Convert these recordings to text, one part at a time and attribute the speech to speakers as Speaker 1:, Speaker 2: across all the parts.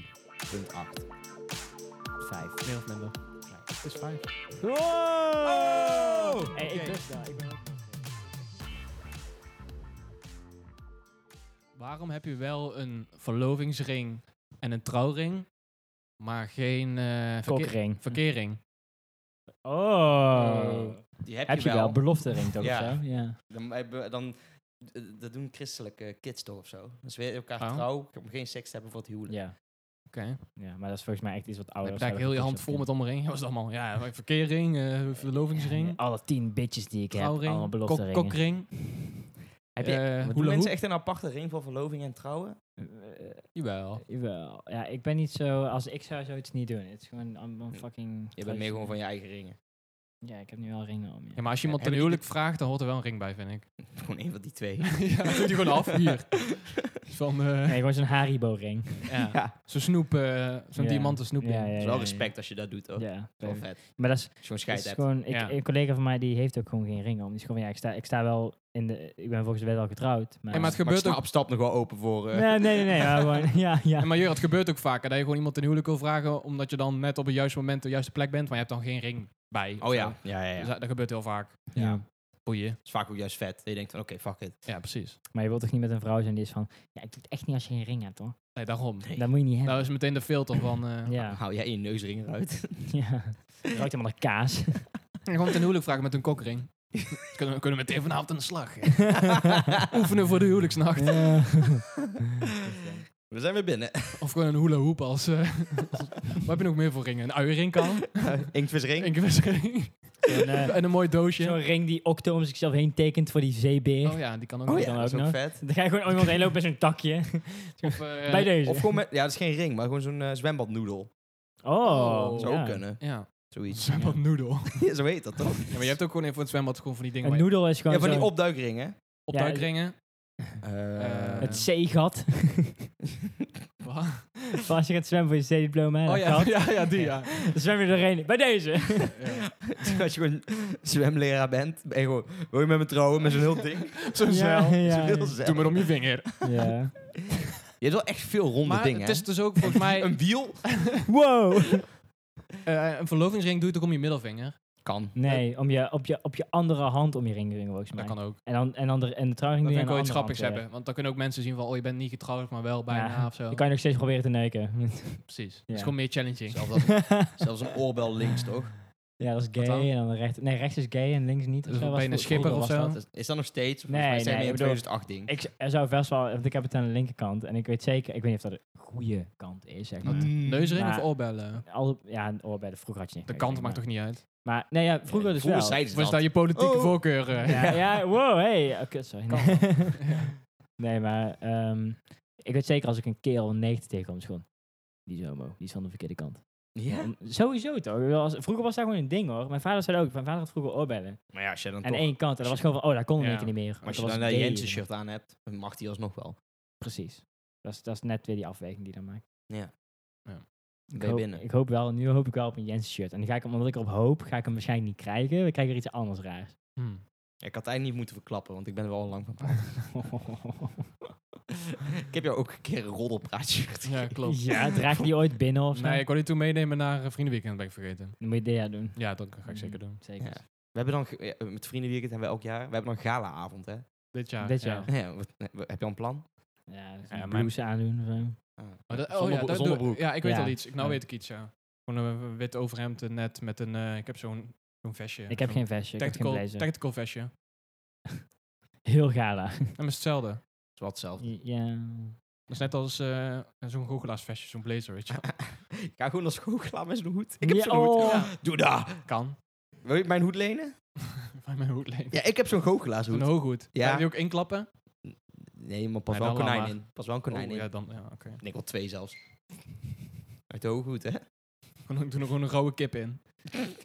Speaker 1: 3.8. 5. Nee, of minder. Nee.
Speaker 2: Het is vijf.
Speaker 1: Oh!
Speaker 3: Oh!
Speaker 2: Hey, ik
Speaker 1: ik
Speaker 2: wist
Speaker 1: dat. Waarom heb je wel een verlovingsring en een trouwring, maar geen eh verke-
Speaker 4: Kokring.
Speaker 1: verkering?
Speaker 4: Oh.
Speaker 3: Die heb,
Speaker 4: Heb je wel, belofte ring toch
Speaker 3: Ja.
Speaker 4: of zo? Ja.
Speaker 3: Dan, hebben- dan, dat doen christelijke kids toch of zo. Dus weer elkaar
Speaker 1: Oh.
Speaker 3: trouw om geen seks te hebben voor het huwelijk.
Speaker 4: ja.
Speaker 1: Oké.
Speaker 4: Ja, maar Oh, dat is volgens mij echt iets wat
Speaker 1: Dan
Speaker 4: ouder
Speaker 1: heb je eigenlijk heel je hand vol met omringen. Dat was het allemaal. Ja, maar verkering, eh, verlovingsring,
Speaker 4: alle tien bitches die ik heb, allemaal
Speaker 1: trouwring,
Speaker 4: belofte
Speaker 1: kok- kokring.
Speaker 3: Heb je,
Speaker 1: Eh,
Speaker 3: doen
Speaker 1: hula
Speaker 3: mensen
Speaker 1: hoop?
Speaker 3: echt een aparte ring voor verloving en trouwen?
Speaker 1: Jawel.
Speaker 4: Eh, Jawel. Ja, ik ben niet zo... Als ik zou zoiets niet doen. Het is gewoon I'm, I'm fucking...
Speaker 3: Je bent meer gewoon van je eigen ringen.
Speaker 4: Ja, ik heb nu al ringen om. Ja.
Speaker 1: Ja, maar als je iemand
Speaker 3: Hebben
Speaker 1: ten
Speaker 3: die
Speaker 1: huwelijk vraagt, dan hoort er wel een ring bij, vind ik.
Speaker 3: Gewoon een van die twee.
Speaker 1: ja, doe die gewoon af, hier. Van, eh,
Speaker 4: Nee, gewoon zo'n Haribo-ring.
Speaker 1: ja. Zo'n snoep, eh, zo'n
Speaker 4: Ja.
Speaker 1: diamanten snoep.
Speaker 4: Ja, ja,
Speaker 3: Het is
Speaker 4: ja,
Speaker 3: wel
Speaker 4: ja.
Speaker 3: respect als je dat doet, hoor. Dat
Speaker 4: Ja,
Speaker 3: is wel
Speaker 4: perfect.
Speaker 3: vet.
Speaker 4: Maar dat is,
Speaker 3: Als je gewoon
Speaker 4: dat
Speaker 3: scheid
Speaker 4: is
Speaker 3: hebt.
Speaker 4: gewoon... Ik,
Speaker 1: Ja.
Speaker 4: Een collega van mij die heeft ook gewoon geen ringen om. Die is gewoon van, ja, ik sta, ik sta wel in de... Ik ben volgens de wet al getrouwd, maar...
Speaker 1: En maar het
Speaker 3: Maar ik
Speaker 1: gebeurt
Speaker 3: sta
Speaker 1: ook...
Speaker 3: op stap nog wel open voor... eh,
Speaker 4: Nee, nee, nee, nee. maar gewoon, ja, ja.
Speaker 1: en maar Jur, het gebeurt ook vaker dat je gewoon iemand ten huwelijk wil vragen, omdat je dan net op het juiste moment op de juiste plek bent, maar je hebt dan geen ring bij. of
Speaker 3: Oh
Speaker 1: zo.
Speaker 3: ja. Ja, ja, ja.
Speaker 1: Dus
Speaker 3: Dat
Speaker 1: dat, dat gebeurt heel vaak.
Speaker 4: ja.
Speaker 1: Boeien.
Speaker 3: is vaak ook juist vet. Dat je denkt van, oké, fuck it.
Speaker 1: Ja, precies.
Speaker 4: Maar je wilt toch niet met een vrouw zijn die is van... Ja, ik doe het echt niet als je geen ring hebt, hoor.
Speaker 1: Nee, daarom. Nou,
Speaker 4: Dat moet je niet hebben.
Speaker 1: Dat is meteen de filter van... eh,
Speaker 4: Ja.
Speaker 3: Hou jij je neusring eruit.
Speaker 4: Ja. Het ruikt helemaal naar kaas.
Speaker 1: Gewoon ten huwelijk vragen met een kokring. Dus kunnen, we kunnen we meteen vanavond aan de slag. Oefenen voor de huwelijksnacht.
Speaker 4: Ja.
Speaker 3: We zijn weer binnen.
Speaker 1: Of gewoon een hula hoop als... eh, als- wat heb je nog meer voor ringen? Een uienring kan.
Speaker 3: Inktvisring.
Speaker 1: Een kwisring.
Speaker 4: Zo'n, eh,
Speaker 1: En een mooi doosje.
Speaker 4: Zo'n ring die Octo om zichzelf heen tekent voor die zeebeer.
Speaker 1: Oh ja, die kan ook.
Speaker 3: Oh
Speaker 1: nog.
Speaker 3: ja,
Speaker 4: dan
Speaker 3: dat is
Speaker 4: ook
Speaker 3: ook
Speaker 4: nog.
Speaker 3: vet.
Speaker 4: Dan ga je gewoon iemand heen lopen met zo'n takje.
Speaker 1: Of, eh,
Speaker 4: Bij deze.
Speaker 3: Of gewoon met... Ja, dat is geen ring, maar gewoon zo'n eh, zwembadnoedel.
Speaker 4: oh.
Speaker 3: Zou
Speaker 4: ja.
Speaker 3: ook kunnen.
Speaker 1: Ja,
Speaker 3: Zoiets.
Speaker 1: zwembad noedel.
Speaker 3: Ja, zo heet dat toch?
Speaker 1: Ja, maar je hebt ook gewoon even voor het zwembad gewoon van die dingen
Speaker 4: Een
Speaker 1: waar je
Speaker 4: noedel is gewoon
Speaker 3: Ja, van die
Speaker 4: zo'n-
Speaker 3: opduikringen.
Speaker 1: opduikringen.
Speaker 3: Eh,
Speaker 4: het zeegat.
Speaker 1: Wat?
Speaker 4: Van als je gaat zwemmen voor je zeediploma.
Speaker 1: Oh
Speaker 4: dat
Speaker 1: ja,
Speaker 4: gat,
Speaker 1: ja, ja, die ja.
Speaker 4: Dan zwem je erheen. Bij deze.
Speaker 1: Ja.
Speaker 3: Eh, Als je gewoon zwemleraar bent, ben je gewoon, wil je met me trouwen met zo'n heel ding?
Speaker 1: Zo'n
Speaker 4: ja,
Speaker 1: zeil.
Speaker 4: ja,
Speaker 3: Zo'n heel
Speaker 4: ja.
Speaker 3: zeil.
Speaker 1: Doe maar om je vinger.
Speaker 4: Ja.
Speaker 3: Je hebt wel echt veel ronde
Speaker 1: Maar
Speaker 3: dingen.
Speaker 1: het
Speaker 3: hè?
Speaker 1: is dus ook volgens mij...
Speaker 3: Een
Speaker 1: een,
Speaker 3: wiel?
Speaker 4: Wow.
Speaker 1: eh, een verlovingsring doe je toch om je middelvinger?
Speaker 3: Kan.
Speaker 4: Nee, om je, op, je, op je andere hand om je ring ringen volgens mij.
Speaker 1: Eh, Dat kan ook.
Speaker 4: En dan, en dan de, en de trouwring
Speaker 1: Dat
Speaker 4: doe
Speaker 1: vind
Speaker 4: je
Speaker 1: ik wel
Speaker 4: aan
Speaker 1: iets
Speaker 4: de andere
Speaker 1: grappigs
Speaker 4: hand, eh.
Speaker 1: hebben. Want dan kunnen ook mensen zien van... Oh, je bent niet getrouwd, maar wel bijna
Speaker 4: Ja,
Speaker 1: of zo.
Speaker 4: Dan kan je nog steeds proberen te neuken.
Speaker 1: Precies. Het
Speaker 4: Ja.
Speaker 1: is gewoon meer challenging.
Speaker 3: Zelfs, als- zelfs een oorbel links, toch?
Speaker 4: Ja, dat is
Speaker 1: Wat dan?
Speaker 4: gay en dan rechts. Nee, rechts is gay en links niet.
Speaker 1: Dus
Speaker 4: zo was
Speaker 1: bijna
Speaker 4: het
Speaker 1: schipper
Speaker 4: vroeger
Speaker 1: of
Speaker 4: was
Speaker 1: zo?
Speaker 4: dat.
Speaker 3: Is, is dat nog steeds?
Speaker 4: Nee,
Speaker 3: Volgens mij zijn
Speaker 4: nee,
Speaker 3: we
Speaker 4: ik bedoel-
Speaker 3: in 2008 ding.
Speaker 4: Ik er zou best wel, want ik heb het aan de linkerkant en ik weet zeker, ik weet niet of dat de goede kant is. Zeg maar.
Speaker 1: Wat? Neusring
Speaker 4: Maar-
Speaker 1: of oorbellen?
Speaker 4: Al, ja, oh, bij de vroeger had je niet.
Speaker 1: De
Speaker 4: meer,
Speaker 1: kant
Speaker 4: zeg
Speaker 1: maakt
Speaker 4: maar.
Speaker 1: toch niet uit?
Speaker 4: Maar nee, ja, vroeger dus wel.
Speaker 3: zeiden
Speaker 1: Of
Speaker 3: ze
Speaker 1: is dat
Speaker 3: dat.
Speaker 1: je politieke
Speaker 3: Oh.
Speaker 1: voorkeur? eh?
Speaker 4: ja, ja, wow, hey, oh, kut, sorry.
Speaker 1: Kan
Speaker 4: Nee, Nee, maar ehm, ik weet zeker als ik een kerel een 90 tegenkom, is gewoon die is homo, die is van de verkeerde kant.
Speaker 3: Ja?
Speaker 4: Om- Sowieso toch? Ik bedoel, als- Vroeger was dat gewoon een ding hoor. Mijn vader zei dat ook, mijn vader had vroeger oorbellen.
Speaker 3: Maar ja, als je dan
Speaker 4: Aan
Speaker 3: toch...
Speaker 4: één kant. En dat was gewoon van, oh, daar kon ik
Speaker 1: Ja.
Speaker 4: één keer niet meer.
Speaker 3: maar als
Speaker 4: want
Speaker 3: je
Speaker 4: dat was
Speaker 3: dan dat
Speaker 4: gay.
Speaker 3: Jensen shirt aan hebt, dan mag die alsnog wel.
Speaker 4: Precies. Dat is, dat is net weer die afweging die dan maakt.
Speaker 3: Ja.
Speaker 1: Ja.
Speaker 4: Ik
Speaker 3: Ben je
Speaker 4: hoop,
Speaker 3: binnen.
Speaker 4: ik hoop wel, nu hoop ik wel op een Jens shirt. En dan ga ik hem, omdat ik erop hoop, ga ik hem waarschijnlijk niet krijgen. We krijgen er iets anders raars.
Speaker 1: Hmm.
Speaker 3: Ik had het eigenlijk niet moeten verklappen, want ik ben er wel al lang van plan. ik heb jou ook een keer een roddelpraatje gegeven.
Speaker 1: Ja, klopt.
Speaker 4: ja, draag je die ooit binnen of zo?
Speaker 1: Nee, ik wil die toen meenemen naar eh, Vriendenweekend, ben ik vergeten.
Speaker 4: Dan moet je dit jaar doen.
Speaker 1: Ja, dat ga ik zeker doen.
Speaker 4: Zeker.
Speaker 3: Ja. We hebben dan, ge- ja, met vriendenweekend hebben we elk jaar, we hebben dan galaavond, hè?
Speaker 1: Dit jaar.
Speaker 4: Dit
Speaker 1: ja.
Speaker 4: jaar.
Speaker 3: Ja, wat- nee, wat- heb je al een plan? Ah,
Speaker 4: Ja, dus
Speaker 1: Ja,
Speaker 4: een
Speaker 1: maar-
Speaker 4: blouse aandoen of zo.
Speaker 1: Maar dat- oh
Speaker 3: Zonder-
Speaker 1: ja, dat
Speaker 3: zonder
Speaker 1: doe-
Speaker 3: broek.
Speaker 1: ja, ik weet
Speaker 4: Ja.
Speaker 1: al iets. Ik, nou
Speaker 4: Ja.
Speaker 1: weet ik iets, ja. Gewoon een wit overhemd eh, net met een... eh, ik heb zo'n zo'n vestje.
Speaker 4: Ik heb
Speaker 1: Zo'n
Speaker 4: geen vestje, ik heb geen
Speaker 1: Tactical,
Speaker 4: blazer.
Speaker 1: tactical vestje. En
Speaker 4: Heel gala.
Speaker 1: dat is hetzelfde. Dat
Speaker 3: Het is wel hetzelfde.
Speaker 4: ja.
Speaker 1: is net als eh, zo'n goochelaarsvestje, zo'n blazer, weet je wel.
Speaker 3: Ik ga gewoon als goochelaar met zo'n hoed. Ik heb
Speaker 4: Ja,
Speaker 3: zo'n hoed.
Speaker 4: oh.
Speaker 3: Doe daar.
Speaker 1: Kan.
Speaker 3: Wil je mijn hoed lenen?
Speaker 1: Van mijn hoed leent.
Speaker 3: Ja, ik heb zo'n
Speaker 1: Zo'n
Speaker 3: goochelaarshoed.
Speaker 1: hooghoed.
Speaker 3: Ja.
Speaker 1: Kan je die ook inklappen?
Speaker 3: Nee, maar pas
Speaker 1: Nee,
Speaker 3: wel een
Speaker 1: dan laat
Speaker 3: konijn
Speaker 1: maar.
Speaker 3: in. Pas wel een konijn
Speaker 1: Oh,
Speaker 3: in.
Speaker 1: ja, dan, ja, oké.
Speaker 3: Ik denk wel twee zelfs. Uit de hooghoed, hè?
Speaker 1: Gewoon, doe er gewoon een rauwe kip in.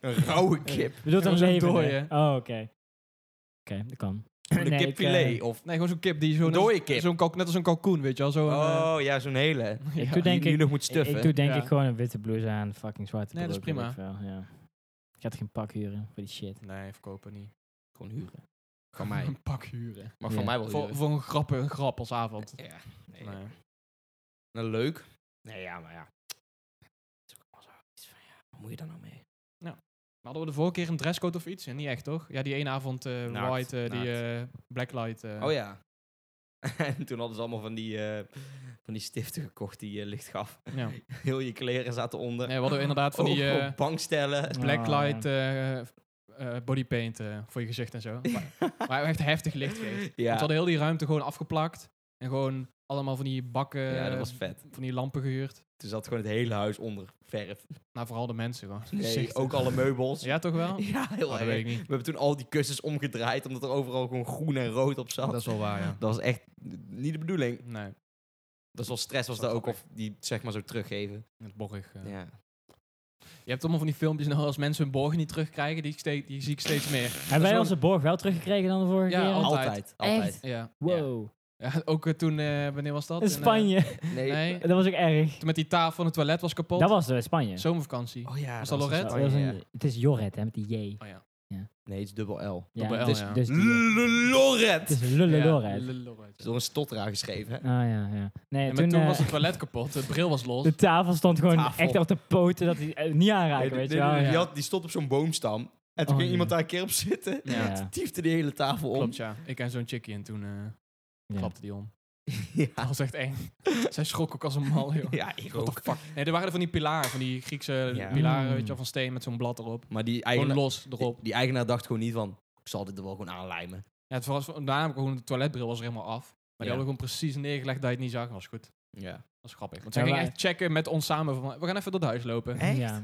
Speaker 3: Een rauwe kip.
Speaker 4: Je bedoelt
Speaker 1: Ja,
Speaker 4: dan
Speaker 1: zo'n
Speaker 4: leven?
Speaker 1: dooie.
Speaker 4: Oh, oké. Oké, dat kan.
Speaker 3: Een
Speaker 4: Nee, ik,
Speaker 3: kipfilet.
Speaker 4: eh,
Speaker 3: of...
Speaker 1: Nee, gewoon zo'n kip die zo'n...
Speaker 3: Een dode kip.
Speaker 1: Zo'n kalk- net als een kalkoen, weet je wel. Zo'n, eh,
Speaker 3: Oh, ja, zo'n hele.
Speaker 1: ja.
Speaker 4: Ik doe denk
Speaker 3: die je
Speaker 4: ik...
Speaker 3: nog moet
Speaker 4: Ik,
Speaker 3: stuffen.
Speaker 4: ik doe denk
Speaker 1: Ja.
Speaker 4: ik gewoon een witte blouse aan, fucking zwarte
Speaker 1: Nee, dat is
Speaker 4: broek, weet ik veel, ja. Ik had geen pak huren voor die shit.
Speaker 1: Nee, verkopen niet.
Speaker 3: Gewoon huren. Van mij.
Speaker 1: Een pak huren.
Speaker 3: Mag van
Speaker 4: Ja.
Speaker 3: mij dus- wel
Speaker 1: Voor,
Speaker 3: huren.
Speaker 1: voor een grap, een grap als avond.
Speaker 3: Ja. nee.
Speaker 1: Nee.
Speaker 3: Nou, leuk. Nee, ja, maar ja. Het is ook allemaal zoiets van, ja, wat moet je daar nou mee?
Speaker 1: Maar hadden we de vorige keer een dresscode of iets? Ja, niet echt, toch? Ja, die ene avond eh,
Speaker 3: Naakt,
Speaker 1: white, eh, die eh, blacklight. eh.
Speaker 3: Oh ja. en toen hadden ze allemaal van die, eh, van die stiften gekocht die eh, licht gaf.
Speaker 1: Ja.
Speaker 3: Heel je kleren zaten onder.
Speaker 1: Nee, we hadden inderdaad van die
Speaker 3: Overal
Speaker 1: eh,
Speaker 3: bankstellen.
Speaker 4: Ah,
Speaker 3: Ah,
Speaker 1: blacklight eh, f- eh, bodypaint eh, voor je gezicht en zo. Maar, maar echt heftig licht geeft. Want
Speaker 3: Ja.
Speaker 1: we hadden heel die ruimte gewoon afgeplakt. En gewoon allemaal van die bakken, eh,
Speaker 3: ja, dat was vet.
Speaker 1: van die lampen gehuurd.
Speaker 3: Toen zat gewoon het hele huis onder verf.
Speaker 1: Nou, vooral de mensen gewoon.
Speaker 3: Nee,
Speaker 1: Gezichten.
Speaker 3: ook alle meubels.
Speaker 1: Dus Ja, toch wel?
Speaker 3: Ja, heel
Speaker 1: Oh, dat
Speaker 3: erg.
Speaker 1: weet ik niet.
Speaker 3: We hebben toen al die kussens omgedraaid, omdat er overal gewoon groen en rood op zat.
Speaker 1: Dat is wel waar, ja.
Speaker 3: Dat was echt niet de bedoeling.
Speaker 1: Nee,
Speaker 3: Dat is wel stress was
Speaker 1: Dat
Speaker 3: dat
Speaker 1: is
Speaker 3: ook, of die zeg maar zo teruggeven.
Speaker 1: het borg. eh.
Speaker 3: Ja.
Speaker 1: Je hebt allemaal van die filmpjes nou, als mensen hun borgen niet terugkrijgen, die, ik steeds, die zie ik steeds meer.
Speaker 4: Hebben wij
Speaker 1: gewoon-
Speaker 4: onze borg wel teruggekregen dan de vorige
Speaker 1: Ja,
Speaker 4: keer?
Speaker 1: al- Altijd.
Speaker 3: Altijd. Altijd.
Speaker 4: Echt?
Speaker 1: Ja,
Speaker 4: Wow.
Speaker 1: ja ook eh, toen, eh, wanneer was dat?
Speaker 4: In
Speaker 1: eh,
Speaker 4: Spanje.
Speaker 3: Nee. eh,
Speaker 1: nee,
Speaker 4: dat was ook erg.
Speaker 1: toen met die tafel en het toilet was kapot.
Speaker 4: Dat was eh, Spanje.
Speaker 1: Zomervakantie.
Speaker 3: Oh ja.
Speaker 1: Was dat
Speaker 3: in
Speaker 1: Lorette?
Speaker 4: Dat
Speaker 3: Spanje,
Speaker 4: was een-
Speaker 3: ja.
Speaker 4: het is Jorrit, hè, met die J.
Speaker 1: Oh ja.
Speaker 3: Nee, het is dubbel L.
Speaker 4: Ja,
Speaker 1: dubbel L,
Speaker 4: dus,
Speaker 1: ja.
Speaker 4: dus die, eh,
Speaker 3: L-
Speaker 4: het
Speaker 3: Lorette!
Speaker 4: is
Speaker 3: Het
Speaker 4: Lulle
Speaker 1: Ja,
Speaker 4: Jorrit.
Speaker 1: Lille Lorette.
Speaker 3: is door een stotteraar geschreven, hè?
Speaker 4: Ah ja, ja. Nee,
Speaker 1: En maar
Speaker 4: toen,
Speaker 1: toen,
Speaker 4: eh,
Speaker 1: was het toilet kapot, de bril was los.
Speaker 4: de tafel stond gewoon
Speaker 3: Tafel.
Speaker 4: echt op de poten dat hij eh, niet aanraken,
Speaker 3: Nee,
Speaker 4: weet
Speaker 3: die-
Speaker 4: je wel.
Speaker 3: die,
Speaker 1: ja.
Speaker 3: had- die stond op zo'n boomstam. En toen
Speaker 4: Oh,
Speaker 3: ging
Speaker 4: ja.
Speaker 3: iemand daar een keer op zitten.
Speaker 1: Ja.
Speaker 4: Ja.
Speaker 3: Die Tiefde de hele tafel om.
Speaker 1: Klopt, ja. Ik en zo'n chickie en toen eh,
Speaker 4: Ja.
Speaker 1: klapte die om. Dat
Speaker 3: ja.
Speaker 1: was echt eng. Zij schrok ook als een mal, joh.
Speaker 3: Ah. Ja, ik
Speaker 1: What
Speaker 3: ook.
Speaker 1: the fuck? Nee, er waren van die pilaren, van die Griekse
Speaker 3: Ja.
Speaker 1: pilaren, weet je
Speaker 4: Mm.
Speaker 1: wel, van steen met zo'n blad erop.
Speaker 3: Maar die
Speaker 1: Gewoon
Speaker 3: eigenaar,
Speaker 1: los erop.
Speaker 3: die, die eigenaar dacht gewoon niet van, ik zal dit er wel gewoon aanlijmen.
Speaker 1: Ja, het was, daarna heb ik gewoon de toiletbril was er helemaal af. Maar die
Speaker 3: Ja.
Speaker 1: hadden gewoon precies neergelegd dat je het niet zag. Dat was goed. Dat
Speaker 3: Ja.
Speaker 1: was grappig. Want
Speaker 4: Ja,
Speaker 1: zij gingen
Speaker 4: wij-
Speaker 1: echt checken met ons samen. Van, we gaan even door het huis lopen.
Speaker 3: Echt?
Speaker 4: Ja.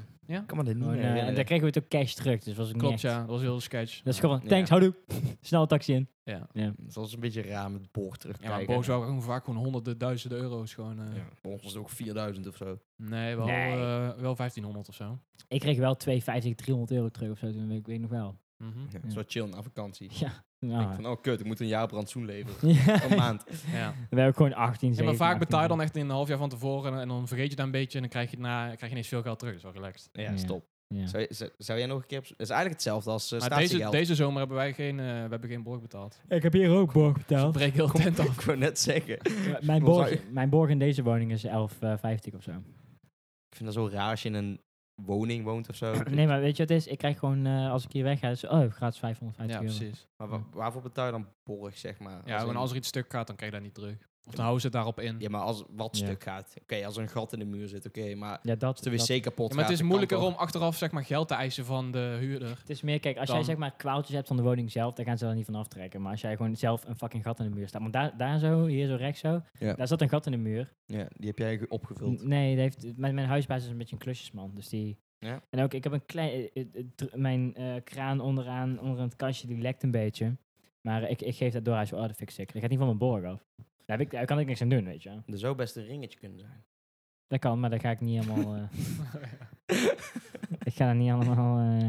Speaker 3: Kan me dit niet
Speaker 4: Gewoon, eh, en daar kregen we het ook cash terug, dus was ook niet
Speaker 1: Klopt,
Speaker 4: echt-
Speaker 1: ja. Dat was heel sketch.
Speaker 4: Dat is gewoon,
Speaker 3: Ja.
Speaker 4: thanks, houdoe. Snel een taxi in.
Speaker 1: Ja.
Speaker 3: Het was een beetje raar met boog
Speaker 1: Ja,
Speaker 3: terugkijken.
Speaker 1: maar boos waren gewoon vaak gewoon honderden duizenden euro's. Gewoon, eh.
Speaker 3: Ja. Bij ons was het ook 4000 of zo.
Speaker 1: Nee, wel,
Speaker 4: Nee.
Speaker 1: eh, wel 1500 of zo.
Speaker 4: Ik kreeg wel 250, 300 euro terug of zo, toen, ik weet nog wel.
Speaker 1: Mhm.
Speaker 3: Ja. Dat is wel chill na vakantie. Ik
Speaker 4: Ja.
Speaker 3: denk
Speaker 4: Ja.
Speaker 3: van, oh kut, ik moet een jaar brandsoen leveren.
Speaker 4: Ja.
Speaker 3: Een maand.
Speaker 1: Ja.
Speaker 4: We hebben ook gewoon 18,
Speaker 1: Ja, maar
Speaker 4: 17,
Speaker 1: vaak betaal je
Speaker 4: 18.
Speaker 1: dan echt in een half jaar van tevoren en, en dan vergeet je dat een beetje en dan krijg je, na, krijg je ineens veel geld terug. Dat is wel relaxed.
Speaker 3: Ja,
Speaker 4: Ja.
Speaker 3: stop.
Speaker 4: Ja.
Speaker 3: Zou, je- zou, zou jij nog een keer... op- Het is eigenlijk hetzelfde als eh,
Speaker 1: Maar deze,
Speaker 3: statiegeld.
Speaker 1: deze zomer hebben wij geen, eh, we hebben geen borg betaald.
Speaker 4: Ik heb hier ook borg
Speaker 1: Dus we
Speaker 4: betaald.
Speaker 1: breken heel de tent af.
Speaker 3: Ik wou net zeggen.
Speaker 4: M- Mijn
Speaker 3: Volgens
Speaker 4: borg, mijn borg in deze woning is 11,50 of zo.
Speaker 3: Ik vind dat zo raar als je in een woning woont of zo.
Speaker 4: Nee, maar weet je wat het is? Ik krijg gewoon, eh, als ik hier wegga, is oh, gratis 550
Speaker 1: Ja,
Speaker 4: euro.
Speaker 1: precies.
Speaker 3: Maar wa- waarvoor betaal je dan borg, zeg maar?
Speaker 1: Ja, gewoon
Speaker 3: in-
Speaker 1: als er iets stuk gaat, dan krijg je dat niet terug. Of dan houden ze het daarop in.
Speaker 3: Ja, maar als wat
Speaker 4: Ja.
Speaker 3: stuk gaat. Oké, als er een gat in de muur zit, oké. maar
Speaker 4: Ja, dat,
Speaker 3: als de
Speaker 4: dat-
Speaker 3: wc kapot
Speaker 1: Ja, maar het
Speaker 3: gaat,
Speaker 1: is
Speaker 3: dan
Speaker 1: moeilijker
Speaker 3: kan
Speaker 1: om achteraf zeg maar, geld te eisen van de huurder.
Speaker 4: Het is meer, kijk, als jij
Speaker 1: Dan-
Speaker 4: zeg maar kwaaltjes hebt van de woning zelf, dan gaan ze daar niet van aftrekken. Maar als jij gewoon zelf een fucking gat in de muur staat. Want daar, daar zo, hier zo rechts zo,
Speaker 3: Ja.
Speaker 4: daar zat een gat in de muur.
Speaker 3: toch- Ja, die heb jij ge- opgevuld.
Speaker 4: N- Nee, dat heeft, mijn, mijn huisbaas is een beetje een klusjesman. Dus die...
Speaker 3: Ja.
Speaker 4: En ook, ik heb een klein... eh, eh, eh, dr- mijn eh, kraan onderaan, onder het kastje, die lekt een beetje. Maar ik, ik geef dat door. Hij zo, oh, dat fix ik. Dat gaat niet van mijn borg af. Daar, heb ik, daar kan ik niks aan doen, weet je. wel.
Speaker 3: Er zou best een ringetje kunnen zijn.
Speaker 4: Dat kan, maar daar ga ik niet helemaal... eh, ik ga dat niet allemaal eh,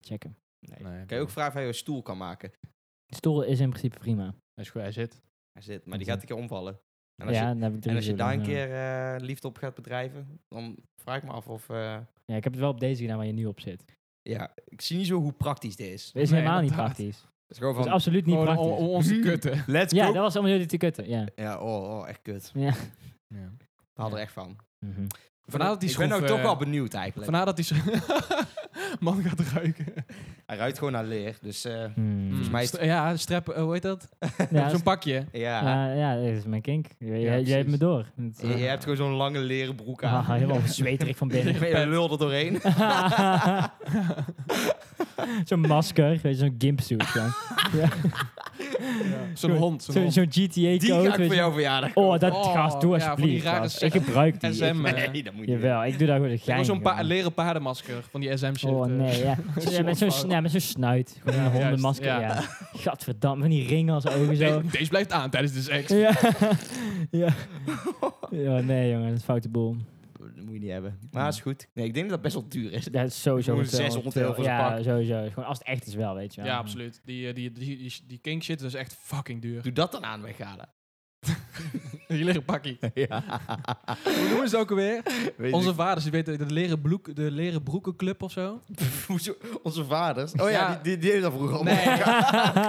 Speaker 4: checken.
Speaker 3: nee.
Speaker 1: Nee,
Speaker 3: Kan je ook vragen of hij een stoel kan maken?
Speaker 4: De stoel is in principe prima.
Speaker 1: Hij, is goed, hij zit.
Speaker 3: Hij zit, maar die gaat een keer omvallen. En als,
Speaker 4: ja,
Speaker 3: je,
Speaker 4: dan heb ik drie
Speaker 3: en als je
Speaker 4: stoelen,
Speaker 3: daar een
Speaker 4: ja.
Speaker 3: keer eh, liefde op gaat bedrijven, dan vraag ik me af of... eh,
Speaker 4: Ja, ik heb het wel op deze gedaan waar je nu op zit.
Speaker 3: ja, ik zie niet zo hoe praktisch dit is. Het
Speaker 4: Dat is
Speaker 1: Nee,
Speaker 4: helemaal niet
Speaker 1: inderdaad.
Speaker 4: praktisch.
Speaker 3: is gewoon
Speaker 4: Dat
Speaker 3: van...
Speaker 4: is absoluut niet
Speaker 1: Oh, dan-
Speaker 4: praktisch.
Speaker 1: om, om ons te kutten.
Speaker 3: Let's
Speaker 4: Dus Ja,
Speaker 3: go!
Speaker 4: dat was allemaal jullie te kutten. Ja.
Speaker 3: Ja, oh, oh, echt kut.
Speaker 4: ja.
Speaker 1: Ja.
Speaker 3: We hadden er echt van.
Speaker 4: Mhm.
Speaker 1: Vandaar dat die
Speaker 3: ik ben
Speaker 1: schroef,
Speaker 3: nou toch
Speaker 1: eh,
Speaker 3: wel benieuwd eigenlijk.
Speaker 1: Vandaar dat hij zo... Man gaat ruiken.
Speaker 3: Hij ruikt gewoon naar leer, dus... eh,
Speaker 4: Hmm.
Speaker 3: Volgens mij is-
Speaker 1: St- ja, strep, eh, hoe heet dat?
Speaker 4: Ja,
Speaker 1: Zo'n pakje.
Speaker 3: ja,
Speaker 4: ja, ja, dat is mijn kink. J- Jij, jij hebt
Speaker 1: precies.
Speaker 4: me door. Het is,
Speaker 3: je, je
Speaker 4: eh,
Speaker 3: hebt gewoon zo'n lange leren broek aan.
Speaker 4: haha, helemaal zweterig van binnen.
Speaker 3: Ik weet, je lul er doorheen.
Speaker 4: zo'n masker, weet je, zo'n gimpsuit. Ja. Ja.
Speaker 1: Zo'n hond. Zo'n
Speaker 4: Zo'n
Speaker 1: hond.
Speaker 4: zo'n GTA-code.
Speaker 3: Die ga ik voor jouw verjaardag
Speaker 4: Oh, dat
Speaker 1: Oh,
Speaker 4: gast, doe
Speaker 1: ja, van die
Speaker 4: alsjeblieft.
Speaker 1: rare
Speaker 4: gast. ik gebruik die.
Speaker 1: SM,
Speaker 4: Ik-
Speaker 1: eh,
Speaker 3: Nee, dat moet je
Speaker 4: jawel, ik doe daar gewoon een
Speaker 1: Gewoon
Speaker 4: gein.
Speaker 1: Zo'n pa-
Speaker 4: gewoon.
Speaker 1: leren paardenmasker van die eh. SM-shit.
Speaker 4: Oh nee, ja. Zo- ja, met zo'n
Speaker 1: fout.
Speaker 4: ja, met zo'n snuit. Gewoon
Speaker 1: Ja,
Speaker 4: een
Speaker 1: juist,
Speaker 4: hondenmasker,
Speaker 1: ja.
Speaker 4: ja. Gadverdamme, van die ringen als ogen zo.
Speaker 1: Deze, deze blijft aan tijdens de seks.
Speaker 4: ja. ja. Ja, nee jongen, dat is foute boel.
Speaker 3: Dat moet je niet hebben. Maar is goed. Nee, ik denk dat dat best wel duur is.
Speaker 4: Dat is sowieso...
Speaker 3: Gewoon
Speaker 4: een
Speaker 3: 600 euro voor zo'n
Speaker 4: Ja,
Speaker 3: pak.
Speaker 4: sowieso. Gewoon als het echt is wel, weet je
Speaker 1: Ja,
Speaker 4: wel.
Speaker 1: absoluut. Die, eh, die, die, die, die kink shit dat is echt fucking duur.
Speaker 3: Doe dat dan aan weghalen.
Speaker 1: Hier liggen pakkie.
Speaker 3: ja.
Speaker 1: Hoe noemen ze ook alweer?
Speaker 3: Weet
Speaker 1: Onze
Speaker 3: ik.
Speaker 1: vaders, die weten de leren, bloek, de leren broekenclub of zo.
Speaker 3: Hoezo? Onze vaders. Oh ja,
Speaker 1: Ja.
Speaker 3: die, die, die deden dat vroeger allemaal.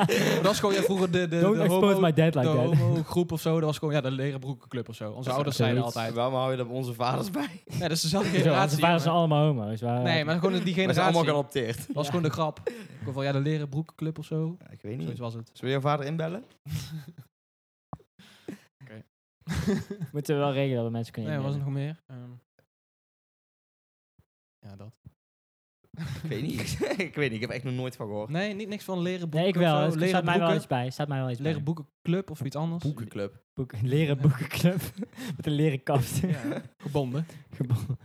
Speaker 1: Nee. Maar dat is gewoon ja, vroeger de, de,
Speaker 4: Don't
Speaker 1: de
Speaker 4: expose
Speaker 1: homo,
Speaker 4: my dad like
Speaker 1: de
Speaker 4: that.
Speaker 1: homo-groep of zo. Dat was gewoon ja, de leren broekenclub of zo. Onze ouders zeiden
Speaker 4: zoiets.
Speaker 1: altijd.
Speaker 3: Waarom hou je dat bij onze vaders bij?
Speaker 1: Nee, dat is dezelfde
Speaker 4: Zo,
Speaker 1: generatie.
Speaker 4: onze vaders zijn
Speaker 1: jongen.
Speaker 4: allemaal homo's. waar-
Speaker 1: Nee, maar gewoon die
Speaker 3: We zijn allemaal
Speaker 1: generatie. Dat
Speaker 3: geadopteerd.
Speaker 1: was gewoon de grap. Gewoon Van, ja, de leren broekenclub of zo.
Speaker 3: Ja, ik weet niet.
Speaker 1: Zoiets was het.
Speaker 3: Zullen we jouw vader inbellen?
Speaker 4: Moeten we wel regelen dat we mensen kunnen
Speaker 1: Nee, was er
Speaker 4: innemen.
Speaker 1: nog meer? Ehm, ja, dat.
Speaker 3: Ik weet niet. ik weet niet. Ik heb er echt nog nooit van gehoord.
Speaker 1: Nee, niet niks van leren
Speaker 4: Nee, ik
Speaker 1: boekenclub.
Speaker 4: wel.
Speaker 1: of
Speaker 4: Er
Speaker 1: zo. Leren
Speaker 4: staat mij wel
Speaker 1: broeken-
Speaker 4: iets bij. Staat mij wel iets bij.
Speaker 1: Leren boekenclub of iets anders.
Speaker 3: Boekenclub.
Speaker 4: Boek, leren boekenclub. Met een leren kast.
Speaker 1: Ja, gebonden.
Speaker 4: Gebonden.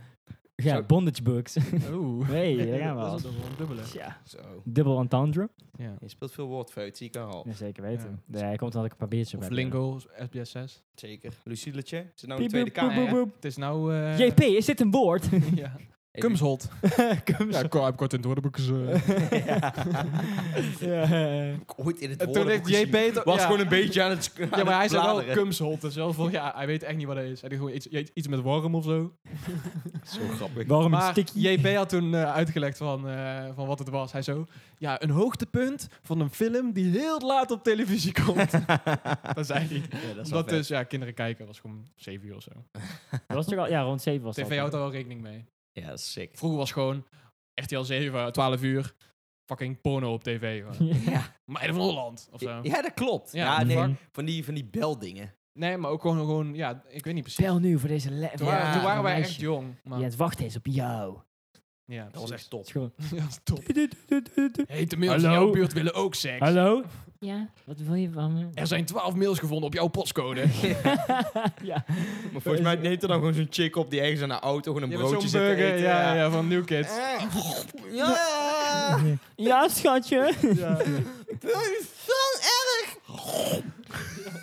Speaker 4: ja,
Speaker 3: Zo-
Speaker 4: bondage books.
Speaker 1: Oeh.
Speaker 4: hey, daar gaan we
Speaker 1: Dat
Speaker 4: al.
Speaker 1: is toch wel een dubbele.
Speaker 4: Ja.
Speaker 3: Zo.
Speaker 4: Dubbel entendre.
Speaker 1: Ja.
Speaker 3: Je speelt veel woordfeut, zie ik al.
Speaker 4: Ja, zeker weten. Ja. hij komt omdat ik een paar biertjes
Speaker 1: Of
Speaker 4: heb. Boep,
Speaker 1: Lingo, SBS 6.
Speaker 3: Zeker. Lucilletje. Zit nou in
Speaker 4: boep,
Speaker 3: de Tweede Kamer.
Speaker 4: boep,
Speaker 3: hè?
Speaker 4: boep, boep.
Speaker 1: Het is nou... eh,
Speaker 4: JP, is dit een woord?
Speaker 1: ja. Kumshold. Ja, ik heb kort in het woordenboek
Speaker 4: Ja, eh,
Speaker 3: Heb ik ooit in het
Speaker 1: En toen
Speaker 3: woordenboek
Speaker 1: heeft JP...
Speaker 3: gezien.
Speaker 1: toch-
Speaker 3: Was
Speaker 1: ja.
Speaker 3: gewoon een beetje aan het
Speaker 1: Ja, maar hij zei wel Kumshold. Dus wel van, ja, hij weet echt niet wat dat is. Hij deed gewoon iets, iets met worm of zo.
Speaker 3: Zo grappig.
Speaker 4: Waarom een
Speaker 1: Maar
Speaker 4: sticky?
Speaker 1: JP had toen eh, uitgelegd van, eh, van wat het was. Hij zo, ja, een hoogtepunt van een film die heel laat op televisie komt. dat zei hij.
Speaker 3: Ja, dat is wel
Speaker 1: Omdat
Speaker 3: vet.
Speaker 1: dus, ja, kinderen kijken was gewoon 7 uur of zo.
Speaker 4: Dat was toch al, ja, rond 7 was dat.
Speaker 1: TV houdt daar wel rekening mee.
Speaker 3: Ja, dat is sick.
Speaker 1: Vroeger was gewoon RTL 7, 12 uur, fucking porno op tv. gewoon.
Speaker 3: Ja.
Speaker 1: Meiden van Holland of zo.
Speaker 3: ja, dat klopt.
Speaker 1: Ja,
Speaker 3: Ja,
Speaker 1: the
Speaker 3: nee,
Speaker 1: fuck.
Speaker 3: van die, van die beldingen.
Speaker 1: Nee, maar ook gewoon, gewoon, ja, ik weet niet precies.
Speaker 4: Bel nu voor deze level.
Speaker 1: Toen, waren,
Speaker 3: Ja,
Speaker 1: toen waren wij
Speaker 4: meisje.
Speaker 1: echt jong. Maar, ja,
Speaker 4: Jens, wacht eens op jou.
Speaker 1: dat was echt
Speaker 3: top.
Speaker 4: Schoon.
Speaker 1: dat was top. Heet de mails in
Speaker 4: Hallo?
Speaker 1: jouw buurt willen ook seks.
Speaker 4: Hallo? Ja, wat wil je van me?
Speaker 1: Er zijn 12 mails gevonden op jouw postcode.
Speaker 4: ja.
Speaker 3: Maar volgens mij neemt er dan gewoon zo'n chick op die ergens aan de auto gewoon een
Speaker 1: Je bent
Speaker 3: broodje
Speaker 1: zo'n
Speaker 3: zit te
Speaker 1: burger,
Speaker 3: eten.
Speaker 1: ja, ja, van New Kids.
Speaker 3: Eh, ja.
Speaker 4: ja, schatje.
Speaker 3: Dat is zo erg.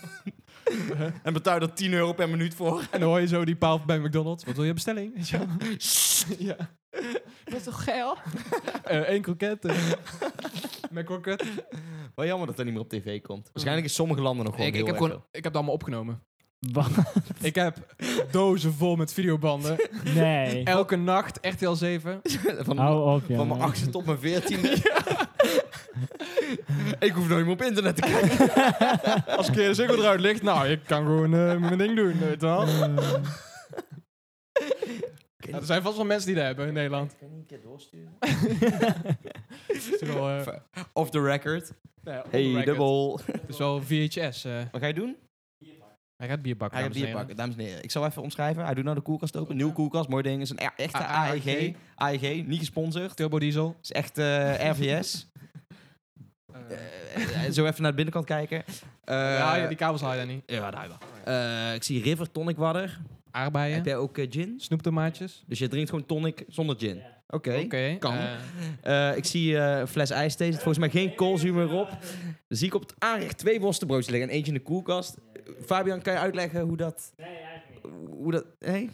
Speaker 3: en betaal er 10 euro per minuut voor.
Speaker 1: En dan hoor je zo die paal bij McDonald's. Wat wil je bestelling? Ja. ja. Best toch geil? Eén kroket. eh. Met kroket.
Speaker 3: Wel jammer dat dat niet meer op tv komt. Waarschijnlijk in sommige landen nog gewoon
Speaker 1: Ik, ik,
Speaker 3: heel
Speaker 1: heb
Speaker 3: erg
Speaker 1: gewoon, ik heb het allemaal opgenomen.
Speaker 4: Wat?
Speaker 1: Ik heb dozen vol met videobanden.
Speaker 4: Nee.
Speaker 1: Elke nacht RTL 7.
Speaker 3: veel. Van,
Speaker 4: Hou op,
Speaker 3: van
Speaker 4: jongen.
Speaker 3: mijn 8 tot mijn 14. ik hoef nooit meer op internet te kijken.
Speaker 1: Als ik de cirkel eruit ligt, nou, ik kan gewoon eh, mijn ding doen, weet je wel. Ja, Nou, er zijn vast wel mensen die dat hebben in Nederland.
Speaker 3: Kan een keer doorsturen?
Speaker 1: Het is wel, eh,
Speaker 3: Off the record.
Speaker 1: nou ja, on the
Speaker 3: Hey,
Speaker 1: record.
Speaker 3: dubbel.
Speaker 1: Het is wel VHS. eh.
Speaker 3: Wat ga je doen?
Speaker 1: hij gaat bier bakken.
Speaker 3: Hij gaat
Speaker 1: dames en
Speaker 3: bier
Speaker 1: heren.
Speaker 3: pakken, dames en heren. Ik zal even omschrijven. Hij doet nou de koelkast open. Nieuwe koelkast, mooi ding. Is een e- echte
Speaker 1: A-
Speaker 3: AEG. AEG, niet gesponsord.
Speaker 1: Turbo Diesel.
Speaker 3: Is echt eh, RVS. Eh, eh, zo even naar de binnenkant kijken. Eh,
Speaker 1: ja, ja, die kabels haal je daar niet.
Speaker 3: Ja, daar wel. Eh, ik zie River Tonic Water. Heb
Speaker 1: Aardbeien.
Speaker 3: jij ook eh, gin?
Speaker 1: Snoeptomaatjes.
Speaker 3: Dus je drinkt gewoon tonic zonder gin. Oké.
Speaker 1: Oké.
Speaker 3: kan.
Speaker 1: eh,
Speaker 3: Eh, ik zie eh, een fles ijsthee. Zit volgens mij geen koolzuur meer op. Dan zie ik op het aanrecht twee worstenbroodjes liggen en eentje in de koelkast. Fabian, kan je uitleggen hoe dat... Nee, eigenlijk niet. Hoe dat... Nee?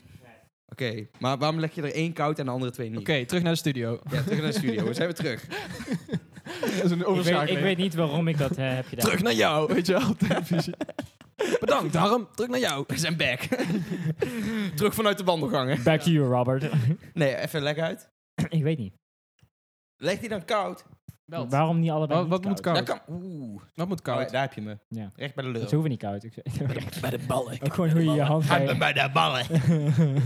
Speaker 3: Oké, maar waarom leg je er één koud en de andere twee niet?
Speaker 1: Oké, terug naar de studio.
Speaker 3: Ja, terug naar de studio. We zijn weer terug.
Speaker 1: dat
Speaker 4: ik,
Speaker 1: is een
Speaker 4: weet, ik
Speaker 1: overschakeling.
Speaker 4: weet niet waarom ik dat eh, heb gedaan.
Speaker 1: Terug naar jou, weet je wel, op televisie. Bedankt, Harm. Terug naar jou.
Speaker 3: We zijn back. terug vanuit de wandelgangen.
Speaker 4: Back to you, Robert.
Speaker 3: Nee, even lek uit.
Speaker 4: ik weet niet.
Speaker 3: Leg die dan koud?
Speaker 1: Belt.
Speaker 4: Waarom niet allebei
Speaker 1: Wat,
Speaker 4: niet
Speaker 1: wat moet
Speaker 4: koud?
Speaker 3: Dat
Speaker 1: koud?
Speaker 3: kan... Oeh.
Speaker 1: Wat moet
Speaker 3: Koud.
Speaker 1: koud?
Speaker 3: daar heb je me.
Speaker 4: Ja.
Speaker 3: Recht bij de
Speaker 4: Ze
Speaker 3: lul.
Speaker 4: hoeven niet koud. Ik zeg-
Speaker 3: Bij de ballen.
Speaker 4: Ook gewoon hoe je je hand
Speaker 3: Hij bij de ballen.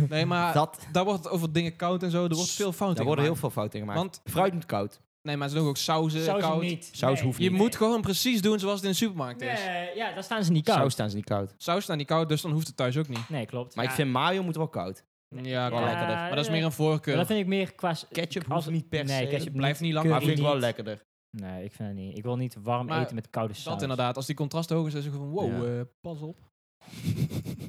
Speaker 1: Nee, maar
Speaker 3: Dat,
Speaker 1: daar wordt het over dingen koud en zo. Er wordt veel fout
Speaker 3: daar
Speaker 1: in
Speaker 3: worden heel
Speaker 1: gemaakt.
Speaker 3: veel fouten gemaakt.
Speaker 1: Want,
Speaker 3: Fruit moet koud.
Speaker 1: nee, maar ze doen ook sauzen koud.
Speaker 3: Saus hoeft
Speaker 1: Je moet gewoon precies doen zoals het in de supermarkt is.
Speaker 4: Nee, ja, daar staan ze niet koud.
Speaker 3: Saus staan ze niet koud.
Speaker 1: Saus staan niet koud, dus dan hoeft het thuis ook niet.
Speaker 4: Nee, klopt.
Speaker 3: Maar ik
Speaker 1: Ja.
Speaker 3: vind mayo moet wel koud.
Speaker 1: Ja,
Speaker 3: Wel
Speaker 1: klopt.
Speaker 3: lekker. lekkerder.
Speaker 1: Maar dat is meer een
Speaker 4: Maar dat
Speaker 1: voorkeur.
Speaker 4: vind ik meer qua... s-
Speaker 3: Ketchup
Speaker 4: Als-
Speaker 3: hoeft niet per
Speaker 4: nee,
Speaker 3: se.
Speaker 4: ketchup
Speaker 1: Het blijft niet lang,
Speaker 3: Maar
Speaker 1: maar
Speaker 4: keur
Speaker 3: vind ik wel
Speaker 4: niet.
Speaker 3: lekkerder.
Speaker 4: Nee, ik vind het niet. Ik wil niet warm
Speaker 1: Maar
Speaker 4: eten met koude saus.
Speaker 1: Dat inderdaad. Als die contrast hoog is, dan is het gewoon wow,
Speaker 3: Ja.
Speaker 1: eh, pas op.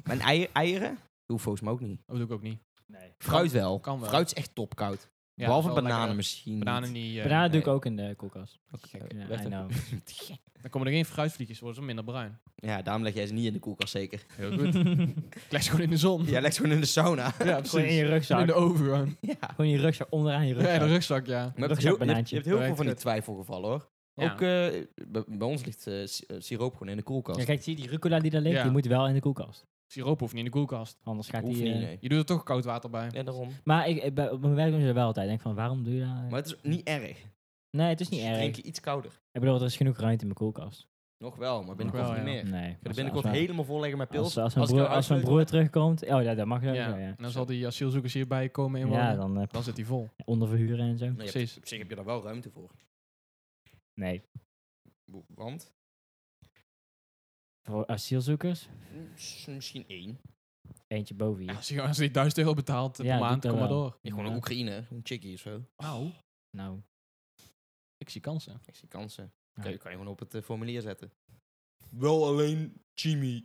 Speaker 3: En eier- eieren? Dat hoeft volgens mij ook niet.
Speaker 1: Dat Oh, doe ik ook niet.
Speaker 4: Nee.
Speaker 3: Fruit wel.
Speaker 1: kan wel.
Speaker 3: Fruit is echt topkoud.
Speaker 1: Ja,
Speaker 3: Behalve
Speaker 1: dat is wel
Speaker 3: bananen
Speaker 1: lekker.
Speaker 3: misschien niet.
Speaker 1: Bananen niet. eh,
Speaker 4: Bananen doe ik
Speaker 3: nee.
Speaker 4: ook in de koelkast.
Speaker 3: Gek.
Speaker 4: Ja,
Speaker 3: Werd
Speaker 4: I
Speaker 3: ook-
Speaker 4: know.
Speaker 1: Dan komen er geen fruitvliegjes, worden ze minder bruin.
Speaker 3: Ja, daarom leg jij ze niet in de koelkast zeker.
Speaker 1: Heel goed. ik leg ze gewoon in de zon.
Speaker 3: Jij legt ze gewoon in de sauna.
Speaker 1: Ja,
Speaker 4: Gewoon in je rugzak.
Speaker 1: In de oven gewoon.
Speaker 3: ja.
Speaker 4: Gewoon in je rugzak, onderaan je
Speaker 1: Ja, in
Speaker 4: rugzak.
Speaker 1: de rugzak, ja.
Speaker 3: Maar je, hebt
Speaker 4: Rugzak
Speaker 3: heel, je, hebt,
Speaker 4: banaantje.
Speaker 3: je hebt heel
Speaker 1: Werkt
Speaker 3: veel van die
Speaker 1: het.
Speaker 3: twijfelgevallen hoor.
Speaker 1: Ja.
Speaker 3: Ook eh, bij, bij ons ligt eh, si- eh, siroop gewoon in de koelkast.
Speaker 4: Ja, kijk, zie je die rucola die daar ligt?
Speaker 1: Ja.
Speaker 4: Die moet wel in de koelkast.
Speaker 1: Siroop hoeft niet in de koelkast.
Speaker 4: Anders gaat
Speaker 3: Hoeft
Speaker 4: die...
Speaker 3: niet,
Speaker 4: eh,
Speaker 3: nee.
Speaker 1: Je doet er toch koud water bij.
Speaker 3: Ja, daarom.
Speaker 4: Maar ik, ik- bij- op mijn werk doen ze dat wel altijd. Ik denk van, waarom doe je dat?
Speaker 3: Maar Mm. het is niet erg.
Speaker 4: nee, het is niet
Speaker 3: Dus
Speaker 4: erg.
Speaker 3: Drink je iets kouder.
Speaker 4: Ik bedoel, er is genoeg ruimte in mijn koelkast.
Speaker 3: Nog wel, maar binnenkort
Speaker 1: wel,
Speaker 3: niet
Speaker 1: ja.
Speaker 3: meer. Ik ga er
Speaker 4: Nee. als-
Speaker 3: binnenkort
Speaker 4: als mijn-
Speaker 3: helemaal volleggen met pils.
Speaker 4: Als, als, mijn
Speaker 3: ik
Speaker 4: broer,
Speaker 3: nou
Speaker 4: als mijn
Speaker 3: uitsleutel-
Speaker 4: broer terugkomt... Oh, ja, dat mag
Speaker 1: Ja.
Speaker 4: dan. Ja, ja.
Speaker 1: En dan zal die asielzoekers hierbij komen inwonen.
Speaker 4: Ja, dan eh,
Speaker 1: Dan zit hij vol.
Speaker 4: onderverhuren en zo.
Speaker 3: Nee, je hebt-
Speaker 1: Precies.
Speaker 3: Op zich heb je daar wel ruimte voor.
Speaker 4: Nee.
Speaker 3: Wo- Want?
Speaker 4: Voor asielzoekers,
Speaker 3: S- Misschien één.
Speaker 4: eentje boven hier.
Speaker 1: Als je, als je 1000 euro betaalt per
Speaker 4: Ja, doe
Speaker 1: maand,
Speaker 4: dat
Speaker 1: kom maar
Speaker 4: wel.
Speaker 1: door.
Speaker 3: Ik gewoon een
Speaker 4: Ja.
Speaker 3: Oekraïne, een chickie of zo.
Speaker 1: Nou,
Speaker 4: Nou,
Speaker 1: ik zie kansen.
Speaker 3: Ik zie kansen.
Speaker 4: Ja.
Speaker 3: Kan, je, kan je gewoon op het eh, formulier zetten. Wel alleen Jimmy.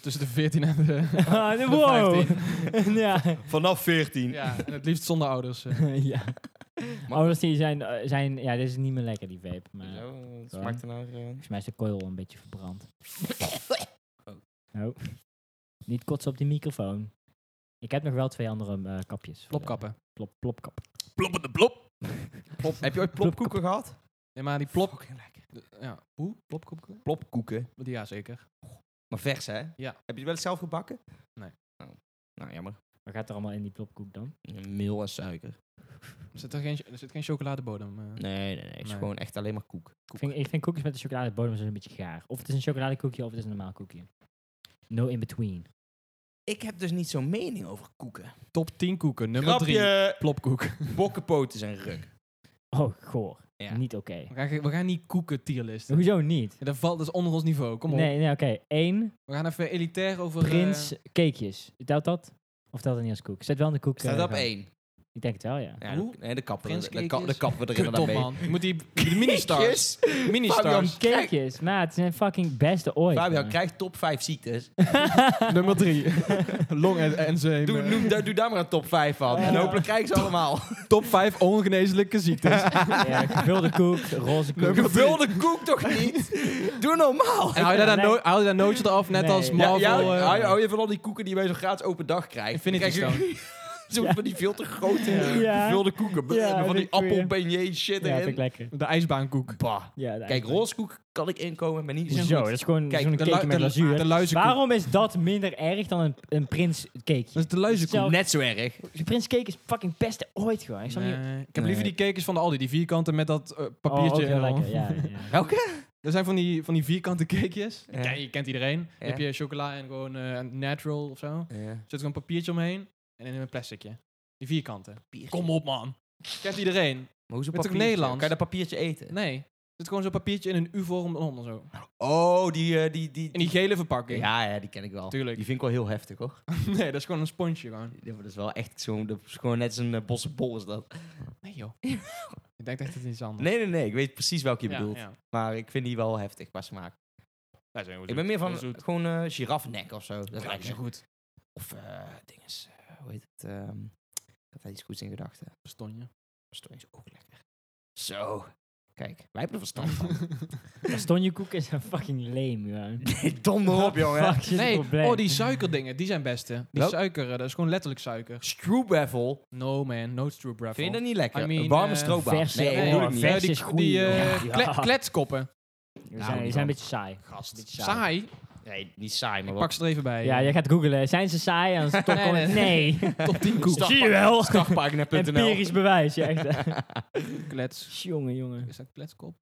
Speaker 1: Tussen de 14 en de,
Speaker 4: Nou. Ah,
Speaker 1: de
Speaker 4: wow.
Speaker 1: 15.
Speaker 4: ja.
Speaker 3: Vanaf 14.
Speaker 1: Ja, en het liefst zonder ouders. eh.
Speaker 4: ja. Ouders die zijn, eh, zijn... Ja, dit is niet meer lekker, die vape. Maar volgens
Speaker 3: Zo, het smaakt ernaar. eh.
Speaker 4: mij is de coil een beetje verbrand. Oh. Niet kotsen op die microfoon. Ik heb nog wel twee andere eh, kapjes. voor de-
Speaker 1: Plopkappen.
Speaker 4: Plop, plopkap.
Speaker 3: Ploppende plop. plop. Heb je ooit plopkoeken gehad?
Speaker 1: Nee, maar die plop... Ja, hoe? Plopkoeken?
Speaker 3: Plopkoeken.
Speaker 1: Ja, zeker.
Speaker 3: Maar vers, hè?
Speaker 1: Ja.
Speaker 3: Heb je het wel eens zelf gebakken?
Speaker 1: Nee.
Speaker 3: Oh. Nou, jammer.
Speaker 4: Wat gaat er allemaal in die plopkoek dan?
Speaker 3: Meel en suiker.
Speaker 1: Zit er, geen, er zit geen chocoladebodem. eh.
Speaker 3: Nee, nee, nee. Het is
Speaker 1: Nee.
Speaker 3: gewoon echt alleen maar koek.
Speaker 4: Ik vind, ik vind koekjes met een chocoladebodem zijn een beetje gaar. Of het is een chocoladekoekje of het is een normaal koekje. No in between.
Speaker 3: Ik heb dus niet zo'n mening over koeken.
Speaker 1: Top 10 koeken, nummer 3.
Speaker 3: Grapje!
Speaker 1: Plopkoek.
Speaker 3: Bokkenpoten zijn ruk.
Speaker 4: Oh, goor.
Speaker 3: Ja.
Speaker 4: Niet oké.
Speaker 1: We gaan, ge- we gaan niet koeken tierlisten.
Speaker 4: Hoezo niet?
Speaker 1: Ja, Dat valt dus onder ons niveau. Kom op.
Speaker 4: Nee, nee oké. Eén,
Speaker 1: We gaan even elitair over... eh,
Speaker 4: prins, cakejes. Telt dat? Of telt dat niet als koek? Zet wel in de koek.
Speaker 3: Staat
Speaker 4: eh,
Speaker 3: op
Speaker 4: gang.
Speaker 3: één.
Speaker 4: Ik denk het wel, ja.
Speaker 3: Ja,
Speaker 1: Hoe?
Speaker 3: Nee, de kappen.
Speaker 1: Prins
Speaker 3: De, de, ka- de
Speaker 1: Keekjes?
Speaker 3: kappen we erin
Speaker 1: Kut op, man. Je moet die, die mini-stars.
Speaker 3: Fabian,
Speaker 1: Mini-stars.
Speaker 3: krijg-
Speaker 4: Cakejes, maat. Het zijn fucking beste ooit.
Speaker 3: Fabian,
Speaker 4: man.
Speaker 3: krijg top 5 ziektes.
Speaker 1: Nummer 3. Long en, en zeem.
Speaker 3: Doe,
Speaker 1: eh.
Speaker 3: noem, da- doe daar maar een top 5 van. En hopelijk krijg ik ze allemaal.
Speaker 1: Top 5 ongeneeslijke ziektes.
Speaker 4: Ja, gevulde koek, roze koek.
Speaker 3: Gevulde koek toch niet? Doe normaal.
Speaker 1: en haal je daar
Speaker 4: Nee.
Speaker 1: dat no- haal je dat nootje eraf, net
Speaker 4: Nee.
Speaker 1: als
Speaker 4: Ja,
Speaker 1: Marvel?
Speaker 3: ja,
Speaker 1: eh,
Speaker 3: hou, je, hou je van al die koeken die wij zo gratis open dag krijgen?
Speaker 1: Infinity
Speaker 3: Krijg je Zo
Speaker 4: Ja.
Speaker 3: van die veel te grote
Speaker 4: Ja.
Speaker 3: gevulde koeken.
Speaker 4: Ja,
Speaker 3: En van
Speaker 4: vind
Speaker 3: die
Speaker 4: ik goeie.
Speaker 3: appelbeignet shit
Speaker 4: Ja, vind ik
Speaker 3: erin.
Speaker 4: lekker.
Speaker 1: De ijsbaankoek.
Speaker 3: Bah.
Speaker 4: Ja,
Speaker 3: Kijk,
Speaker 4: eigenlijk.
Speaker 3: roze koek kan ik inkomen, maar niet
Speaker 4: Zo, dat is gewoon
Speaker 3: Kijk,
Speaker 4: zo'n
Speaker 1: de,
Speaker 4: cakeje
Speaker 1: lu-
Speaker 4: met
Speaker 1: de,
Speaker 4: glazuur.
Speaker 1: de luizenkoek.
Speaker 4: Waarom is dat minder erg dan een, een prins
Speaker 1: Dat
Speaker 4: cakeje?
Speaker 1: is de luizenkoek.
Speaker 4: Zelf-
Speaker 3: Net zo erg.
Speaker 4: De prins cake is fucking beste ooit gewoon. Ik snap niet-
Speaker 1: Nee. Ik heb liever die cakes van de Aldi, die vierkanten met dat eh,
Speaker 4: Oh, ook
Speaker 1: papiertje.
Speaker 4: heel
Speaker 1: en al.
Speaker 4: lekker. Ja, ja.
Speaker 3: Welke?
Speaker 1: Er zijn van die, van die vierkante cakejes. Die
Speaker 3: Ja.
Speaker 1: ken- je kent iedereen.
Speaker 3: Ja.
Speaker 1: Dan heb je chocola en gewoon eh, natural of zo.
Speaker 3: Ja.
Speaker 1: Er zit er een papiertje omheen en in een plasticje. Die vierkanten. Kom op, man. Kent iedereen?
Speaker 3: Maar hoezo
Speaker 1: Het is ook
Speaker 3: papiertje?
Speaker 1: Nederlands.
Speaker 3: Kan je dat papiertje eten?
Speaker 1: Nee. Er zit gewoon zo'n papiertje in een U-vorm onder zo.
Speaker 3: Oh, die... eh, die, die,
Speaker 1: In die gele verpakking.
Speaker 3: Ja, ja, die ken ik wel.
Speaker 1: Tuurlijk.
Speaker 3: Die vind ik wel heel heftig, hoor.
Speaker 1: nee, dat is gewoon een sponsje gewoon.
Speaker 3: Ja, maar Dat is wel echt zo'n... Dat is gewoon net zo'n uh, bossenbol is dat.
Speaker 1: Oh. Nee, joh. ik denk echt dat het iets anders
Speaker 3: Nee, nee, nee. Ik weet precies welke je
Speaker 1: Ja,
Speaker 3: bedoelt.
Speaker 1: ja.
Speaker 3: Maar ik vind die wel heftig qua smaak.
Speaker 1: Wij zijn heel
Speaker 3: Ik ben meer van
Speaker 1: heel zoet.
Speaker 3: gewoon eh girafnek of zo. Dat
Speaker 1: Dat lijkt
Speaker 3: lijkt
Speaker 1: me
Speaker 3: me.
Speaker 1: goed.
Speaker 3: Of eh dinges, eh, hoe heet het? ehm, ik had daar iets goeds in gedachten.
Speaker 1: Bestonje.
Speaker 3: Verstoring is ook lekker. Zo. Kijk, wij hebben er verstand van.
Speaker 4: Bastonjekoek is een fucking lame, man.
Speaker 3: nee, donder op, jongen.
Speaker 4: Fuck is het
Speaker 1: Nee,
Speaker 4: probleem.
Speaker 1: oh, die suikerdingen, die zijn beste. Die
Speaker 3: Welk?
Speaker 1: suiker, eh, dat is gewoon letterlijk suiker.
Speaker 3: Stroopwafel.
Speaker 1: No man, no true
Speaker 3: Vind je dat
Speaker 1: breath.
Speaker 3: niet lekker?
Speaker 1: I mean,
Speaker 3: Een warme
Speaker 1: eh,
Speaker 3: stroopwafel.
Speaker 4: verse
Speaker 3: nee,
Speaker 4: oren.
Speaker 3: dat bedoel ik
Speaker 4: Verse
Speaker 3: niet.
Speaker 4: Vers
Speaker 1: die,
Speaker 4: is goeie,
Speaker 1: die eh,
Speaker 4: joh.
Speaker 1: kle-
Speaker 4: Ja.
Speaker 1: kletskoppen.
Speaker 4: Die
Speaker 3: Nou,
Speaker 4: zijn, die zijn een beetje saai.
Speaker 1: Gast.
Speaker 4: Beetje saai.
Speaker 1: Saai.
Speaker 3: Nee, niet saai, maar
Speaker 1: Ik
Speaker 3: wel-
Speaker 1: pak ze er even bij.
Speaker 4: Ja, jij gaat googlen. Zijn ze saai? Anders top
Speaker 1: Nee,
Speaker 4: nee,
Speaker 1: nee,
Speaker 4: nee,
Speaker 1: Top 10 koek.
Speaker 4: Zie je wel.
Speaker 3: Startpagina.nl
Speaker 4: Empirisch bewijs. Ja, echt.
Speaker 1: Klets.
Speaker 4: jongen, jongen.
Speaker 1: Is dat kletskop?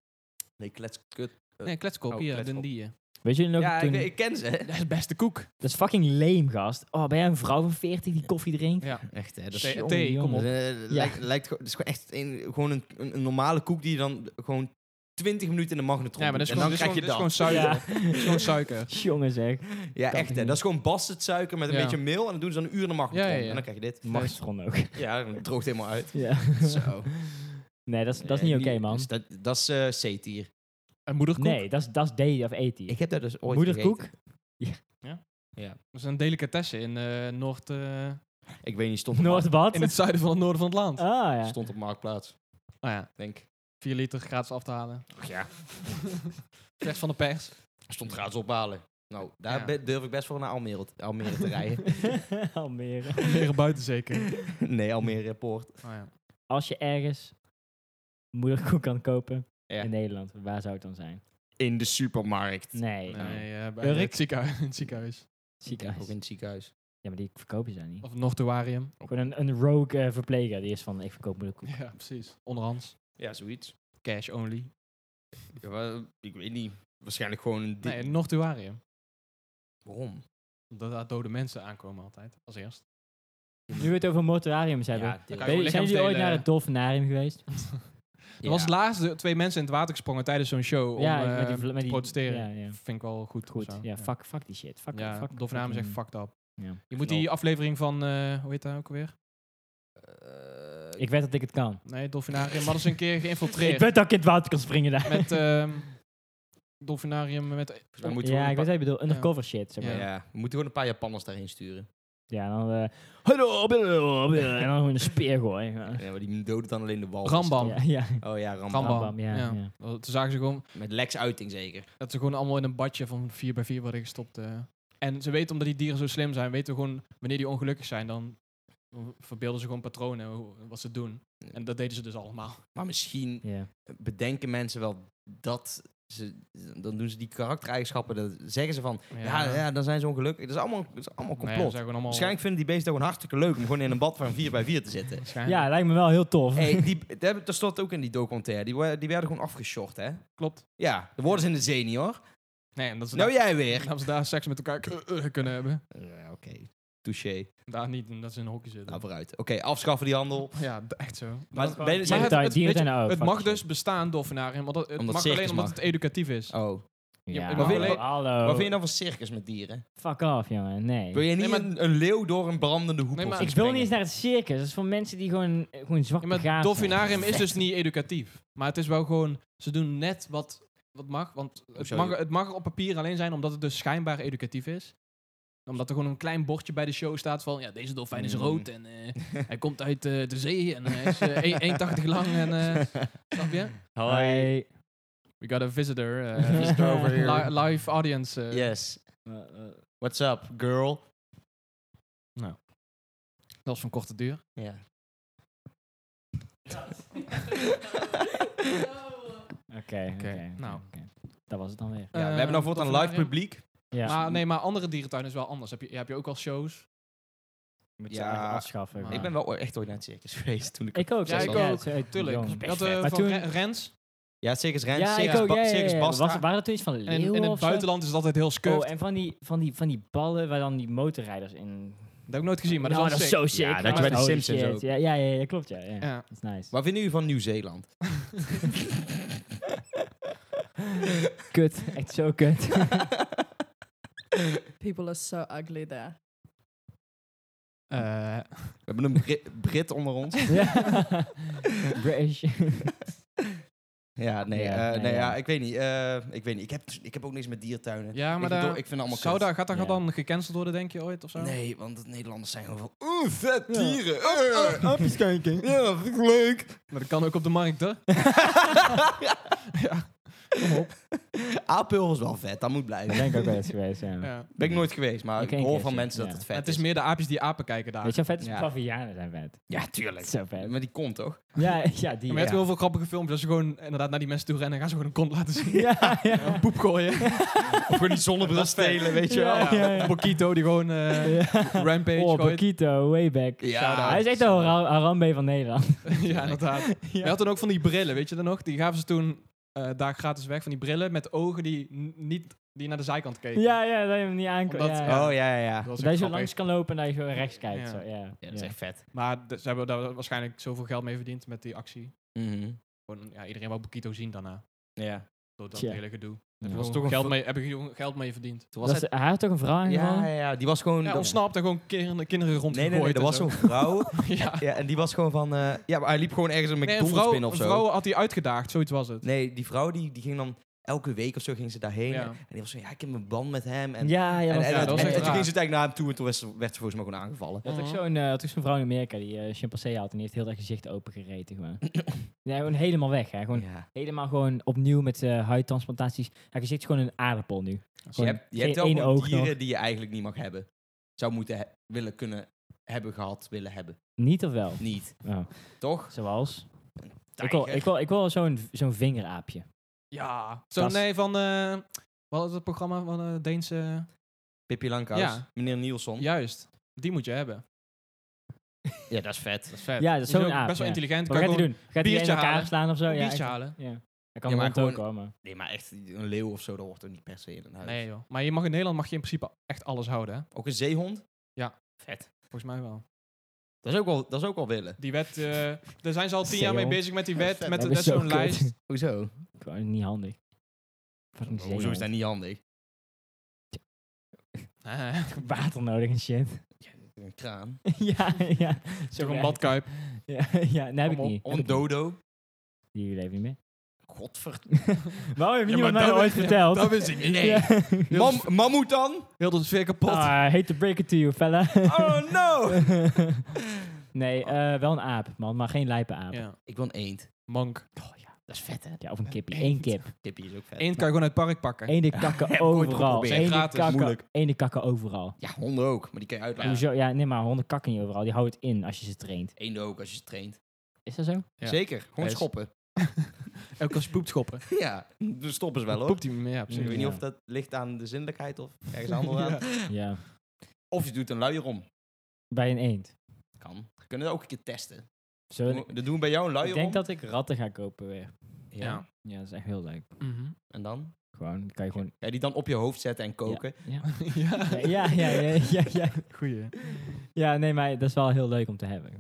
Speaker 3: Nee, kletskut.
Speaker 1: Nee, kletskop.
Speaker 3: Oh,
Speaker 1: hier,
Speaker 3: kletskop.
Speaker 1: Dundee.
Speaker 4: Weet jullie nog
Speaker 3: Ja, ik,
Speaker 4: toen...
Speaker 3: ik ken ze.
Speaker 1: Dat is beste koek.
Speaker 4: Dat is fucking lame, gast. Oh, ben jij een vrouw van 40 die koffie drinkt?
Speaker 1: Ja.
Speaker 3: Echt, hè. Dat
Speaker 1: Thee,
Speaker 4: jongen,
Speaker 1: thee, kom
Speaker 3: Dat,
Speaker 1: op.
Speaker 4: jongen.
Speaker 3: eh, lijkt, lijkt gewoon- het is gewoon echt een, gewoon een, een, een normale koek die je dan gewoon 20 minuten in de magnetron
Speaker 1: Ja, maar dat is
Speaker 3: doet.
Speaker 1: gewoon,
Speaker 3: en
Speaker 1: dat
Speaker 3: dan
Speaker 1: is
Speaker 3: krijg je dat.
Speaker 1: gewoon, dat is gewoon suiker. Dat is gewoon suiker.
Speaker 4: Jongen zeg.
Speaker 3: ja,
Speaker 4: kan
Speaker 3: echt hè.
Speaker 4: niet.
Speaker 3: Dat is gewoon bastard suiker met een
Speaker 1: Ja.
Speaker 3: beetje meel en dan doen ze dan een uur in de magnetron.
Speaker 1: Ja, ja, ja.
Speaker 3: En dan krijg je dit.
Speaker 4: Mag het gewoon ook.
Speaker 3: Ja, dan droogt het helemaal uit.
Speaker 4: Ja.
Speaker 3: Zo.
Speaker 4: Nee, dat is, dat is niet
Speaker 3: Eh,
Speaker 4: oké, man.
Speaker 3: dus dat, dat is eh C-tier.
Speaker 1: En moederkoek.
Speaker 4: Nee, dat is, dat is daily of 80.
Speaker 3: Ik heb dat dus ooit
Speaker 4: Moederkoek?
Speaker 1: Dat is een delicatesse in eh, Noord... eh,
Speaker 3: gegeten. Ik weet niet, stond op, markt,
Speaker 4: Noordbad?
Speaker 1: in het zuiden van het noorden van het land. Nou
Speaker 4: Ah, ja.
Speaker 3: stond op Marktplaats,
Speaker 1: ja,
Speaker 3: denk ik.
Speaker 1: 4 liter gratis af te halen.
Speaker 3: Ach ja,
Speaker 1: Rechts van de pers.
Speaker 3: stond gratis ophalen. Nou, daar
Speaker 1: Ja.
Speaker 3: be- durf ik best wel naar Almere, te- Almere te rijden.
Speaker 4: Almere.
Speaker 1: Leren buiten zeker.
Speaker 3: nee, Almere Poort.
Speaker 1: Oh, ja.
Speaker 4: Als je ergens moederkoek kan kopen
Speaker 3: Ja.
Speaker 4: in Nederland, waar zou het dan zijn?
Speaker 3: In de supermarkt.
Speaker 4: Nee.
Speaker 1: Nee, eh, bij
Speaker 4: Urk?
Speaker 1: het ziekenhuis. het ziekenhuis.
Speaker 4: Ziekenhuis.
Speaker 3: Ook in het ziekenhuis.
Speaker 4: Ja, maar die verkopen ze dan niet.
Speaker 1: Of Noctuarium.
Speaker 4: Gewoon een, een rogue eh, verpleger die is van, ik verkoop mijn koek.
Speaker 1: Ja, precies. Onderhands.
Speaker 3: Ja, zoiets.
Speaker 1: Cash only.
Speaker 3: Ja, wel, ik weet niet. Waarschijnlijk gewoon een di-
Speaker 1: Nee, een Noctuarium.
Speaker 3: Waarom?
Speaker 1: Omdat daar dode mensen aankomen altijd. Als eerst.
Speaker 4: Nu we het over mortuariums hebben.
Speaker 3: Ja, dit-
Speaker 1: kan
Speaker 4: Ben je-
Speaker 1: je
Speaker 4: zijn jullie
Speaker 1: lichaamsdelen-
Speaker 4: ooit naar het dolfinarium geweest?
Speaker 1: Er was laatst de- twee mensen in het water gesprongen tijdens zo'n show om eh,
Speaker 4: vla-
Speaker 1: te protesteren.
Speaker 4: Ja, ja.
Speaker 1: Vind ik wel goed.
Speaker 4: Goed,
Speaker 1: zo.
Speaker 4: ja, Fuck, fuck die shit. Fuck,
Speaker 1: Ja,
Speaker 4: fuck,
Speaker 1: Dolf Namen zegt
Speaker 4: fucking-
Speaker 1: fucked up.
Speaker 4: Ja.
Speaker 1: Je moet
Speaker 3: Knal.
Speaker 1: die aflevering van, eh, hoe heet dat ook alweer?
Speaker 3: Eh,
Speaker 4: Ik weet dat ik het kan.
Speaker 1: Nee, Dolfinarium. Maar dat is een keer
Speaker 4: Ik
Speaker 1: geïnfiltreerd.
Speaker 4: weet dat ik in het water kan springen daar.
Speaker 1: Met ehm, Dolfinarium met...
Speaker 3: we moeten
Speaker 4: ja,
Speaker 3: gewoon
Speaker 4: ik weet
Speaker 3: een
Speaker 4: wat je bedoelt. Undercover shit, zeg
Speaker 3: pa-
Speaker 4: maar. Ja,
Speaker 3: ja, we moeten gewoon een paar Japanners daarheen sturen.
Speaker 4: dan... eh, Hallo, blablabla, en dan gewoon een speer gooien. Ja,
Speaker 3: Ja, maar die doden dan alleen de wal.
Speaker 1: Rambam.
Speaker 4: ja. ja.
Speaker 3: Oh ja, Rambam.
Speaker 1: Rambam.
Speaker 4: Rambam, ja,
Speaker 1: ja.
Speaker 4: ja.
Speaker 1: Toen zagen ze gewoon
Speaker 3: Met Lex Uiting zeker.
Speaker 1: dat ze gewoon allemaal in een badje van 4 bij 4 worden gestopt. eh. En ze weten, omdat die dieren zo slim zijn, weten we gewoon wanneer die ongelukkig zijn, dan verbeelden ze gewoon patronen, hoe- wat ze doen. En dat deden ze dus allemaal.
Speaker 3: Maar misschien
Speaker 4: ja.
Speaker 3: bedenken mensen wel dat ze... Dan doen ze die karaktereigenschappen. Dan zeggen ze van... Ja, ja, dan zijn ze ongelukkig. Dat is allemaal, dat is allemaal
Speaker 1: Nee,
Speaker 3: complot.
Speaker 1: we zijn gewoon allemaal...
Speaker 3: Waarschijnlijk vinden die beesten gewoon hartstikke leuk om gewoon in een bad van 4 bij 4 te zitten.
Speaker 1: Waarschijnlijk.
Speaker 4: ja, lijkt me wel heel tof.
Speaker 3: Hey, die, dat heb- dat stond ook in die documentaire. Die, wa- die werden gewoon afgeshort, hè?
Speaker 1: klopt.
Speaker 3: Ja, de woorden zijn in de zee niet, hoor.
Speaker 1: Nee, en dat ze,
Speaker 3: Nou
Speaker 1: daar,
Speaker 3: jij weer.
Speaker 1: dat ze daar seks met elkaar k- kunnen hebben.
Speaker 3: Ja, Oké, touché.
Speaker 1: Daar niet, omdat ze in een hokje zitten.
Speaker 3: Nou, vooruit. Oké, afschaffen die handel.
Speaker 1: Ja, d- echt zo.
Speaker 3: Maar
Speaker 1: Dat-
Speaker 3: ben-
Speaker 4: Maar
Speaker 3: zijn
Speaker 1: het-
Speaker 4: daar-
Speaker 1: het-
Speaker 4: dieren
Speaker 1: weet je,
Speaker 4: zijn er ook,
Speaker 1: het
Speaker 4: Oh, fuck
Speaker 1: mag
Speaker 4: shit.
Speaker 1: dus bestaan, dolfinarium. Want dat- het
Speaker 3: Omdat
Speaker 1: mag
Speaker 3: circus
Speaker 1: alleen omdat
Speaker 3: mag.
Speaker 1: het educatief is.
Speaker 3: Oh.
Speaker 1: Ja,
Speaker 4: Ja,
Speaker 1: maar
Speaker 4: maar
Speaker 3: vind je-
Speaker 4: hallo.
Speaker 3: Wat vind je dan van circus met dieren?
Speaker 4: Fuck off, jongen. Nee.
Speaker 3: Wil je niet
Speaker 1: Nee, maar-
Speaker 3: een, een leeuw door een brandende hoek
Speaker 1: Nee,
Speaker 3: of
Speaker 1: maar-
Speaker 3: zo
Speaker 4: Ik wil niet eens
Speaker 3: springen?
Speaker 4: naar het circus. Dat is voor mensen die gewoon, eh, gewoon zwak
Speaker 1: Ja, maar
Speaker 4: begaafd zijn.
Speaker 1: dolfinarium is dus niet educatief. Maar het is wel gewoon, ze doen net wat, wat mag. Want het
Speaker 3: sorry.
Speaker 1: mag, er- het mag er op papier alleen zijn omdat het dus schijnbaar educatief is. Omdat er gewoon een klein bordje bij de show staat van... Ja, deze dolfijn is
Speaker 3: Mm.
Speaker 1: rood en eh, hij komt uit eh, de zee en hij is eh, 1,80 lang. En, eh, snap je?
Speaker 4: Hoi.
Speaker 1: We got a visitor. eh,
Speaker 4: Visitor over
Speaker 1: li- live audience. eh.
Speaker 3: Yes. What's up, girl?
Speaker 1: Dat is van korte duur.
Speaker 4: Eh,
Speaker 3: Ja.
Speaker 4: Oké, oké.
Speaker 1: nou.
Speaker 4: oké. Dat was het dan weer.
Speaker 3: Ja, we
Speaker 1: Eh,
Speaker 3: hebben nou voor een live
Speaker 1: dolfinarium.
Speaker 3: publiek.
Speaker 4: Ja.
Speaker 1: Maar, nee, maar andere dierentuinen is wel anders. Heb je, heb je ook wel shows?
Speaker 4: Moet je
Speaker 3: Ja,
Speaker 4: eigenlijk afschaffen.
Speaker 1: maar-
Speaker 4: gewoon.
Speaker 3: Ik ben wel echt ooit naar het circus geweest. Toen ik...
Speaker 4: Ik ook.
Speaker 1: Ja,
Speaker 4: zes
Speaker 1: ik
Speaker 4: jaar.
Speaker 1: ook.
Speaker 4: Ja, het- jong,
Speaker 1: Tuurlijk.
Speaker 4: best
Speaker 1: Dat
Speaker 4: vet.
Speaker 1: eh
Speaker 4: Maar
Speaker 1: van
Speaker 4: toen-
Speaker 1: Re- Rens.
Speaker 3: Ja, circus Rens,
Speaker 4: Ja, ik
Speaker 3: circus,
Speaker 4: ook.
Speaker 3: Ba-
Speaker 4: Ja, ja,
Speaker 3: circus
Speaker 4: ja.
Speaker 3: Basta.
Speaker 4: Was, waren er toen iets van
Speaker 1: En Ah. in,
Speaker 4: leeuwen
Speaker 1: in
Speaker 4: of
Speaker 1: het
Speaker 4: zo?
Speaker 1: buitenland is het altijd heel scuff.
Speaker 4: Oh, en van die, van, die, van die ballen waar dan die motorrijders in...
Speaker 1: Dat heb ik nooit gezien, maar dat
Speaker 4: Nou,
Speaker 1: is wel sick.
Speaker 4: zo sick.
Speaker 3: Ja, dat je
Speaker 4: man.
Speaker 3: bij de
Speaker 4: Holy
Speaker 3: Simpsons
Speaker 4: shit.
Speaker 3: ook.
Speaker 4: Ja, ja, ja, ja, klopt, ja. ja.
Speaker 1: Ja.
Speaker 4: Dat is nice.
Speaker 3: Wat vinden jullie van Nieuw-Zeeland?
Speaker 4: Kut. Echt zo kut.
Speaker 2: People are so ugly there.
Speaker 1: Eh,
Speaker 3: We hebben een Bri- Brit onder ons.
Speaker 4: Ja. British.
Speaker 3: Ja, nee,
Speaker 4: Ja,
Speaker 3: eh,
Speaker 4: nee,
Speaker 3: nee,
Speaker 4: ja.
Speaker 3: ja. ik weet niet. eh, ik weet niet. Ik heb, ik heb ook niks met diertuinen.
Speaker 1: ja, maar
Speaker 3: ik, bedoel,
Speaker 1: daar,
Speaker 3: ik vind het allemaal
Speaker 1: zou
Speaker 3: kut.
Speaker 1: daar, gaat dat
Speaker 4: Ja.
Speaker 1: dan gecanceld worden, denk je ooit? Of zo?
Speaker 3: Nee, want de Nederlanders zijn gewoon van... Oeh, vet dieren.
Speaker 1: Oh,
Speaker 3: eh,
Speaker 1: Appjes kijken.
Speaker 3: Ja, vind ik leuk.
Speaker 1: Maar dat kan ook op de markt, hè? ja. Kom op.
Speaker 3: Apel is wel vet, dat moet
Speaker 4: Dat
Speaker 3: blijven.
Speaker 4: denk ik ook wel eens geweest, ja.
Speaker 1: Ja.
Speaker 3: Ben ik nooit geweest, maar
Speaker 4: Ik
Speaker 3: ik,
Speaker 4: ken
Speaker 3: hoor
Speaker 4: Kees,
Speaker 3: van
Speaker 4: ja.
Speaker 3: mensen
Speaker 4: Ja.
Speaker 3: dat het
Speaker 1: Maar
Speaker 3: vet
Speaker 1: Het
Speaker 3: is.
Speaker 1: is meer de aapjes die apen kijken daar.
Speaker 4: Weet je wat vet is?
Speaker 3: Ja.
Speaker 4: Pavianen zijn vet.
Speaker 3: Ja, tuurlijk.
Speaker 4: Zo vet.
Speaker 3: Maar die komt toch?
Speaker 4: Ja, ja, die...
Speaker 1: maar je hebt
Speaker 3: Ja.
Speaker 1: heel veel grappige filmpjes. Als je gewoon inderdaad naar die mensen toe rennen en gaan ze gewoon een kont laten zien.
Speaker 4: Ja, ja.
Speaker 1: Poep gooien.
Speaker 3: Of gewoon die zonnebril stelen, weet je wel.
Speaker 4: Ja, ja, ja.
Speaker 1: Bokito die gewoon eh, rampage
Speaker 4: Oh,
Speaker 1: gooit.
Speaker 4: Paquito, way back.
Speaker 3: Ja.
Speaker 4: Hij is echt de Har- Harambe van Nederland.
Speaker 1: ja, inderdaad. Je had dan ook van die brillen, weet je dan nog? Die gaven ze toen eh, daar gratis weg. Van die brillen met ogen die, n- niet, die naar de zijkant keken.
Speaker 4: Ja, ja, dat je hem niet aankomt.
Speaker 1: Omdat-
Speaker 4: ja, ja.
Speaker 3: Oh, ja, ja, ja.
Speaker 1: Dat was
Speaker 4: Dat je
Speaker 1: echt
Speaker 4: zo
Speaker 1: grappig.
Speaker 4: langs kan lopen en dat je zo rechts kijkt.
Speaker 1: Ja.
Speaker 4: Zo, ja.
Speaker 3: Ja, dat is
Speaker 4: Ja.
Speaker 3: echt vet.
Speaker 1: Maar de- ze hebben daar waarschijnlijk zoveel geld mee verdiend met die actie.
Speaker 3: Mhm.
Speaker 1: Gewoon, ja, iedereen wou Bokito zien daarna.
Speaker 3: Ja.
Speaker 1: Door dat
Speaker 4: Tja.
Speaker 1: hele gedoe.
Speaker 4: Ja.
Speaker 1: Heb je
Speaker 3: was
Speaker 1: gewoon
Speaker 3: toch een
Speaker 1: geld
Speaker 3: vo-
Speaker 1: mee, heb je gewoon geld mee verdiend.
Speaker 3: Toen
Speaker 4: Was
Speaker 3: was
Speaker 4: dat,
Speaker 3: het...
Speaker 4: hij had toch een vrouw
Speaker 3: Ja, ja,
Speaker 4: aangevallen?
Speaker 3: ja, die was gewoon...
Speaker 1: Ja,
Speaker 3: dat-
Speaker 1: ontsnapt en gewoon kinderen, kinderen rond
Speaker 3: Nee, nee, nee, er was zo'n vrouw.
Speaker 1: ja.
Speaker 3: Ja, en die was gewoon van... eh, ja, maar hij liep gewoon ergens een
Speaker 1: Nee, een
Speaker 3: McDonald's
Speaker 1: vrouw,
Speaker 3: binnen
Speaker 1: een
Speaker 3: of zo.
Speaker 1: vrouw had hij uitgedaagd, zoiets was het.
Speaker 3: Nee, die vrouw die, die ging dan elke week of zo ging ze daarheen.
Speaker 1: Ja.
Speaker 3: En die was van, ja, ik heb een band met hem. En,
Speaker 4: Ja, ja,
Speaker 3: en,
Speaker 4: dat
Speaker 3: en-
Speaker 1: ja,
Speaker 3: en-
Speaker 1: dat was
Speaker 3: en- en
Speaker 1: echt
Speaker 3: toen
Speaker 1: raar.
Speaker 3: ging ze eigenlijk naar hem toe en toen werd ze, werd ze volgens mij gewoon aangevallen.
Speaker 4: Dat ook zo'n eh, had ook zo'n vrouw in Amerika die eh chimpansee had en die heeft heel haar gezicht opengereten gewoon. ja, gewoon helemaal weg hè. Gewoon
Speaker 3: Ja.
Speaker 4: helemaal gewoon opnieuw met eh, huidtransplantaties. Haar gezicht is gewoon een aardappel nu.
Speaker 3: Dus Je
Speaker 4: Gewoon
Speaker 3: hebt, je hebt
Speaker 4: geen
Speaker 3: wel
Speaker 4: één
Speaker 3: gewoon
Speaker 4: oog
Speaker 3: dieren
Speaker 4: nog.
Speaker 3: die je eigenlijk niet mag hebben. Zou moeten he- willen kunnen hebben gehad, willen hebben.
Speaker 4: Niet of wel?
Speaker 3: Niet.
Speaker 4: Oh,
Speaker 3: Toch?
Speaker 4: zoals? Ik wil, ik wil, ik wil zo'n zo'n vingeraapje.
Speaker 1: Ja. Zo,
Speaker 4: Dat is-
Speaker 1: nee, van... eh, wat was het programma van eh Deense...
Speaker 3: Pippi Langkous,
Speaker 1: Ja.
Speaker 3: meneer Nielsen. Ja.
Speaker 1: Juist. Die moet je hebben.
Speaker 3: dat is vet.
Speaker 1: Dat is vet.
Speaker 4: Ja, dat
Speaker 1: Die
Speaker 4: is
Speaker 1: is
Speaker 4: zo'n
Speaker 1: ook
Speaker 4: aap,
Speaker 1: best wel
Speaker 4: ja.
Speaker 1: intelligent.
Speaker 4: Wat
Speaker 1: Kan
Speaker 4: gaat hij
Speaker 1: gewoon
Speaker 4: doen? Gaat hij in
Speaker 1: biertje
Speaker 4: elkaar
Speaker 1: halen.
Speaker 4: slaan of zo?
Speaker 1: een
Speaker 4: ja,
Speaker 1: biertje
Speaker 4: ik-
Speaker 1: halen.
Speaker 4: Ja. Hij kan
Speaker 3: Ja,
Speaker 4: wel
Speaker 3: maar
Speaker 4: gewoon...
Speaker 3: gewoon-
Speaker 4: komen.
Speaker 3: Nee, maar echt een leeuw of zo, dat hoort er niet per se in een huis.
Speaker 1: Nee joh. Maar je mag in Nederland mag je in principe echt alles houden hè.
Speaker 3: Ook een zeehond?
Speaker 1: Ja.
Speaker 3: Vet.
Speaker 1: Volgens mij wel.
Speaker 3: Dat is ook wel, dat is ook wel willen.
Speaker 1: Die wet, eh, daar zijn ze al tien jaar mee
Speaker 4: Zeehond.
Speaker 1: bezig met die wet. Met
Speaker 4: Dat
Speaker 1: net
Speaker 4: is zo
Speaker 1: zo'n
Speaker 4: kut.
Speaker 1: lijst.
Speaker 3: Hoezo?
Speaker 4: Gewoon niet handig. Wat een
Speaker 3: Oh, Hoezo is dat niet handig?
Speaker 1: Eh,
Speaker 4: Water nodig en shit.
Speaker 3: Een kraan.
Speaker 4: ja, ja.
Speaker 1: Toch
Speaker 4: Sorry,
Speaker 1: een badkuip.
Speaker 4: Ja, ja nee, heb ik
Speaker 1: Kom op.
Speaker 4: niet.
Speaker 3: Of een dodo.
Speaker 4: Die leeft niet meer.
Speaker 3: Godver.
Speaker 4: Waarom heeft
Speaker 1: Ja,
Speaker 4: niemand mij
Speaker 1: maar
Speaker 4: dat
Speaker 1: dat-
Speaker 4: ooit
Speaker 1: ja,
Speaker 4: verteld?
Speaker 1: dat wist ik niet. Nee.
Speaker 4: Ja.
Speaker 3: Mam mammoet dan?
Speaker 1: Heel de sfeer kapot.
Speaker 4: Ah, I hate to break it to you, fella.
Speaker 3: Oh no!
Speaker 4: nee, eh, wel een aap, man. Maar geen lijpe aap.
Speaker 1: Ja.
Speaker 3: Ik wil een eend.
Speaker 1: Mank.
Speaker 3: Dat is vet hè?
Speaker 4: Ja, of een kippie. Eén kip.
Speaker 3: Kippie is ook vet.
Speaker 1: Eend kan je gewoon uit het park pakken.
Speaker 4: Eén kakken
Speaker 3: heb ik ooit
Speaker 4: overal.
Speaker 3: geprobeerd.
Speaker 1: Zijn
Speaker 4: Eén
Speaker 1: gratis,
Speaker 4: kakken,
Speaker 3: moeilijk.
Speaker 4: Eén kakken overal.
Speaker 3: Ja, honden ook, maar die kan je uitlaten.
Speaker 4: Hoezo? Ja, nee, maar honden kakken niet overal. Die houdt het in als je ze traint.
Speaker 3: Eenden ook als je ze traint.
Speaker 4: Is dat zo?
Speaker 1: Ja.
Speaker 3: Zeker, gewoon
Speaker 1: Wees.
Speaker 3: schoppen.
Speaker 1: Ook als poept schoppen.
Speaker 3: ja, dan stoppen ze wel hoor.
Speaker 1: Poept hij meer. Ja, op
Speaker 3: Dus ik
Speaker 1: zich.
Speaker 3: weet
Speaker 4: Ja.
Speaker 3: niet of dat ligt aan de zinnelijkheid of ergens anders aan.
Speaker 4: Ja.
Speaker 3: Of je doet een luier om.
Speaker 4: Bij een eend.
Speaker 3: Kan. We kunnen dat ook een keer testen.
Speaker 4: Zullen we-
Speaker 3: Doe- Dat doen we bij jou een luier
Speaker 4: ik denk
Speaker 3: om.
Speaker 4: dat ik ratten ga kopen weer.
Speaker 3: Ja.
Speaker 1: Ja.
Speaker 4: Ja, dat is echt heel leuk.
Speaker 1: Mhm.
Speaker 3: En dan?
Speaker 4: Gewoon, dan kan je gewoon...
Speaker 3: Ja, die dan op je hoofd zetten en koken.
Speaker 4: Ja,
Speaker 1: ja.
Speaker 4: ja, ja, ja, ja, ja.
Speaker 1: Goeie. hè?
Speaker 4: Ja, nee, maar dat is wel heel leuk om te hebben. Ja.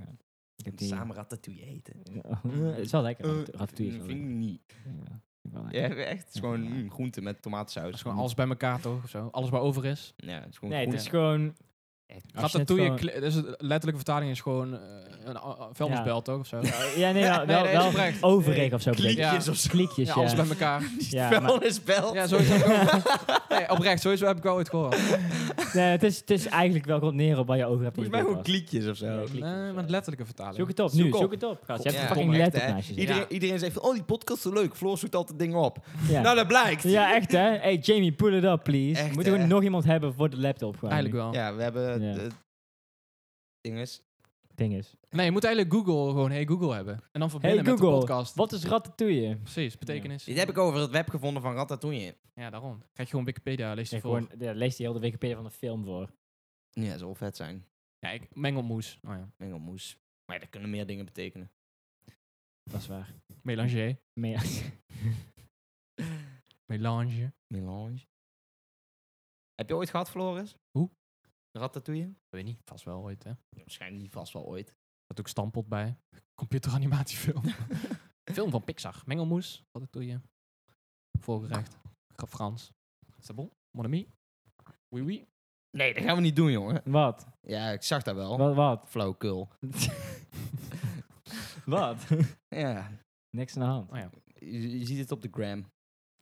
Speaker 4: Ik heb
Speaker 3: En
Speaker 4: die...
Speaker 3: Samen ratatouille eten.
Speaker 4: Het is wel lekker.
Speaker 3: Eh,
Speaker 4: Uh, Ratatouille is wel
Speaker 3: vind ik
Speaker 4: lekker.
Speaker 3: niet.
Speaker 4: Ja, vind ik wel
Speaker 3: Ja,
Speaker 4: lekker.
Speaker 3: echt. Het is gewoon mm, groente met tomatensaus.
Speaker 1: Dat is gewoon alles bij elkaar toch? Of zo. Alles waar over is.
Speaker 3: Ja, het is gewoon
Speaker 4: Nee, het
Speaker 3: groente.
Speaker 4: is gewoon... Als je het
Speaker 1: Ratatouille,
Speaker 4: gewoon-
Speaker 1: kle- dus het letterlijke vertaling is gewoon eh, een a- a- vuilnisbel toch? Of zo.
Speaker 4: Ja, nee, wel, wel,
Speaker 1: nee, dat is
Speaker 4: wel
Speaker 1: oprecht.
Speaker 4: overreek of zo. bedoel ik.
Speaker 3: Kliekjes
Speaker 1: Ja.
Speaker 3: of zo.
Speaker 4: Kliekjes,
Speaker 1: Ja,
Speaker 4: ja.
Speaker 1: alles bij elkaar.
Speaker 4: Ja, maar-
Speaker 3: Vuilnisbelt.
Speaker 1: Ja, sowieso. heb ik ook- nee, oprecht, sowieso heb ik wel ooit gehoord.
Speaker 4: nee, het, is, het is eigenlijk wel komt neer op waar je over hebt. in
Speaker 3: Volgens
Speaker 4: je
Speaker 3: mij gewoon
Speaker 4: podcast.
Speaker 3: kliekjes of zo.
Speaker 4: Ja,
Speaker 1: Nee,
Speaker 4: kliekjes of
Speaker 1: maar
Speaker 4: zo.
Speaker 1: de letterlijke vertaling.
Speaker 4: Zoek het op,
Speaker 3: Zoek
Speaker 4: nu.
Speaker 3: op.
Speaker 4: Zoek het op, gast. Je hebt
Speaker 3: Ja,
Speaker 4: een fucking
Speaker 3: kom echt,
Speaker 4: laptop
Speaker 3: hè.
Speaker 4: naast je. zitten.
Speaker 3: Iedereen, iedereen zegt van, oh, die podcast is leuk. Floor zoekt altijd dingen op.
Speaker 4: Ja.
Speaker 3: Nou, dat blijkt.
Speaker 4: Ja, echt hè. Hey Jamie, pull it up, please.
Speaker 3: Echt,
Speaker 4: We moeten gewoon
Speaker 3: hè.
Speaker 4: nog iemand hebben voor de laptop. Gewoon.
Speaker 1: Eigenlijk wel.
Speaker 3: Ja, we hebben...
Speaker 4: Ja.
Speaker 3: de- dinges.
Speaker 4: Ding is.
Speaker 1: Nee, je moet eigenlijk Google gewoon Hey Google hebben. En dan verbinden
Speaker 4: Hey
Speaker 1: met
Speaker 4: Google.
Speaker 1: de podcast.
Speaker 4: Wat is ratatouille?
Speaker 1: Precies, betekenis.
Speaker 3: Dit heb ik over het web gevonden van Ratatouille.
Speaker 1: Ja, daarom. Krijg je gewoon Wikipedia, lees je
Speaker 4: Ik
Speaker 1: voor.
Speaker 4: gewoon, ja, lees die hele Wikipedia van de film voor.
Speaker 3: Ja, dat zal vet zijn.
Speaker 1: Ja, ik mengelmoes. Oh ja,
Speaker 3: Mengelmoes. Maar ja, dat kunnen meer dingen betekenen.
Speaker 4: Dat is waar.
Speaker 1: mélanger.
Speaker 4: Meer.
Speaker 1: Melange.
Speaker 3: Melange. Heb je ooit gehad, Floris?
Speaker 1: Hoe?
Speaker 3: Ratatouille?
Speaker 1: Weet niet, vast wel ooit hè.
Speaker 3: Ja, waarschijnlijk niet vast wel ooit.
Speaker 1: Had ook stampot bij. Computeranimatiefilm. Film van Pixar. Mengelmoes. Wat ik doe je. Voorgerecht. Gra- Frans. C'est bon? Mon ami? Oui oui.
Speaker 3: Nee, dat gaan we niet doen, jongen.
Speaker 4: Wat?
Speaker 3: Ja, ik zag dat wel.
Speaker 4: Wat? Wat?
Speaker 3: Flauwkul.
Speaker 4: Wat?
Speaker 3: Ja,
Speaker 4: Niks aan de hand.
Speaker 1: Oh ja.
Speaker 3: je, je ziet het op de gram.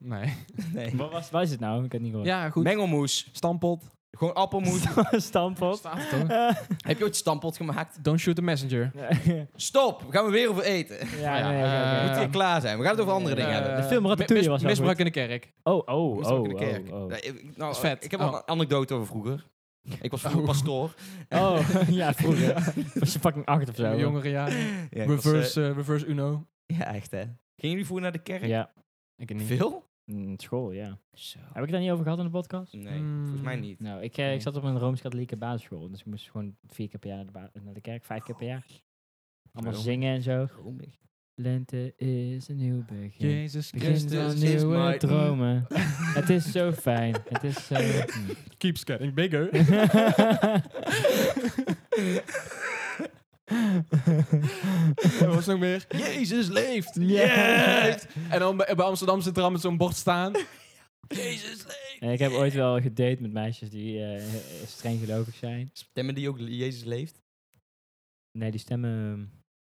Speaker 1: Nee.
Speaker 3: Nee.
Speaker 4: Wat was, wat is het nou? Ik heb het niet gehoord.
Speaker 1: Ja, goed.
Speaker 3: Mengelmoes.
Speaker 1: Stampot.
Speaker 3: Gewoon appelmoes.
Speaker 4: Ja. Stampot.
Speaker 1: Staat het hoor.
Speaker 3: Heb je ooit stampot gemaakt?
Speaker 1: Don't shoot the messenger.
Speaker 4: ja,
Speaker 3: Stop! We gaan we weer over eten. We
Speaker 1: ja,
Speaker 4: ja, nee, oké,
Speaker 1: eh,
Speaker 4: oké.
Speaker 3: moeten hier klaar zijn. We gaan het over andere dingen
Speaker 1: Eh,
Speaker 3: hebben.
Speaker 4: De film
Speaker 1: mi-
Speaker 4: Ratatouille
Speaker 1: mis-
Speaker 4: was wel
Speaker 1: Misbruik
Speaker 4: goed.
Speaker 1: in de kerk.
Speaker 4: Oh, oh,
Speaker 3: Moest
Speaker 4: oh,
Speaker 3: ook in
Speaker 4: oh,
Speaker 3: de kerk.
Speaker 4: oh.
Speaker 3: Nee, ik, nou,
Speaker 1: Is vet.
Speaker 3: Ik heb wel
Speaker 1: Oh.
Speaker 3: een anekdote over vroeger. Ik was vroeger pastoor.
Speaker 4: Oh, ja, vroeger. Was je fucking acht of zo?
Speaker 1: Jongere jaren.
Speaker 3: Ja, ik was,
Speaker 1: Reverse, eh, reverse Uno.
Speaker 3: eh, ja, echt hè. Gingen jullie vroeger naar de kerk?
Speaker 4: Ja.
Speaker 1: Ik weet niet.
Speaker 3: Veel?
Speaker 4: Mm, School, ja.
Speaker 3: Zo.
Speaker 4: Heb ik daar niet over gehad in de podcast?
Speaker 3: Nee,
Speaker 1: Mm.
Speaker 3: volgens mij niet.
Speaker 4: Nou, ik, eh,
Speaker 1: Nee.
Speaker 4: ik zat op een Rooms-Katholieke basisschool. Dus ik moest gewoon vier keer per jaar naar de, ba- naar de kerk. Vijf keer per jaar. Allemaal
Speaker 3: Waarom?
Speaker 4: zingen en zo.
Speaker 3: Romig.
Speaker 4: Lente is een nieuw begin.
Speaker 1: Jezus
Speaker 4: Begin van
Speaker 1: Christus
Speaker 3: is
Speaker 4: nieuwe
Speaker 3: my-
Speaker 4: dromen. Het is zo fijn. Het is zo... Hm.
Speaker 1: keeps getting bigger. Er was nog meer.
Speaker 3: Jezus leeft!
Speaker 1: Yeah! En dan bij, bij Amsterdam zit er al met zo'n bord staan.
Speaker 3: Jezus leeft!
Speaker 4: En ik heb ooit wel gedate met meisjes die eh, eh, streng gelovig zijn.
Speaker 3: Stemmen die ook le- Jezus leeft?
Speaker 4: Nee, die stemmen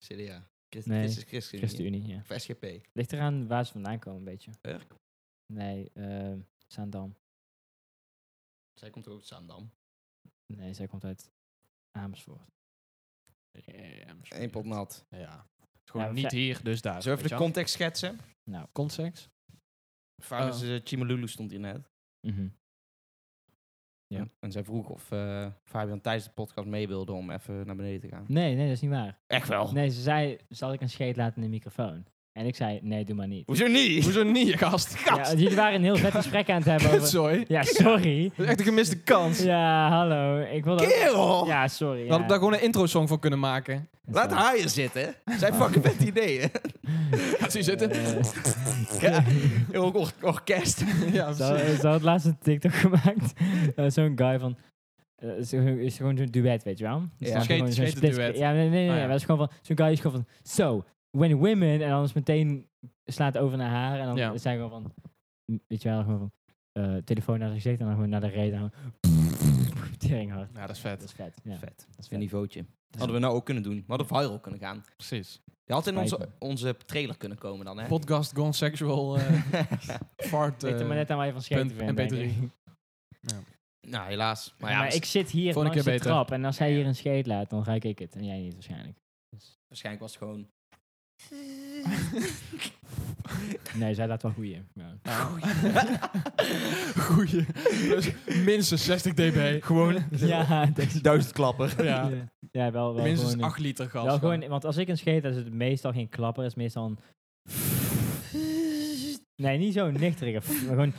Speaker 3: CDA. Christ-
Speaker 4: Nee.
Speaker 3: Christus
Speaker 4: eh,
Speaker 3: Christus.
Speaker 4: ChristenUnie, ja.
Speaker 3: Of SGP.
Speaker 4: Ligt eraan waar ze vandaan komen, een beetje.
Speaker 3: Urk?
Speaker 4: Nee, eh Zaandam.
Speaker 3: Zij komt ook uit Zaandam.
Speaker 4: Nee, zij komt uit Amersfoort.
Speaker 3: Eén pot nat.
Speaker 1: Ja. Het is gewoon
Speaker 4: Ja,
Speaker 1: niet
Speaker 4: zij-
Speaker 1: hier, dus daar.
Speaker 3: Zullen we even
Speaker 1: weet
Speaker 3: de
Speaker 1: je wel?
Speaker 3: context schetsen?
Speaker 1: Context?
Speaker 3: Faris
Speaker 1: Oh.
Speaker 3: eh, Chimolulu stond hier net.
Speaker 4: Mhm. Ja.
Speaker 3: En- En zij vroeg of eh, Fabian tijdens de podcast mee wilde om even naar beneden te gaan.
Speaker 4: Nee, nee, dat is niet waar.
Speaker 3: Echt wel.
Speaker 4: Nee, ze zei, zal ik een scheet laten in de microfoon? En ik zei, nee, doe maar niet.
Speaker 3: Hoezo niet?
Speaker 1: Hoezo niet, je gast?
Speaker 4: Ja, want jullie waren een heel vet gesprek aan het hebben over...
Speaker 1: Kutzooi.
Speaker 4: Ja, sorry.
Speaker 1: Dat is echt een gemiste kans.
Speaker 4: Ja, hallo. Ik wilde ook-
Speaker 3: Kerel!
Speaker 4: Ja, sorry.
Speaker 1: We
Speaker 4: ja.
Speaker 1: hadden daar gewoon e- een intro-song voor kunnen maken.
Speaker 3: Laat haar hier zitten. Zijn fucking vet ideeën.
Speaker 1: Gaat ze hier zitten?
Speaker 4: Eh,
Speaker 3: Ja, ook or- orkest.
Speaker 1: ja,
Speaker 4: Ze
Speaker 1: precies.
Speaker 4: had- ze had laatst een TikTok gemaakt. Eh, zo'n guy van... eh, is gewoon- is gewoon zo'n duet, weet je wel? Dus
Speaker 3: Ja.
Speaker 4: dan
Speaker 1: Skate-
Speaker 4: gewoon zo'n
Speaker 1: skate
Speaker 4: split-
Speaker 1: duet.
Speaker 4: Ja, nee, nee, nee.
Speaker 1: Ah,
Speaker 4: nee,
Speaker 1: ja.
Speaker 4: Dat is gewoon van... Zo'n guy is gewoon van... So, when women... En dan is meteen slaat over naar haar. En dan
Speaker 1: Ja.
Speaker 4: zijn gewoon van... m, Weet je wel, gewoon van... eh, telefoon naar zijn gezicht en dan gewoon naar de reden. en dan- Tering hard.
Speaker 1: Ja, dat is
Speaker 4: Dat
Speaker 1: vet.
Speaker 4: is vet. Ja,
Speaker 3: Vet.
Speaker 4: dat is
Speaker 3: Een
Speaker 4: vet. Dus
Speaker 3: niveautje. Hadden we nou ook kunnen doen. We hadden viral kunnen gaan.
Speaker 1: Precies.
Speaker 3: Je had in onze,
Speaker 4: Spijt
Speaker 3: onze trailer kunnen komen dan, hè?
Speaker 1: Podcast Gone Sexual eh, Fart.
Speaker 4: Ligt er maar
Speaker 1: eh,
Speaker 4: net aan waar je van scheten
Speaker 1: punt
Speaker 4: bent. denk
Speaker 1: MP3.
Speaker 4: ik.
Speaker 3: Nou, helaas. Maar
Speaker 4: Maar,
Speaker 3: ja,
Speaker 4: ik zit hier
Speaker 1: Volgende
Speaker 4: langs
Speaker 1: keer
Speaker 4: de
Speaker 1: beter.
Speaker 4: trap. En als hij hier een scheet laat, dan ruik ik het. En jij niet waarschijnlijk.
Speaker 3: waarschijnlijk was het gewoon...
Speaker 4: Nee, zij laat wel goeie. Ja.
Speaker 1: Goeie. Dus minstens 60 dB. Gewoon.
Speaker 4: Ja, dus-
Speaker 3: Duizend klapper.
Speaker 1: Ja.
Speaker 4: ja. ja, wel, wel
Speaker 1: Minstens
Speaker 4: gewoon, een-
Speaker 1: 8 liter gas.
Speaker 4: wel gewoon, want als ik een scheet, dan is het meestal geen klapper. is meestal een... Nee, niet zo'n nichterige. maar gewoon,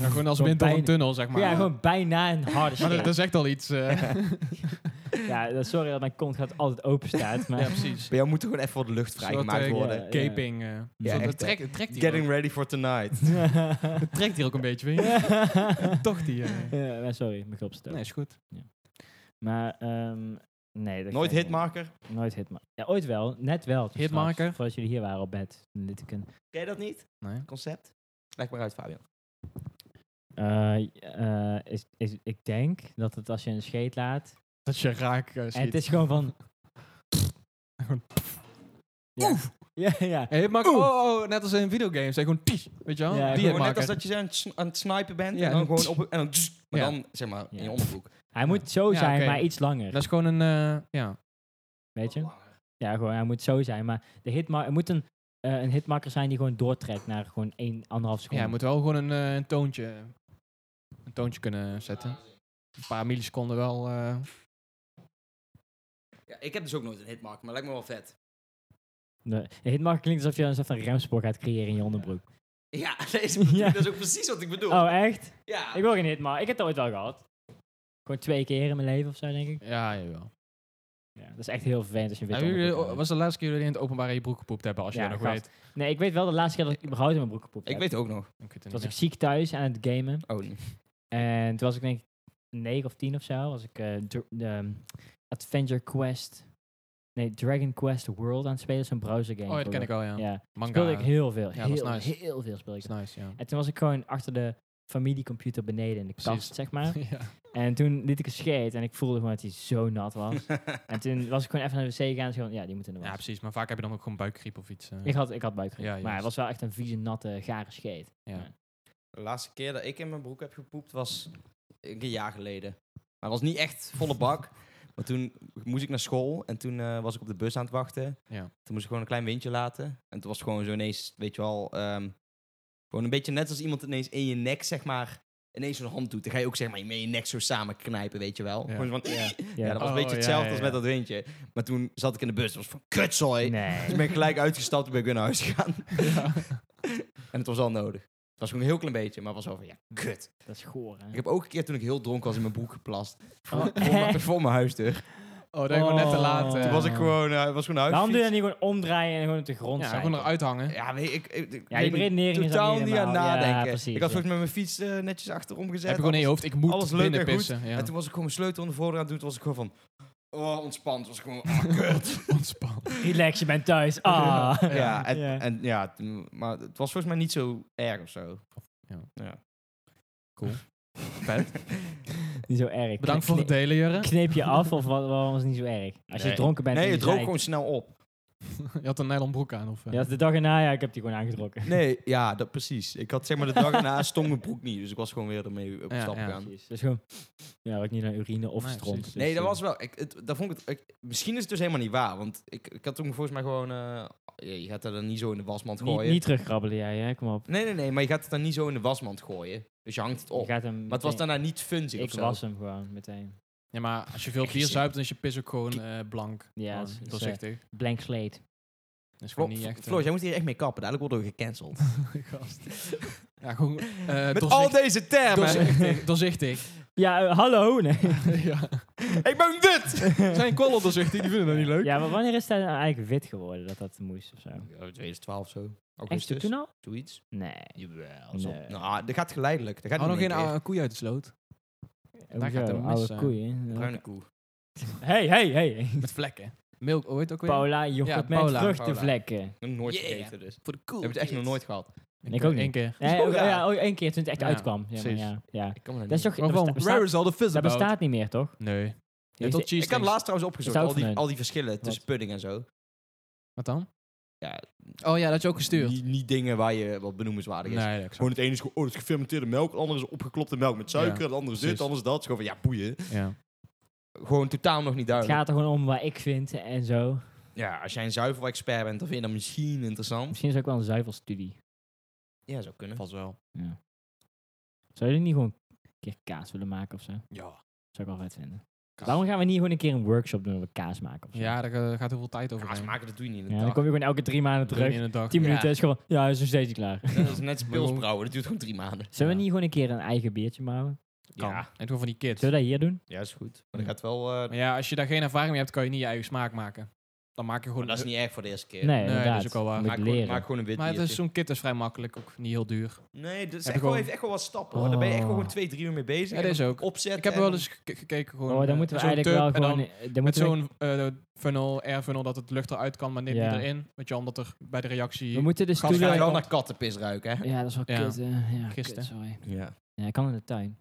Speaker 1: Ja, gewoon als wind door een
Speaker 4: bijna-
Speaker 1: tunnel, zeg maar.
Speaker 4: ja, gewoon bijna een harde
Speaker 1: Maar dat,
Speaker 4: scheet.
Speaker 1: dat zegt al iets. eh.
Speaker 4: Ja, dat- sorry dat mijn kont gaat altijd open staat. Maar
Speaker 1: ja, precies.
Speaker 3: Bij jou moet er gewoon even wat lucht
Speaker 1: Een soort,
Speaker 3: vrijgemaakt
Speaker 1: eh,
Speaker 3: worden.
Speaker 4: ja,
Speaker 1: Gaping. eh.
Speaker 3: Ja,
Speaker 1: Zo,
Speaker 3: echt,
Speaker 1: dat trekt, het trekt hier
Speaker 3: Getting
Speaker 1: ook.
Speaker 3: ready for tonight.
Speaker 1: Het trekt hier ook een beetje, weet je. Toch die. eh.
Speaker 4: Ja, maar sorry, mijn kop staat
Speaker 1: Nee, is goed.
Speaker 4: Maar, ehm nee. dat
Speaker 3: Nooit
Speaker 4: ga ik niet.
Speaker 3: hitmaker.
Speaker 4: Nooit hitmaker. Ja, ooit wel. Net wel. toen
Speaker 1: Hitmaker?
Speaker 4: straks, Voordat jullie hier waren op bed. toen liet ik een-
Speaker 3: Ken je dat niet?
Speaker 1: Nee.
Speaker 3: Concept? Leg maar uit, Fabian.
Speaker 4: Eh, eh, is, is, ik denk dat het als je een scheet laat...
Speaker 1: Dat je raak eh,
Speaker 4: En het
Speaker 1: schiet.
Speaker 4: is gewoon van...
Speaker 1: Gewoon
Speaker 4: ja. ja, ja.
Speaker 1: Hey, maar oh, oh, net als in videogames. hè, Gewoon tsch, weet je wel?
Speaker 4: Ja,
Speaker 1: die
Speaker 4: gewoon
Speaker 3: Gewoon net als
Speaker 1: hitmaker.
Speaker 3: dat je zo aan het sn- aan het snipen bent.
Speaker 1: Ja,
Speaker 3: En dan
Speaker 1: en
Speaker 3: gewoon op... En dan, maar
Speaker 1: Ja.
Speaker 3: dan, zeg maar, in je
Speaker 4: Ja.
Speaker 3: onderbroek.
Speaker 4: Hij moet zo
Speaker 1: Ja,
Speaker 4: zijn,
Speaker 1: oké.
Speaker 4: maar iets langer.
Speaker 1: Dat is gewoon een, eh, ja.
Speaker 4: weet je? Ja, gewoon, hij moet zo zijn. Maar de hitma er moet een, eh, een hitmaker zijn die gewoon doortrekt naar gewoon 1,5
Speaker 1: Ja,
Speaker 4: seconde.
Speaker 1: je moet wel gewoon een, eh, een toontje, een toontje kunnen zetten. Een paar milliseconden wel. eh.
Speaker 3: Ja, ik heb dus ook nooit een hitmaker, maar lijkt me wel vet.
Speaker 4: De, de hitmaker klinkt alsof je een soort van remspoor gaat creëren in je onderbroek.
Speaker 3: Ja, dat is,
Speaker 4: Ja.
Speaker 3: dat is ook precies wat ik bedoel.
Speaker 4: Oh, echt?
Speaker 3: Ja.
Speaker 4: Ik wil geen hitmaker. Ik heb het ooit wel gehad. Gewoon twee keer in mijn leven of zo, denk ik.
Speaker 1: Ja, jawel.
Speaker 4: Ja, dat is echt heel vervelend als je een wit
Speaker 1: Hebben jullie,
Speaker 4: onderbroek
Speaker 1: o-
Speaker 4: hebt.
Speaker 1: was de laatste keer dat jullie in het openbaar in je broek gepoept hebben, als je
Speaker 4: Ja,
Speaker 1: dat nog
Speaker 4: gast.
Speaker 1: weet?
Speaker 4: Nee, ik weet wel de laatste keer dat ik überhaupt in mijn broek gepoept
Speaker 3: Ik
Speaker 4: heb.
Speaker 3: weet ook nog.
Speaker 1: Ik weet het
Speaker 4: Toen
Speaker 1: niet
Speaker 4: was ik
Speaker 1: meer.
Speaker 4: ziek thuis aan het gamen.
Speaker 3: Oh, nee.
Speaker 4: En toen was ik denk ik 9 of 10 of zo. Was ik eh, dr- de ehm, Adventure Quest... Nee, Dragon Quest World aan het spelen. Zo'n browser game.
Speaker 1: Oh, ja, dat ken ik al, ja.
Speaker 4: Ja,
Speaker 1: Manga.
Speaker 4: speelde ik heel veel.
Speaker 1: Ja, dat is
Speaker 4: heel,
Speaker 1: nice.
Speaker 4: heel veel speelde ik.
Speaker 1: is nice, ja.
Speaker 4: En toen was ik gewoon achter de familiecomputer beneden in de
Speaker 1: Precies.
Speaker 4: kast, zeg maar.
Speaker 1: ja.
Speaker 4: En toen liet ik een scheet en ik voelde gewoon dat hij zo nat was. en toen was ik gewoon even naar de wc gegaan en zei van, ja, die moet in de was.
Speaker 1: Ja, precies. Maar vaak heb je dan ook gewoon buikgriep of iets. eh.
Speaker 4: Ik had, ik had buikgriep.
Speaker 1: Ja,
Speaker 4: maar
Speaker 1: juist.
Speaker 4: het was wel echt een vieze, natte, gare scheet.
Speaker 1: ja.
Speaker 3: De laatste keer dat ik in mijn broek heb gepoept was een jaar geleden. Maar het was niet echt volle bak. Maar toen moest ik naar school en toen eh, was ik op de bus aan het wachten.
Speaker 1: Ja.
Speaker 3: Toen moest ik gewoon een klein windje laten. En toen was het gewoon zo ineens, weet je wel, ehm, gewoon een beetje net als iemand ineens in je nek, zeg maar, ineens zo'n hand doet. Dan ga je ook zeg maar met je nek zo samen knijpen, weet je wel.
Speaker 1: Ja.
Speaker 3: Gewoon van, ja. dat was
Speaker 1: Oh,
Speaker 3: een beetje
Speaker 1: ja,
Speaker 3: hetzelfde
Speaker 1: ja,
Speaker 3: als
Speaker 1: ja.
Speaker 3: met dat windje. Maar toen zat ik in de bus, het was van kutzooi. Dus
Speaker 4: Nee.
Speaker 3: ben ik gelijk uitgestapt en ben ik weer naar huis gegaan. en het was al nodig. Het was gewoon een heel klein beetje, maar het was wel van, ja, kut.
Speaker 4: Dat is goor, hè?
Speaker 3: Ik heb ook een keer toen ik heel dronken was in mijn broek geplast.
Speaker 4: Oh,
Speaker 3: Voor, mijn-
Speaker 4: echt?
Speaker 3: voor mijn huisdeur.
Speaker 1: Oh, dat gewoon net te laat.
Speaker 4: Toen
Speaker 1: eh.
Speaker 3: Toen was ik gewoon, eh, was gewoon naar
Speaker 4: Waarom
Speaker 3: huis
Speaker 4: doe je dat
Speaker 3: gefietst.
Speaker 4: niet gewoon omdraaien en gewoon op de grond
Speaker 1: Ja,
Speaker 4: zijn?
Speaker 1: gewoon eruit hangen.
Speaker 3: Ja, weet ik. ik, ik
Speaker 4: Ja,
Speaker 3: weet
Speaker 4: je
Speaker 3: niet,
Speaker 4: beredenering is
Speaker 3: totaal
Speaker 4: dan
Speaker 3: niet
Speaker 4: niet
Speaker 3: aan het
Speaker 4: helemaal- ja,
Speaker 3: nadenken.
Speaker 4: precies,
Speaker 3: ik had
Speaker 4: ja.
Speaker 3: vlug met mijn fiets eh, netjes achterom gezet.
Speaker 1: heb je gewoon in je
Speaker 3: alles-
Speaker 1: hoofd, ik moet
Speaker 3: alles leuk en
Speaker 1: binnen
Speaker 3: goed.
Speaker 1: pissen. Ja.
Speaker 3: En toen was ik gewoon mijn sleutel onder de voordeur aan het doen. Toen was ik gewoon van, oh, ontspannen. Toen was ik gewoon, ah, kut.
Speaker 1: Ontspannen.
Speaker 4: Relax, je bent thuis. Ah.
Speaker 1: Ja.
Speaker 3: ja, en,
Speaker 4: Ja.
Speaker 3: en ja, toen- maar het was volgens mij niet zo erg of zo.
Speaker 1: Ja.
Speaker 3: ja.
Speaker 1: Cool.
Speaker 4: Niet zo erg.
Speaker 1: Bedankt voor het
Speaker 4: Kne-
Speaker 1: delen, Jurre.
Speaker 4: Kneep je af of wa- waarom was het niet zo erg? Als
Speaker 3: Nee.
Speaker 4: je dronken bent
Speaker 3: Nee,
Speaker 4: en je
Speaker 3: het rook
Speaker 4: zei-
Speaker 3: gewoon snel op.
Speaker 1: Je had een nylon broek aan. Of, eh?
Speaker 4: Ja, de dag erna, ja, ik heb die gewoon aangetrokken.
Speaker 3: Nee, ja, dat precies. Ik had zeg maar de dag erna stond mijn broek niet, dus ik was gewoon weer ermee op
Speaker 1: Ja,
Speaker 3: stap
Speaker 1: ja.
Speaker 3: gegaan.
Speaker 4: Precies. Dus gewoon, ja, ook niet naar urine of
Speaker 1: Nee,
Speaker 4: stront.
Speaker 1: precies.
Speaker 4: Dus,
Speaker 3: nee, dat
Speaker 4: eh,
Speaker 3: was wel. Ik, het, dat vond ik, het- ik- misschien is het dus helemaal niet waar, want ik, ik had toen volgens mij gewoon. eh, je je gaat dat dan niet zo in de wasmand
Speaker 4: Niet,
Speaker 3: gooien.
Speaker 4: niet terugkrabbelen jij, hè? Kom op.
Speaker 3: Nee, nee, nee, maar je gaat het dan niet zo in de wasmand gooien. Dus je hangt het
Speaker 4: Je
Speaker 3: op.
Speaker 4: gaat hem
Speaker 3: Maar het was
Speaker 4: meteen-
Speaker 3: daarna niet funzig
Speaker 4: Ik
Speaker 3: of zo.
Speaker 4: was hem gewoon meteen.
Speaker 1: Ja, maar als je veel
Speaker 3: Echt
Speaker 1: bier
Speaker 3: ziek.
Speaker 1: zuipt, dan is je pis ook gewoon eh, blank.
Speaker 4: Ja,
Speaker 1: Gewoon
Speaker 4: het is- het is, eh,
Speaker 1: doorzichtig.
Speaker 4: Blank slate.
Speaker 1: Dat is
Speaker 3: Flo-
Speaker 1: gewoon niet echt... eh,
Speaker 3: Floris, jij moet hier echt mee kappen. Dadelijk worden we gecanceld.
Speaker 1: gast. ja, gewoon... eh,
Speaker 3: Met
Speaker 1: doorzicht-
Speaker 3: al deze termen.
Speaker 1: doorzichtig, doorzichtig.
Speaker 4: Ja, eh, hallo. Nee.
Speaker 1: ja.
Speaker 3: Ik ben dit!
Speaker 1: Zijn kwallen doorzichtig, die vinden dat niet leuk.
Speaker 4: Ja, maar wanneer is dat nou eigenlijk wit geworden dat dat moest of zo?
Speaker 3: Oh, 2012 zo.
Speaker 4: Echt
Speaker 3: Augustus.
Speaker 4: toen al?
Speaker 3: Zoiets.
Speaker 4: Nee.
Speaker 3: Jawel.
Speaker 4: zo.
Speaker 3: Nou, dat gaat geleidelijk. Dat gaat
Speaker 1: Hou Oh, nog
Speaker 3: niet in
Speaker 1: geen
Speaker 3: één keer.
Speaker 1: oude koe uit de sloot.
Speaker 4: Hoezo?
Speaker 1: gaat hem mis,
Speaker 4: Oude
Speaker 1: eh.
Speaker 4: koeien.
Speaker 3: Bruine koe.
Speaker 4: Hey, hey, hey.
Speaker 1: Met vlekken. Milk ooit ook weer?
Speaker 4: Paula, yoghurt met
Speaker 1: Paula,
Speaker 4: vruchtenvlekken.
Speaker 3: Nog Nooit
Speaker 1: Yeah. Oh,
Speaker 3: gegeten dus.
Speaker 1: Voor de koe.
Speaker 3: Heb je het echt nog nooit gehad?
Speaker 4: Ik ook niet.
Speaker 1: Eén keer.
Speaker 4: Nee,
Speaker 3: Zo
Speaker 4: oh,
Speaker 3: raar.
Speaker 4: ja, oh, één keer toen het echt
Speaker 1: Ja,
Speaker 4: uitkwam. Ja, maar
Speaker 1: precies.
Speaker 4: ja, ja.
Speaker 3: Ik kan me dat
Speaker 4: Dat is
Speaker 3: niet
Speaker 4: toch... Dat,
Speaker 1: Waarvan?
Speaker 4: besta-
Speaker 1: Where is all the fizz
Speaker 4: dat
Speaker 1: about?
Speaker 4: bestaat niet meer, toch?
Speaker 1: Nee. Ja,
Speaker 4: Is
Speaker 1: tot
Speaker 4: het-
Speaker 3: Ik
Speaker 1: cheese
Speaker 3: had
Speaker 1: sticks.
Speaker 3: laatst trouwens opgezocht.
Speaker 4: Zout
Speaker 3: Al die,
Speaker 4: van
Speaker 3: al die verschillen tussen pudding en zo.
Speaker 1: Wat dan?
Speaker 3: Ja.
Speaker 1: Oh ja, dat had je ook gestuurd.
Speaker 3: Niet, niet dingen waar je wat benoemenswaardig is.
Speaker 1: Nee, dat
Speaker 3: Gewoon het ene is gewoon, oh, dat is gefermenteerde melk. Het andere is opgeklopte melk met suiker.
Speaker 1: Ja,
Speaker 3: Het andere is dit,
Speaker 1: precies.
Speaker 3: het andere is dat. Het is gewoon van, ja, boeien.
Speaker 1: Ja.
Speaker 3: Gewoon totaal nog niet
Speaker 4: Het
Speaker 3: duidelijk.
Speaker 4: gaat er gewoon om wat ik vind en zo.
Speaker 3: Ja, als jij een zuivelexpert bent, dan vind je dat misschien interessant.
Speaker 4: Misschien is het ook wel een zuivelstudie.
Speaker 3: Ja, zou kunnen.
Speaker 1: Vast wel.
Speaker 4: Ja. Zou jullie niet gewoon een keer kaas willen maken of zo?
Speaker 1: Ja.
Speaker 4: Zou ik wel vet vinden. Waarom gaan we niet gewoon een keer een workshop doen over kaas maken of zo?
Speaker 1: Ja, daar eh, gaat heel veel tijd over.
Speaker 3: Kaas
Speaker 1: heen.
Speaker 3: maken, dat doe je niet in
Speaker 4: Ja,
Speaker 3: een
Speaker 4: dan
Speaker 3: dag.
Speaker 4: kom je gewoon elke drie maanden
Speaker 1: Drie
Speaker 4: terug.
Speaker 1: in een dag.
Speaker 4: Tien
Speaker 3: Ja.
Speaker 4: minuten is gewoon, ja, is nog steeds niet klaar.
Speaker 3: Dat is net als pils brouwen, dat duurt gewoon drie maanden.
Speaker 4: Zullen we
Speaker 1: Ja.
Speaker 4: niet gewoon een keer een eigen biertje brouwen?
Speaker 1: Kan. En gewoon van die kids.
Speaker 4: Zullen we dat hier doen?
Speaker 3: Ja, is goed. Maar dat gaat wel... eh,
Speaker 1: Maar ja, als je daar geen ervaring mee hebt, kan je niet je eigen smaak maken. Dan maak je gewoon...
Speaker 3: maar dat is niet erg voor de eerste keer.
Speaker 4: Nee, inderdaad.
Speaker 1: is ook wel waar.
Speaker 4: Moet
Speaker 3: Maak gewoon,
Speaker 4: leren.
Speaker 3: maak gewoon een wit
Speaker 1: Maar het is
Speaker 3: biertje.
Speaker 1: zo'n kit is vrij makkelijk, ook niet heel duur.
Speaker 3: Nee, dat is
Speaker 1: Heb
Speaker 3: echt
Speaker 1: je
Speaker 3: wel,
Speaker 1: gewoon-
Speaker 3: heeft echt wel wat stappen. Hoor. Daar ben je echt wel gewoon twee, drie uur mee bezig.
Speaker 1: Ja, dat is
Speaker 3: En
Speaker 1: ook.
Speaker 3: Opzet
Speaker 1: Ik heb
Speaker 3: en-
Speaker 1: wel eens ge- gekeken gewoon...
Speaker 4: Oh, dan
Speaker 1: eh,
Speaker 4: moeten we
Speaker 1: zo'n
Speaker 4: eigenlijk wel
Speaker 1: tub en dan
Speaker 4: gewoon... eh, Dan
Speaker 1: Met
Speaker 4: moeten we,
Speaker 1: zo'n eh, funnel, air funnel, dat het lucht eruit kan, maar niet,
Speaker 4: Ja.
Speaker 1: niet erin. Weet je, wel, omdat er bij de reactie...
Speaker 4: we moeten dus
Speaker 1: Gas
Speaker 3: Gast, ga je
Speaker 1: Tuurlijk.
Speaker 3: wel naar
Speaker 4: stoelen...
Speaker 3: kattenpis ruiken, hè?
Speaker 4: Ja, dat is wel
Speaker 1: Ja.
Speaker 4: kut. eh, ja,
Speaker 1: Gisteren.
Speaker 4: kut, sorry.
Speaker 3: Ja.
Speaker 4: Ja, ik kan in de tuin.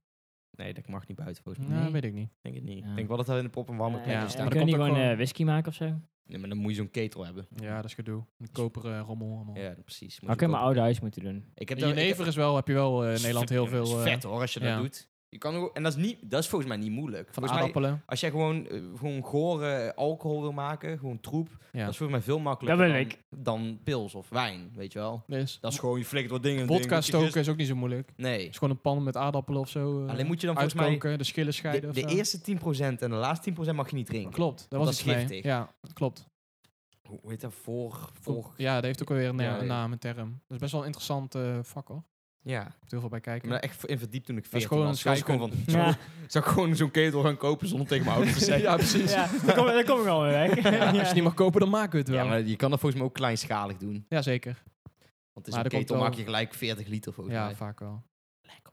Speaker 3: Nee, dat mag niet buiten volgens mij.
Speaker 1: Nou,
Speaker 4: Nee.
Speaker 1: weet ik niet.
Speaker 3: Denk het niet.
Speaker 4: Ja.
Speaker 3: Ik denk wel dat hij in de prop een warme
Speaker 4: Eh,
Speaker 3: plek
Speaker 1: ja.
Speaker 3: is.
Speaker 1: maar
Speaker 4: Dan
Speaker 1: er
Speaker 4: kunnen die
Speaker 1: komt ook
Speaker 4: gewoon
Speaker 1: gewoon-
Speaker 4: eh, whisky maken of zo. Oké,
Speaker 3: Nee, maar dan moet je zo'n ketel hebben.
Speaker 1: Ja, dat is gedoe. Een koperen eh, rommel. allemaal.
Speaker 3: Ja, precies. Moet je
Speaker 4: maar mijn
Speaker 3: kopen.
Speaker 4: oude huis moeten doen.
Speaker 3: Ik heb
Speaker 1: En
Speaker 3: daar- ik heb-
Speaker 1: Jenever is wel, heb je wel eh, in
Speaker 3: is
Speaker 1: Nederland
Speaker 3: vet-
Speaker 1: heel
Speaker 3: ja, dat
Speaker 1: veel
Speaker 3: is
Speaker 1: eh,
Speaker 3: vet hoor, als je
Speaker 1: ja.
Speaker 3: dat doet. Je kan ook, en dat is, niet, dat is volgens mij niet moeilijk.
Speaker 1: van
Speaker 3: volgens mij,
Speaker 1: aardappelen.
Speaker 3: als jij gewoon, eh, gewoon gore eh, alcohol wil maken, gewoon troep,
Speaker 1: Ja.
Speaker 3: dat is volgens mij veel makkelijker
Speaker 4: Dat wil
Speaker 3: dan, dan pils of wijn, weet je wel.
Speaker 1: Dus
Speaker 3: Dat is gewoon, je flikt wat dingen. in dingen,
Speaker 1: vodka
Speaker 3: moet je gist-
Speaker 1: stoken is ook niet zo moeilijk. Het
Speaker 3: Nee.
Speaker 1: is gewoon een pan met aardappelen of zo. eh,
Speaker 3: Alleen moet je dan volgens mij
Speaker 1: uitkoken, de schillen
Speaker 3: de,
Speaker 1: scheiden
Speaker 3: de
Speaker 1: of zo.
Speaker 3: eerste 10% en de laatste 10% mag je niet drinken.
Speaker 1: Klopt, dat
Speaker 3: Dat
Speaker 1: was
Speaker 3: is
Speaker 1: iets mee.
Speaker 3: giftig.
Speaker 1: Ja, dat klopt.
Speaker 3: Hoe hoe heet dat? Voor, voor.
Speaker 1: Voor, ja, dat heeft ook alweer een,
Speaker 3: Ja,
Speaker 1: eh,
Speaker 3: ja.
Speaker 1: een naam, een term. Dat is best wel een interessant eh, vak hoor. Ik
Speaker 3: Ja.
Speaker 1: heb er heel veel bij
Speaker 3: Ik
Speaker 1: kijken.
Speaker 3: ben daar echt in verdiept toen ik
Speaker 1: Dat is
Speaker 3: 14 was.
Speaker 1: gewoon een
Speaker 3: Ik was gewoon van,
Speaker 4: Ja,
Speaker 3: zou ik gewoon zo'n ketel gaan kopen zonder tegen mijn ouders te zeggen?
Speaker 1: ja, precies. Ja.
Speaker 4: ja dan, kom, dan kom ik alweer weg.
Speaker 1: als je het niet mag kopen, dan maken we het wel.
Speaker 3: Ja,
Speaker 1: Ja,
Speaker 3: maar je kan dat volgens mij ook kleinschalig doen.
Speaker 1: zeker.
Speaker 3: Want in
Speaker 1: Maar
Speaker 3: zo'n
Speaker 1: er komt
Speaker 3: ketel
Speaker 1: wel-
Speaker 3: maak je gelijk 40 liter volgens
Speaker 1: Ja,
Speaker 3: mij.
Speaker 1: vaak wel.
Speaker 3: Lekker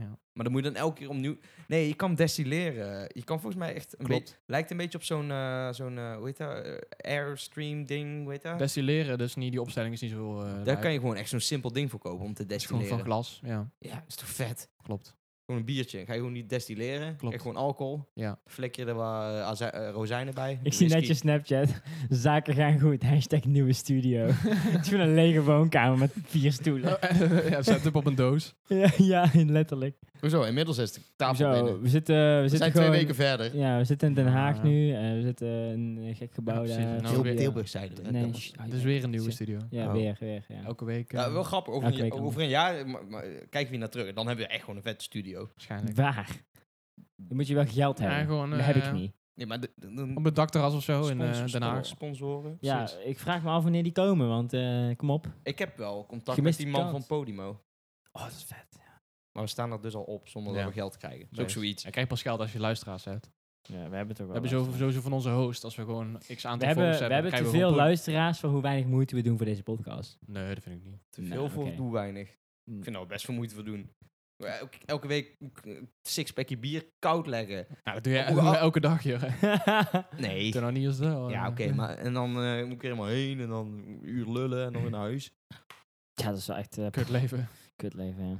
Speaker 1: Ja.
Speaker 3: Maar dan moet je dan elke keer opnieuw... Nee, je kan destilleren. Je kan volgens mij echt... Een
Speaker 1: Klopt.
Speaker 3: beetje- lijkt een beetje op zo'n... eh, zo'n eh, hoe heet dat? Eh, Airstream ding, hoe heet dat?
Speaker 1: Destilleren, dus niet, die opstelling is niet zo... eh
Speaker 3: Daar kan je gewoon echt zo'n simpel ding voor kopen om te
Speaker 1: is gewoon
Speaker 3: destilleren.
Speaker 1: van glas. Ja,
Speaker 3: ja, dat is toch vet?
Speaker 1: klopt.
Speaker 3: Gewoon een biertje. Ga je gewoon niet destilleren.
Speaker 1: Klopt.
Speaker 3: Klopt. gewoon alcohol.
Speaker 1: Ja.
Speaker 3: Flik je er wat eh, azijn- eh, rozijnen bij.
Speaker 4: Ik zie net
Speaker 3: whisky.
Speaker 4: je Snapchat. Zaken gaan goed. Hashtag nieuwe studio. Het is gewoon een lege woonkamer met vier stoelen.
Speaker 1: ja, zet hem op een doos.
Speaker 4: Ja, ja letterlijk.
Speaker 3: Hoezo? Inmiddels is de tafel binnen.
Speaker 4: Zo, we zitten, we
Speaker 3: We
Speaker 4: zitten
Speaker 3: zijn
Speaker 4: gewoon,
Speaker 3: twee weken verder.
Speaker 4: Ja, we zitten in Den Haag
Speaker 1: Ja.
Speaker 4: nu. en we zitten in een gek gebouw
Speaker 1: precies.
Speaker 4: daar.
Speaker 1: Nou,
Speaker 4: Veel-
Speaker 1: weer-
Speaker 3: Ah. Tilburg zeiden we. hè,
Speaker 4: Nee,
Speaker 3: dat was-
Speaker 4: sh- oh,
Speaker 1: Het
Speaker 4: ja,
Speaker 1: is weer een nieuwe
Speaker 4: shit.
Speaker 1: studio.
Speaker 4: Ja,
Speaker 3: Oh.
Speaker 4: weer, weer. Ja.
Speaker 1: Elke week eh,
Speaker 3: Ja, wel grappig. Over,
Speaker 4: Elke
Speaker 3: een,
Speaker 4: week
Speaker 3: jaar-
Speaker 4: dan.
Speaker 3: over een jaar maar, maar, eh, kijken we hier naar terug. En dan hebben we echt gewoon een vette studio.
Speaker 1: waarschijnlijk.
Speaker 4: Waar? Dan moet je wel geld
Speaker 1: Ja,
Speaker 4: hebben.
Speaker 1: gewoon,
Speaker 4: dat heb
Speaker 1: eh,
Speaker 4: ik niet.
Speaker 3: Nee, maar de, de- de-
Speaker 1: Op het dakterras of zo in eh,
Speaker 3: sponsors-
Speaker 1: Den Haag.
Speaker 3: Sponsoren.
Speaker 4: Ja,
Speaker 3: Zoiets.
Speaker 4: ik vraag me af wanneer die komen, want eh, kom op.
Speaker 3: Ik heb wel contact
Speaker 4: Gemist
Speaker 3: met die man
Speaker 4: kans.
Speaker 3: van Podimo.
Speaker 4: Oh, dat is vet.
Speaker 3: Maar we staan er dus al op zonder
Speaker 1: Ja.
Speaker 3: dat we geld krijgen. Dat is ook
Speaker 1: Best.
Speaker 3: zoiets.
Speaker 1: Je krijgt pas geld als je luisteraars hebt.
Speaker 4: Ja, we hebben het ook
Speaker 1: We
Speaker 4: wel.
Speaker 1: hebben
Speaker 4: wat
Speaker 1: sowieso,
Speaker 4: van.
Speaker 1: sowieso van onze host, als we gewoon x
Speaker 4: we
Speaker 1: aantal
Speaker 4: hebben,
Speaker 1: volgers
Speaker 4: we
Speaker 1: hebben,
Speaker 4: hebben te
Speaker 1: krijgen we
Speaker 4: veel
Speaker 1: gewoon
Speaker 4: luisteraars voor hoe weinig moeite we doen voor deze podcast.
Speaker 1: punten. Nee, dat vind ik niet.
Speaker 3: Te
Speaker 4: Nou,
Speaker 3: veel voor
Speaker 4: oké.
Speaker 3: doe weinig.
Speaker 4: Mm.
Speaker 3: Ik vind dat we best veel moeite voor doen. We Elke, elke week een sixpackje bier koud leggen.
Speaker 1: Nou, dat doe je
Speaker 3: Hoe al-
Speaker 1: elke dag, joh.
Speaker 3: Nee.
Speaker 1: Doe nou niet als dat.
Speaker 3: Ja,
Speaker 1: eh.
Speaker 3: oké. maar en dan eh, moet ik er helemaal heen. En dan een uur lullen en dan weer naar huis.
Speaker 4: ja, dat is wel echt eh
Speaker 1: Kut leven.
Speaker 4: kut leven, ja.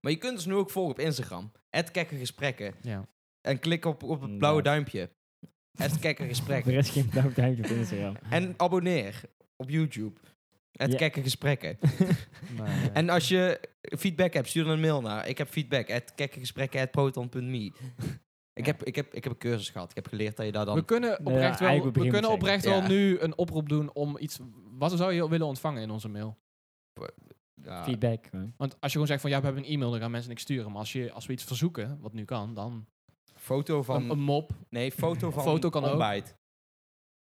Speaker 3: Maar je kunt ons nu ook volgen op Instagram. Het gesprekken.
Speaker 1: Ja.
Speaker 3: En klik op, op het
Speaker 4: Inderdaad.
Speaker 3: blauwe duimpje. Het gesprekken.
Speaker 4: Er is geen blauw duimpje op Instagram.
Speaker 3: En abonneer op YouTube. Het
Speaker 4: Ja.
Speaker 3: kekke gesprekken.
Speaker 1: Maar, eh,
Speaker 3: En als je feedback hebt, stuur dan een mail naar. Ik heb feedback. Het gesprekken. proton.me. Ik heb, ik, heb, ik heb een cursus gehad. Ik heb geleerd dat je daar
Speaker 1: we
Speaker 3: dan...
Speaker 1: kunnen
Speaker 4: Nee, ja,
Speaker 1: oprecht wel,
Speaker 4: eigenlijk
Speaker 1: we
Speaker 4: begin moet
Speaker 1: kunnen
Speaker 4: zeggen.
Speaker 1: oprecht wel
Speaker 3: Ja.
Speaker 1: nu een oproep doen om iets... Wat zou je willen ontvangen in onze mail?
Speaker 3: Ja,
Speaker 4: Feedback, man.
Speaker 1: Want als je gewoon zegt van, ja, we hebben een e-mail, dan gaan mensen niks sturen. Maar als, je, als we iets verzoeken, wat nu kan, dan...
Speaker 3: foto van...
Speaker 1: een, een mop
Speaker 3: Nee, foto van
Speaker 1: Foto kan ook.
Speaker 3: ontbijt.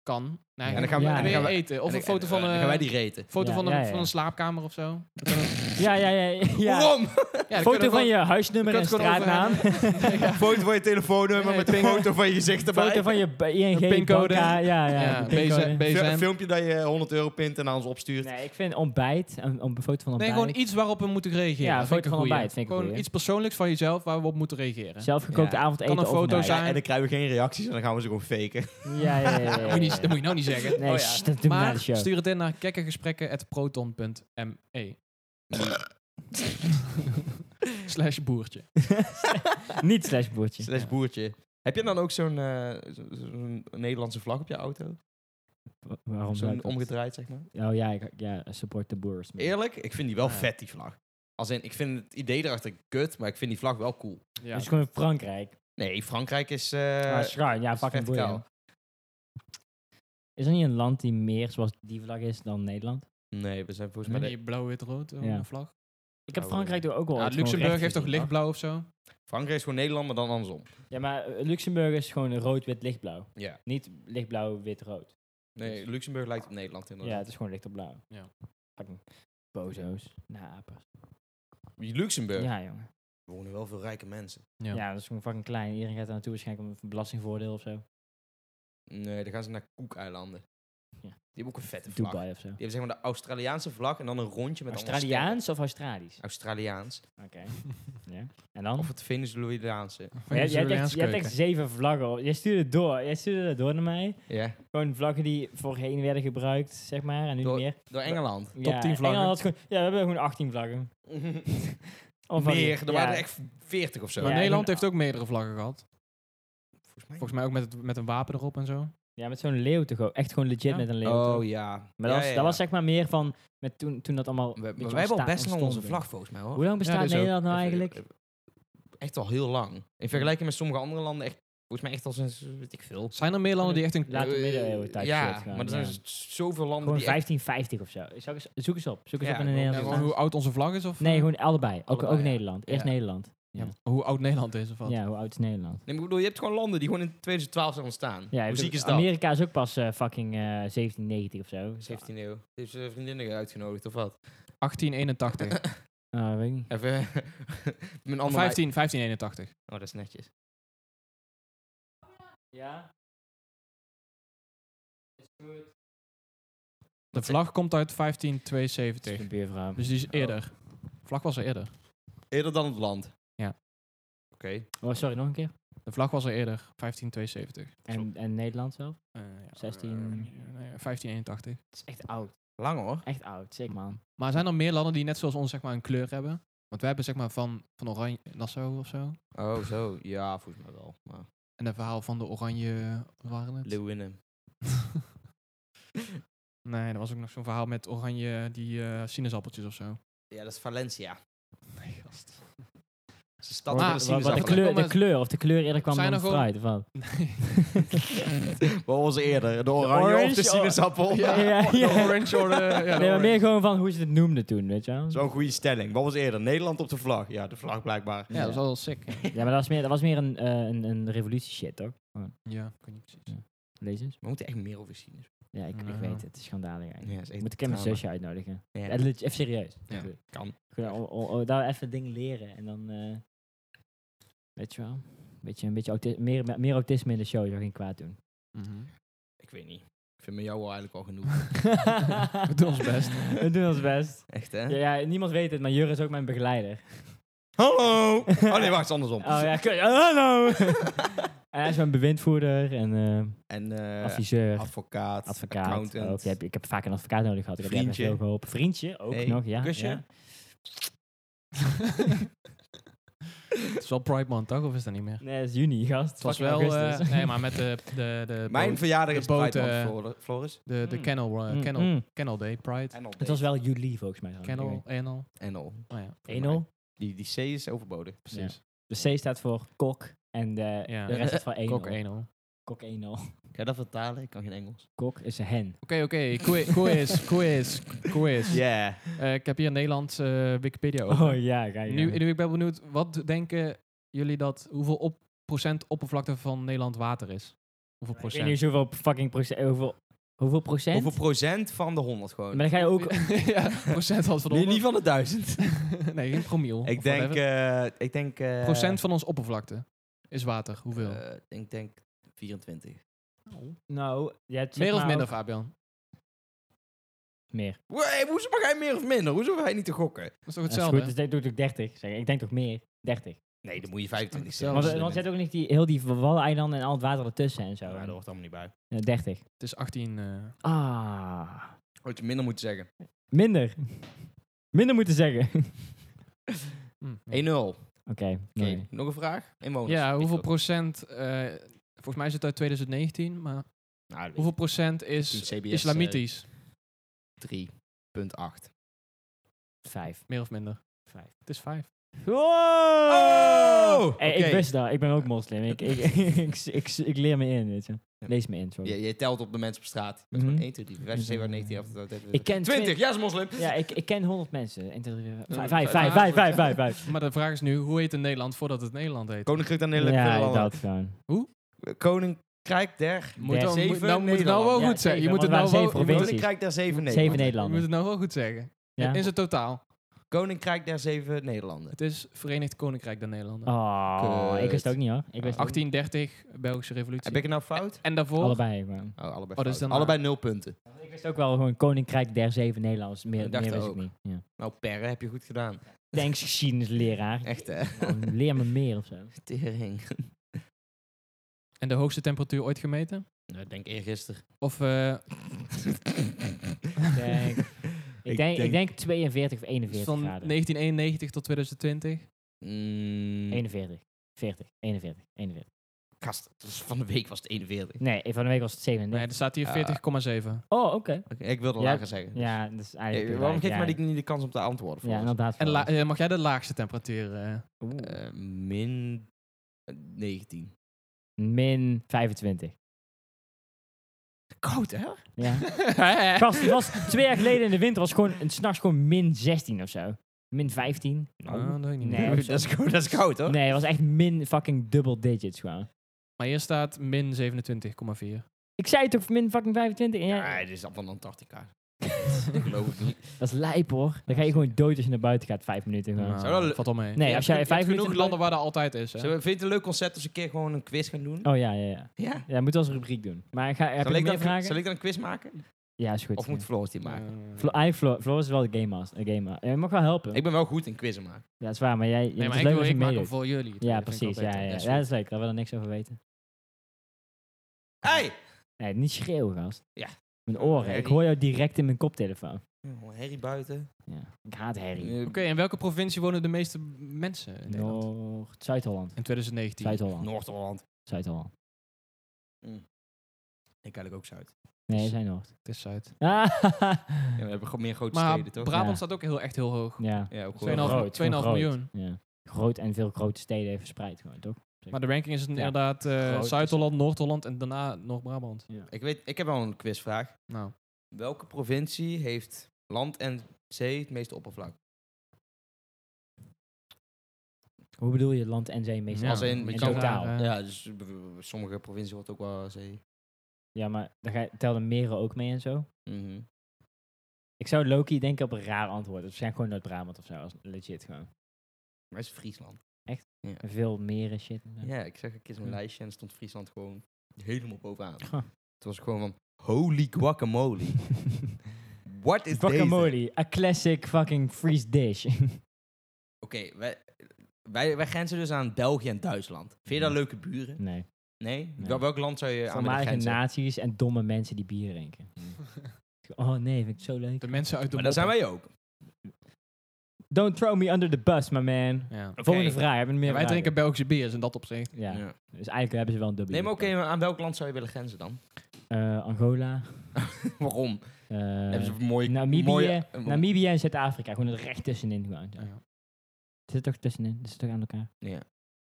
Speaker 1: kan. Nee,
Speaker 3: En dan gaan we-
Speaker 1: ja.
Speaker 4: en dan
Speaker 1: weer
Speaker 3: gaan we-
Speaker 1: eten. Of
Speaker 3: En-
Speaker 1: een foto
Speaker 3: en-
Speaker 1: van,
Speaker 3: dan
Speaker 1: eh,
Speaker 3: gaan wij die reten.
Speaker 1: foto
Speaker 4: Ja,
Speaker 1: van, een,
Speaker 4: ja, ja.
Speaker 1: van een slaapkamer of zo. Dat kan ook. Ja,
Speaker 4: Ja, ja, ja. ja.
Speaker 3: Waarom?
Speaker 1: dat kunnen
Speaker 4: Foto
Speaker 1: we
Speaker 4: van
Speaker 1: gewoon-
Speaker 4: je huisnummer
Speaker 1: je
Speaker 4: en
Speaker 1: kunt het gewoon
Speaker 4: straatnaam.
Speaker 3: Foto van je telefoonnummer
Speaker 1: Nee,
Speaker 3: met een
Speaker 1: ping-
Speaker 3: foto van je gezicht erbij.
Speaker 4: Foto van je b- ING,
Speaker 1: Een pincode.
Speaker 4: banka, Ja, ja,
Speaker 1: Ja,
Speaker 4: de pincode.
Speaker 1: BZ.
Speaker 3: Fi-
Speaker 1: BZM.
Speaker 3: filmpje dat je 100 euro pint en aan ons opstuurt.
Speaker 4: Nee, ik vind ontbijt, een, een foto van
Speaker 1: Nee,
Speaker 4: ontbijt.
Speaker 1: gewoon iets waarop we moeten reageren.
Speaker 4: Ja,
Speaker 1: Dat vind ik
Speaker 4: foto van
Speaker 1: een goeie.
Speaker 4: ontbijt vind ik een
Speaker 1: Gewoon
Speaker 4: goeie.
Speaker 1: iets persoonlijks van jezelf waar we op moeten reageren.
Speaker 4: Zelfgekookt
Speaker 3: Ja.
Speaker 4: avondeten
Speaker 1: Kan een
Speaker 4: of
Speaker 1: foto
Speaker 4: ontbijt.
Speaker 1: zijn.
Speaker 3: En dan krijgen we geen reacties en dan gaan we ze gewoon faken.
Speaker 4: Ja, ja, ja. ja, ja,
Speaker 1: Dat moet, je
Speaker 4: ja.
Speaker 1: niet, dat moet je nou niet zeggen.
Speaker 4: Nee,
Speaker 1: Oh ja.
Speaker 4: sst, dat doen we na
Speaker 1: Maar
Speaker 4: de show.
Speaker 1: stuur het in naar kekkergesprekken.proton.me. Slash boertje.
Speaker 4: Niet slash boertje.
Speaker 3: Slash boertje. Heb je dan ook zo'n eh, zo- zo'n Nederlandse vlag op je auto?
Speaker 4: Wa- Waarom zou ik
Speaker 3: Zo'n
Speaker 4: dat-
Speaker 3: omgedraaid, zeg maar.
Speaker 4: Oh ja, ik, ja, support de boers. man.
Speaker 3: Eerlijk, ik vind die wel
Speaker 4: Ja.
Speaker 3: vet, die vlag. Als in, ik vind het idee erachter kut, maar ik vind die vlag wel cool.
Speaker 1: Ja.
Speaker 4: Dat is Dus gewoon in Frankrijk.
Speaker 3: Nee, Frankrijk is... eh,
Speaker 4: maar schuin, Ah, ja,
Speaker 3: is
Speaker 4: fucking
Speaker 3: verticaal.
Speaker 4: boeien. Is er niet een land die meer zoals die vlag is dan Nederland?
Speaker 3: nee, we zijn volgens
Speaker 1: Met
Speaker 3: mij...
Speaker 1: die blauw, wit, rood eh,
Speaker 4: Ja.
Speaker 1: vlag.
Speaker 4: Ik heb
Speaker 3: Oh,
Speaker 4: Frankrijk toch ook wel.
Speaker 1: Ja,
Speaker 4: ooit gewoon
Speaker 1: Luxemburg
Speaker 4: recht
Speaker 1: heeft toch
Speaker 4: gezien,
Speaker 1: lichtblauw of zo?
Speaker 3: Frankrijk is gewoon Nederland, maar dan andersom.
Speaker 4: toch? Ja, maar eh, Luxemburg is gewoon rood, wit, lichtblauw.
Speaker 3: Ja.
Speaker 4: Niet lichtblauw, wit, rood.
Speaker 3: Nee, Luxemburg lijkt op Nederland
Speaker 4: Ja,
Speaker 3: inderdaad.
Speaker 4: het is gewoon licht op blauw.
Speaker 1: Ja.
Speaker 4: Fucking bozo's. Napers.
Speaker 3: Luxemburg.
Speaker 4: Ja, jongen.
Speaker 3: Er wonen wel veel rijke mensen.
Speaker 1: Ja.
Speaker 4: Ja. dat is gewoon fucking klein. Iedereen gaat daar naartoe waarschijnlijk om een belastingvoordeel of zo.
Speaker 3: Nee, dan gaan ze naar Koekeilanden. Die hebben ook een vette vlag.
Speaker 4: Dubai of zo.
Speaker 3: Die hebben zeg maar de Australiaanse vlag en dan een rondje met allemaal
Speaker 4: Australiaans of Australisch?
Speaker 3: sterren. Australiaans.
Speaker 4: Oké. ja. En dan?
Speaker 3: Of het Venezolaanse.
Speaker 4: Maar jij, jij, hebt echt,
Speaker 1: Venezolaanse
Speaker 4: jij hebt echt
Speaker 1: keuken.
Speaker 4: zeven vlaggen. op. Jij stuurde het door. Jij stuurde dat door naar mij.
Speaker 3: Ja.
Speaker 4: Gewoon vlaggen die voorheen werden gebruikt, zeg maar. En nu
Speaker 3: Door-
Speaker 4: niet meer.
Speaker 3: Door Engeland.
Speaker 4: Top
Speaker 1: 10 vlaggen.
Speaker 4: gewoon, ja, we hebben gewoon 18 vlaggen. Of wat-
Speaker 3: Meer. Er
Speaker 4: ja.
Speaker 3: waren er echt 40 of zo.
Speaker 1: Maar
Speaker 4: Ja,
Speaker 1: Nederland
Speaker 4: en-
Speaker 1: heeft ook meerdere vlaggen gehad.
Speaker 3: Volgens mij.
Speaker 1: Volgens mij ook met, het, met een wapen erop en zo.
Speaker 4: Ja, met zo'n leeuw toch ook. Echt gewoon legit
Speaker 1: Ja.
Speaker 4: met een leeuw. toch?
Speaker 3: Oh ja.
Speaker 4: Maar dat, was, dat was zeg maar meer van... Met toen, toen dat allemaal...
Speaker 3: We,
Speaker 4: een
Speaker 3: maar
Speaker 4: beetje
Speaker 3: wij hebben al
Speaker 4: ontstaan-
Speaker 3: best lang onze
Speaker 4: ontstonden.
Speaker 3: vlag volgens mij hoor.
Speaker 4: Hoe lang bestaat
Speaker 1: dat is ook-
Speaker 4: Nederland nou
Speaker 3: Even-
Speaker 4: eigenlijk?
Speaker 3: Echt al heel lang. In vergelijking met sommige andere landen echt, volgens mij echt al sinds, eh, weet ik veel.
Speaker 1: Zijn er meer landen die echt een...
Speaker 4: Laat- Later
Speaker 3: Eh,
Speaker 4: middeleeuwen type
Speaker 3: Ja,
Speaker 4: shit gewoon,
Speaker 3: maar er zijn
Speaker 4: ja.
Speaker 3: z- zoveel landen
Speaker 4: Gewoon
Speaker 3: die echt
Speaker 4: 1550 of zo. Zal ik eens- Zoek eens op. Zoek eens
Speaker 3: Ja,
Speaker 4: op in de
Speaker 3: gewoon-
Speaker 1: Ja,
Speaker 4: Nederlandse
Speaker 1: gewoon hoe
Speaker 4: taal.
Speaker 1: oud onze vlag is? Of,
Speaker 4: Nee,
Speaker 1: eh,
Speaker 4: gewoon allebei. Ook,
Speaker 3: allebei,
Speaker 4: ook
Speaker 3: ja.
Speaker 4: Nederland. Eerst
Speaker 3: Ja.
Speaker 4: Nederland.
Speaker 1: ja,
Speaker 4: ja.
Speaker 1: hoe oud Nederland is of wat?
Speaker 4: Ja, hoe oud is Nederland?
Speaker 3: Nee, maar ik bedoel, je hebt gewoon landen die gewoon in 2012 zijn ontstaan. Hoe
Speaker 4: Ja, ik
Speaker 3: ziek
Speaker 4: bedoel,
Speaker 3: is dat?
Speaker 4: Amerika is ook pas eh, fucking eh 1790 of zo.
Speaker 3: 17e eeuw. Heeft ze vriendinnen uitgenodigd of wat?
Speaker 1: 1881.
Speaker 4: Ah, weet ik niet.
Speaker 3: Even mijn andere
Speaker 1: 15, 1581.
Speaker 3: meid- Oh, dat is netjes.
Speaker 4: Ja. Is goed.
Speaker 1: De vlag komt uit 1572.
Speaker 4: Een buurvrouw.
Speaker 1: Dus die is eerder. De vlag was er eerder.
Speaker 3: Eerder dan het land.
Speaker 1: Ja.
Speaker 3: Oké.
Speaker 4: Oh, sorry, nog een keer.
Speaker 1: De vlag was er eerder. 1572.
Speaker 4: En, en Nederland zelf?
Speaker 1: Eh, ja,
Speaker 4: 16.
Speaker 1: eh, nee, 1581.
Speaker 4: Het is echt oud.
Speaker 3: Lang hoor.
Speaker 4: Echt oud, zeg man.
Speaker 1: Maar zijn er meer landen die net zoals ons zeg maar een kleur hebben? Want wij hebben zeg maar van, van oranje Nassau of zo.
Speaker 3: Oh, zo. Ja, volgens mij wel. Maar
Speaker 1: En het verhaal van de oranje waren het?
Speaker 3: Leeuwinnen.
Speaker 1: nee, er was ook nog zo'n verhaal met oranje die eh, sinaasappeltjes of zo.
Speaker 3: Ja, dat is Valencia.
Speaker 1: Nee, gast.
Speaker 3: Dat is de stad
Speaker 1: Wat-
Speaker 3: van
Speaker 1: wat-
Speaker 3: de
Speaker 4: Wat de,
Speaker 1: wat-
Speaker 3: sinaasappelen.
Speaker 1: Zappelen.
Speaker 4: kleur, de
Speaker 1: Komen-
Speaker 4: kleur, of de kleur eerder kwam
Speaker 1: Zijn
Speaker 4: dan de
Speaker 1: er gewoon-
Speaker 4: fruit, of wat?
Speaker 1: Nee.
Speaker 3: Wat was er eerder? De oranje of de
Speaker 4: orange, oh.
Speaker 3: sinaasappel?
Speaker 1: Ja,
Speaker 4: Ja,
Speaker 1: de
Speaker 4: ja.
Speaker 1: orange or de- ja, de
Speaker 4: nee, maar
Speaker 1: orange.
Speaker 4: meer gewoon van hoe ze het noemden toen, weet je wel?
Speaker 3: Zo'n goede stelling. Wat was eerder? Nederland op de vlag? Ja, de vlag blijkbaar.
Speaker 1: Ja, dat is wel sick.
Speaker 4: Ja, maar dat was meer, dat was meer een, eh, een, een revolutie shit, toch?
Speaker 1: ja, ik weet niet precies.
Speaker 4: Lees eens.
Speaker 3: We moeten echt meer over zien.
Speaker 4: Ja, ik, ik
Speaker 1: Nou.
Speaker 4: weet het. Het is schandalig eigenlijk.
Speaker 3: Ja, dat is echt
Speaker 4: Moet ik hem mijn
Speaker 3: drama.
Speaker 4: zusje uitnodigen?
Speaker 3: Ja.
Speaker 4: Eh, legit- Even serieus.
Speaker 3: Ja,
Speaker 4: Goed.
Speaker 3: kan.
Speaker 4: Goed, o- o- o- daar even dingen leren en dan... eh, weet je wel? Beetje, een beetje auti- meer, meer autisme in de show zou geen kwaad doen.
Speaker 1: Mhm.
Speaker 3: Ik weet niet. Ik vind met jou wel eigenlijk al genoeg.
Speaker 4: We
Speaker 1: doen ons best.
Speaker 4: We doen ons best.
Speaker 3: Echt, hè?
Speaker 4: Ja, ja, niemand weet het, maar Jur is ook mijn begeleider.
Speaker 3: Hallo! Oh nee, wacht, andersom.
Speaker 4: Oh ja, kut. hallo! en hij is mijn bewindvoerder en eh,
Speaker 3: En eh,
Speaker 4: adviseur,
Speaker 3: advocaat,
Speaker 4: advocaat.
Speaker 3: accountant.
Speaker 1: Oh,
Speaker 4: Ook. Ik heb- ik heb vaak een advocaat nodig gehad. Ik heb
Speaker 3: Vriendje.
Speaker 4: Vriendje. geholpen. Vriendje, ook
Speaker 3: Hey,
Speaker 4: nog, ja.
Speaker 3: kusje.
Speaker 4: ja.
Speaker 1: Het is wel Pride Month, toch? Of is dat niet meer?
Speaker 4: Nee, dat is juni, gast.
Speaker 1: Het was wel...
Speaker 4: Fucking
Speaker 1: eh,
Speaker 4: augustus.
Speaker 1: nee, maar met de, de, de,
Speaker 3: Mijn
Speaker 1: boot-
Speaker 3: verjaardag
Speaker 1: de
Speaker 3: is
Speaker 1: boot,
Speaker 3: Pride
Speaker 1: eh,
Speaker 3: Month, Flor- Floris.
Speaker 1: de, de
Speaker 4: Mm.
Speaker 1: kennel, eh,
Speaker 4: Mm,
Speaker 1: kennel,
Speaker 4: mm.
Speaker 1: kennel Day, Pride.
Speaker 3: En al
Speaker 4: Het was wel juli volgens mij.
Speaker 1: Kennel, anal.
Speaker 3: Enel.
Speaker 1: Oh ja,
Speaker 4: 1-0.
Speaker 3: Die, die C is overbodig.
Speaker 1: precies.
Speaker 4: De C staat voor kok en de,
Speaker 1: Ja.
Speaker 4: de rest is voor 1-0.
Speaker 1: Kok anal.
Speaker 4: Kok 1-0.
Speaker 3: Kan je dat vertalen? Ik kan geen Engels.
Speaker 4: Kok is een hen.
Speaker 1: Oké, oké. Quiz, quiz, quiz, quiz.
Speaker 3: Yeah.
Speaker 1: Eh, ik heb hier Nederlands eh, Wikipedia over.
Speaker 4: Oh ja, ga je
Speaker 1: nu,
Speaker 4: gang.
Speaker 1: nu, ik ben benieuwd, wat denken jullie dat, hoeveel op, procent oppervlakte van Nederland water is? Hoeveel
Speaker 4: Ik weet
Speaker 1: procent?
Speaker 4: niet eens hoeveel fucking procent, hoeveel Hoeveel procent?
Speaker 3: Hoeveel procent van de 100 gewoon?
Speaker 4: Maar dan ga je ook...
Speaker 1: ja, procent van
Speaker 3: Nee, niet
Speaker 1: de
Speaker 3: van de 1000.
Speaker 1: Nee, geen promiel.
Speaker 3: ik
Speaker 1: of
Speaker 3: denk...
Speaker 1: whatever.
Speaker 3: eh, ik denk eh,
Speaker 1: procent van ons oppervlakte is water. Hoeveel?
Speaker 3: eh, ik denk 24.
Speaker 4: Nou, je hebt zeg
Speaker 1: Meer of
Speaker 4: maar
Speaker 1: minder,
Speaker 4: ook-
Speaker 1: Fabian?
Speaker 4: Meer.
Speaker 3: Hey, hoezo mag hij meer of minder? Hoezo mag hij niet te gokken?
Speaker 1: Dat is toch
Speaker 4: Dat is goed,
Speaker 1: hetzelfde? Oh,
Speaker 4: dus dat doe ik 30. Zeg. Ik denk toch meer. 30.
Speaker 3: Nee, dan moet je 25
Speaker 1: zeggen.
Speaker 4: Want,
Speaker 1: dat
Speaker 4: eh, want je hebt ook niet die, heel die Waddeneilanden en al het water ertussen en zo.
Speaker 3: Ja, dat hoort allemaal niet bij.
Speaker 4: Eh, 30.
Speaker 1: het is 18. eh,
Speaker 4: Ah.
Speaker 3: Had je minder moeten zeggen.
Speaker 4: Minder. Minder moeten zeggen.
Speaker 1: hm, ja.
Speaker 3: 1-0. Oké,
Speaker 4: Oké, mooi.
Speaker 3: nog een vraag? Inwoners.
Speaker 1: Ja, hoeveel
Speaker 3: Piet ook.
Speaker 1: procent... eh, volgens mij is het uit 2019, maar
Speaker 3: Nou, dat weet
Speaker 1: hoeveel procent
Speaker 3: Toen
Speaker 1: is
Speaker 3: CBS, eh,
Speaker 1: islamitisch?
Speaker 3: ik. 3.8.
Speaker 4: Vijf.
Speaker 1: Meer of minder?
Speaker 4: Vijf.
Speaker 1: Het is 5.
Speaker 4: Wow!
Speaker 3: Oh! Oké.
Speaker 4: Eh, Ik wist dat. Ik ben ook moslim. Ik, ik, ik, ik, ik, leer me in, weet je. Lees me in,
Speaker 1: Hm.
Speaker 4: sorry.
Speaker 3: Je, je telt op de mensen op straat. Je bent
Speaker 4: Mhm.
Speaker 3: gewoon 1, 2, 3. 5, 6, 7, 19, 18, 19,
Speaker 4: Ik ken
Speaker 3: 20. Ja, is moslim.
Speaker 4: Ja, ik, ik ken 100 mensen. 1, 2, 3, 4, 5,
Speaker 1: vijf,
Speaker 4: 5, 5, 5, 5,
Speaker 1: vijf. Maar de vraag is nu, hoe heet het Nederland voordat het Nederland heet?
Speaker 3: Koninkrijk dan Nederland.
Speaker 4: Ja,
Speaker 3: Nederland.
Speaker 4: dat gewoon.
Speaker 3: Koninkrijk der...
Speaker 1: Moet dan-
Speaker 3: zeven
Speaker 1: moet- nou moet het nou wel
Speaker 3: Nederlanden.
Speaker 4: Ja,
Speaker 1: goed zeggen. Je
Speaker 4: zeven,
Speaker 1: moet het
Speaker 4: want het
Speaker 1: nou wel
Speaker 4: waren zeven
Speaker 1: je moet het-
Speaker 4: provincies.
Speaker 3: Koninkrijk der zeven
Speaker 4: Zeven
Speaker 3: Nederlanden.
Speaker 1: je moet
Speaker 4: Nederlanden.
Speaker 1: het nou wel goed zeggen.
Speaker 4: Ja.
Speaker 1: In zijn totaal.
Speaker 3: Koninkrijk der zeven Nederlanden.
Speaker 1: Het is Verenigd Koninkrijk der Nederlanden.
Speaker 4: Oh, ik wist het ook niet hoor. Ik wist het ook
Speaker 1: 1830, Belgische revolutie.
Speaker 3: Heb ik het nou fout?
Speaker 1: En
Speaker 4: niet.
Speaker 1: daarvoor...
Speaker 4: Allebei gewoon.
Speaker 3: Oh, allebei
Speaker 1: Oh, dat is
Speaker 3: fout.
Speaker 1: dan-
Speaker 3: Allebei nul punten.
Speaker 4: Ik wist ook wel gewoon Koninkrijk der Zeven Nederlands. Meer,
Speaker 3: Ik dacht
Speaker 4: meer
Speaker 3: dat
Speaker 4: wist ik
Speaker 3: ook.
Speaker 4: niet. Ja.
Speaker 3: Nou, perre heb je goed gedaan.
Speaker 4: Thanks geschiedenisleraar.
Speaker 3: Echt, hè?
Speaker 4: Man, Oh,
Speaker 1: Nou,
Speaker 4: Leer me meer of zo.
Speaker 3: Tering.
Speaker 1: En de hoogste temperatuur ooit gemeten?
Speaker 3: Nou, Ik denk eergisteren.
Speaker 1: Of eh,
Speaker 4: Denk- Ik denk, ik denk 42 of 41
Speaker 1: van
Speaker 4: graden.
Speaker 1: 1991 tot 2020?
Speaker 3: Mm,
Speaker 4: 41. 40. 41. 41.
Speaker 3: gast, het was van de week was het 41.
Speaker 4: Nee, van de week was het
Speaker 1: Nee,
Speaker 4: 37.
Speaker 1: er staat hier
Speaker 3: Ah.
Speaker 1: 40,7.
Speaker 4: oh, oké.
Speaker 3: Oké, ik wilde
Speaker 4: Ja,
Speaker 3: lager zeggen. dus-
Speaker 4: Ja, dat is
Speaker 3: Eh,
Speaker 4: eigenlijk...
Speaker 3: waarom geef
Speaker 4: gelijk,
Speaker 3: je
Speaker 4: ja.
Speaker 3: mij die- niet de kans om te antwoorden?
Speaker 4: Ja,
Speaker 3: volgens?
Speaker 4: inderdaad.
Speaker 1: En la-
Speaker 4: volgens-
Speaker 1: eh, mag jij de laagste temperatuur? eh?
Speaker 4: Oeh.
Speaker 3: Eh, min eh, 19.
Speaker 4: Min 25.
Speaker 3: Koud, hè?
Speaker 4: Ja. Gast, het was twee jaar geleden in de winter was gewoon, en s'nachts gewoon min 16 of zo. Min 15.
Speaker 1: Nou, dat weet ik niet
Speaker 4: Nee.
Speaker 1: meer.
Speaker 3: dat, is, koud- dat is koud, hoor.
Speaker 4: Nee, het was echt min fucking double digits gewoon.
Speaker 1: Maar hier staat min 27,4.
Speaker 4: Ik zei toch min fucking 25? En ja,
Speaker 3: Nee, dit is al van Antarctica. dat geloof ik niet.
Speaker 4: dat is lijp hoor. Dan ga je gewoon dood als je naar buiten gaat, vijf minuten gewoon.
Speaker 1: Nou,
Speaker 3: Zou dat-
Speaker 1: valt al mee.
Speaker 4: Nee,
Speaker 1: Je
Speaker 4: als
Speaker 1: hebt
Speaker 4: jij
Speaker 1: geno- je
Speaker 4: vijf
Speaker 1: hebt genoeg
Speaker 4: minuten-
Speaker 1: landen waar dat altijd is. Hè?
Speaker 3: Zullen we- Vind je het een leuk concept als we een keer gewoon een quiz gaan doen?
Speaker 4: Oh ja, ja, ja.
Speaker 3: Ja.
Speaker 4: Ja, moet als rubriek doen. Maar ga, heb
Speaker 3: Zal
Speaker 4: je
Speaker 3: ik,
Speaker 4: nog meer
Speaker 3: dan,
Speaker 4: vragen?
Speaker 3: zal ik dan een quiz maken?
Speaker 4: Ja, is goed.
Speaker 3: Of moet Floris die maken?
Speaker 1: Eh,
Speaker 4: Flo, eigenlijk Flo, Flo is wel de game master. de game ma- eh, Je mag wel helpen.
Speaker 3: Ik ben wel goed in quizzen maken.
Speaker 4: ja, dat is waar, maar jij... jij
Speaker 1: nee,
Speaker 4: het
Speaker 1: maar
Speaker 4: is
Speaker 1: ik,
Speaker 4: leuk
Speaker 1: wil,
Speaker 4: als je
Speaker 1: ik maak hem
Speaker 4: meedoet.
Speaker 1: voor jullie. Dat
Speaker 4: Ja,
Speaker 1: vind ik wel
Speaker 4: precies. Ja,
Speaker 1: beter.
Speaker 4: ja,
Speaker 3: Ja,
Speaker 4: ja.
Speaker 3: sorry.
Speaker 4: dat is leuk. Daar willen we niks over weten.
Speaker 3: Hey!
Speaker 4: Nee, niet schreeuwen, gast.
Speaker 3: Ja.
Speaker 4: Mijn oren. Ik
Speaker 3: Herrie.
Speaker 4: hoor jou direct in mijn koptelefoon.
Speaker 3: Oh, Harry buiten.
Speaker 4: Ja. Ik haat herrie.
Speaker 3: Eh,
Speaker 1: Oké, in welke provincie wonen de meeste m- mensen in Nederland?
Speaker 4: Noord... Zuid-Holland.
Speaker 1: In 2019.
Speaker 4: Zuid-Holland.
Speaker 3: Noord-Holland.
Speaker 4: Zuid-Holland.
Speaker 3: Ik eigenlijk ook Zuid.
Speaker 4: Nee, zij Noord.
Speaker 1: Het is Zuid.
Speaker 4: Ah,
Speaker 3: Ja, we hebben gewoon meer grote
Speaker 1: Maar
Speaker 3: steden, toch?
Speaker 1: Brabant
Speaker 4: Ja.
Speaker 1: staat ook heel, echt heel hoog.
Speaker 4: ja.
Speaker 3: ja, ook
Speaker 1: Twee en een half-
Speaker 4: Groot,
Speaker 1: twee en een half
Speaker 4: gewoon
Speaker 1: miljoen.
Speaker 4: groot. Ja. Groot en veel grote steden even verspreid gewoon, toch?
Speaker 1: Maar de ranking is inderdaad
Speaker 4: Groot
Speaker 1: eh
Speaker 4: is het.
Speaker 1: Zuid-Holland, Noord-Holland en daarna Noord-Brabant.
Speaker 3: Ik, weet, ik heb wel een quizvraag.
Speaker 1: Nou,
Speaker 3: Welke provincie heeft land en zee het meeste oppervlak?
Speaker 4: Hoe bedoel je land en zee meestal?
Speaker 1: Ja,
Speaker 3: Als in,
Speaker 1: maar
Speaker 3: je
Speaker 1: je
Speaker 3: kan
Speaker 1: kan
Speaker 4: totaal.
Speaker 1: daar, eh,
Speaker 3: Ja, dus b- b- sommige provincies wordt ook wel zee.
Speaker 4: Ja, maar dan ga je, tel de meren ook mee en zo?
Speaker 3: Mhm.
Speaker 4: Ik zou Loki denken op een raar antwoord. Het zijn gewoon Noord-Brabant of zo. Als legit gewoon.
Speaker 3: Maar is Friesland.
Speaker 4: Veel meren shit. en zo.
Speaker 3: Ja, ik zeg een keer zo'n
Speaker 4: Ja.
Speaker 3: lijstje en er stond Friesland gewoon helemaal bovenaan.
Speaker 4: Huh.
Speaker 3: Het was gewoon van, holy guacamole. What is deze?
Speaker 4: Guacamole, a classic fucking freeze dish.
Speaker 3: Oké, wij, wij, wij grenzen dus aan België en Duitsland. Vind je dat
Speaker 4: Ja.
Speaker 3: leuke buren?
Speaker 4: nee.
Speaker 3: Nee?
Speaker 4: Nee.
Speaker 3: Wel- Welk land zou je aan willen
Speaker 4: Voormalige
Speaker 3: grenzen?
Speaker 4: nazi's en domme mensen die bier drinken. Oh nee, vind ik zo leuk.
Speaker 1: de mensen uit de
Speaker 3: maar daar zijn
Speaker 1: moppen.
Speaker 3: wij ook.
Speaker 4: Don't throw me under the bus, my man.
Speaker 1: Ja.
Speaker 4: Volgende vraag, hebben we meer
Speaker 1: Ja, wij
Speaker 4: vragen?
Speaker 1: drinken Belgische bier, in dat opzicht.
Speaker 4: Ja.
Speaker 3: Ja.
Speaker 4: Dus eigenlijk hebben ze wel een dubbele.
Speaker 3: Nee, maar oké, maar aan welk land zou je willen grenzen dan?
Speaker 4: Eh, Angola.
Speaker 3: Waarom?
Speaker 4: eh,
Speaker 3: Hebben ze een mooie...
Speaker 4: Namibië, eh,
Speaker 3: mooie-
Speaker 4: Namibië en Zuid-Afrika. Gewoon er recht tussenin gewoon.
Speaker 1: Ja. Nou,
Speaker 4: Het zit toch tussenin. Het zit toch aan elkaar.
Speaker 3: Ja.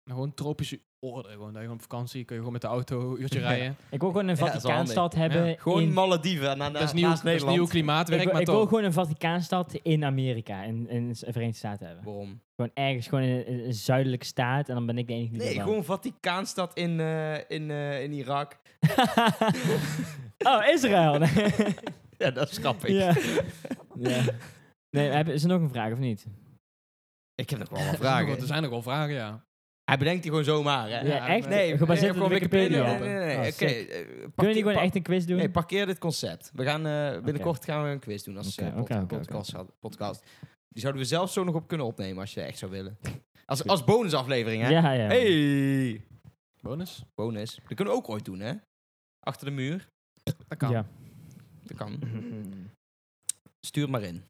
Speaker 1: Gewoon tropische orde. Gewoon, dat je gewoon op vakantie kun je gewoon met de auto een uurtje rijden.
Speaker 4: Ik wil gewoon een
Speaker 3: Ja, dat is wel
Speaker 4: Vaticaanstad hebben.
Speaker 3: Gewoon
Speaker 4: in,
Speaker 3: Malediven na, na,
Speaker 1: dat is nieuw,
Speaker 3: naast
Speaker 1: dat is
Speaker 3: Nederland.
Speaker 1: nieuw
Speaker 4: ik,
Speaker 1: klimaatwerk,
Speaker 4: wil,
Speaker 1: maar
Speaker 4: ik wil
Speaker 1: toch.
Speaker 4: gewoon een Vaticaanstad in Amerika. In, in de Verenigde Staten hebben.
Speaker 3: Waarom?
Speaker 4: Gewoon ergens gewoon in een, een zuidelijke staat. En dan ben ik de enige die
Speaker 3: Nee,
Speaker 4: dat
Speaker 3: gewoon Vaticaanstad in, eh, in, eh, in Irak.
Speaker 4: wil. Oh, Israël.
Speaker 3: Ja, dat is grappig.
Speaker 4: ja. ja. Nee, hebben, is er nog een vraag of niet?
Speaker 3: Ik heb nog wel wat
Speaker 1: Vragen. Er
Speaker 3: vragen. Dus
Speaker 1: zijn nog wel vragen, ja.
Speaker 3: Hij bedenkt die gewoon zomaar, hè?
Speaker 4: Ja,
Speaker 1: Ja,
Speaker 4: echt?
Speaker 1: maar- Nee,
Speaker 4: gebaseerd
Speaker 3: gewoon
Speaker 4: op de Wikipedia.
Speaker 3: Nee, nee, nee.
Speaker 4: Oh,
Speaker 3: nee. Oké.
Speaker 4: sick. Kunnen
Speaker 3: eh,
Speaker 4: jullie
Speaker 3: parkeer-
Speaker 4: niet gewoon
Speaker 3: pa-
Speaker 4: echt een quiz doen?
Speaker 3: Nee, parkeer dit concept. We gaan, eh, binnenkort gaan we een quiz doen als
Speaker 4: Oké,
Speaker 3: eh, pod-
Speaker 4: oké, oké,
Speaker 3: podcast, podcast. Die zouden we zelf zo nog op kunnen opnemen als je echt zou willen. Als, als bonusaflevering, hè?
Speaker 4: ja, ja.
Speaker 3: Hey!
Speaker 1: Bonus?
Speaker 3: Bonus. Dat kunnen we ook ooit doen, hè? Achter de muur.
Speaker 1: Dat kan.
Speaker 4: Ja.
Speaker 3: Dat kan. Stuur maar in.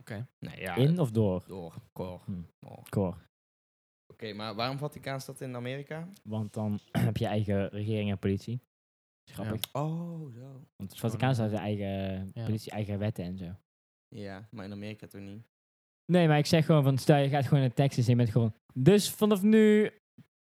Speaker 1: Oké.
Speaker 3: Nee, ja.
Speaker 4: In of door?
Speaker 3: Door. Cor.
Speaker 4: Hm.
Speaker 3: Oh. Oké,
Speaker 4: Cor.
Speaker 3: maar waarom Vaticaans dat in Amerika?
Speaker 4: Want dan heb je eigen regering en politie. Dat is grappig.
Speaker 3: Oh, zo.
Speaker 4: Want het Vaticaan
Speaker 1: Gewoon,
Speaker 4: heeft zijn eigen
Speaker 1: ja.
Speaker 4: politie, eigen wetten en zo.
Speaker 3: Ja, maar in Amerika toch niet?
Speaker 4: Nee, maar ik zeg gewoon van, stel je gaat gewoon naar Texas en je bent gewoon... Dus vanaf nu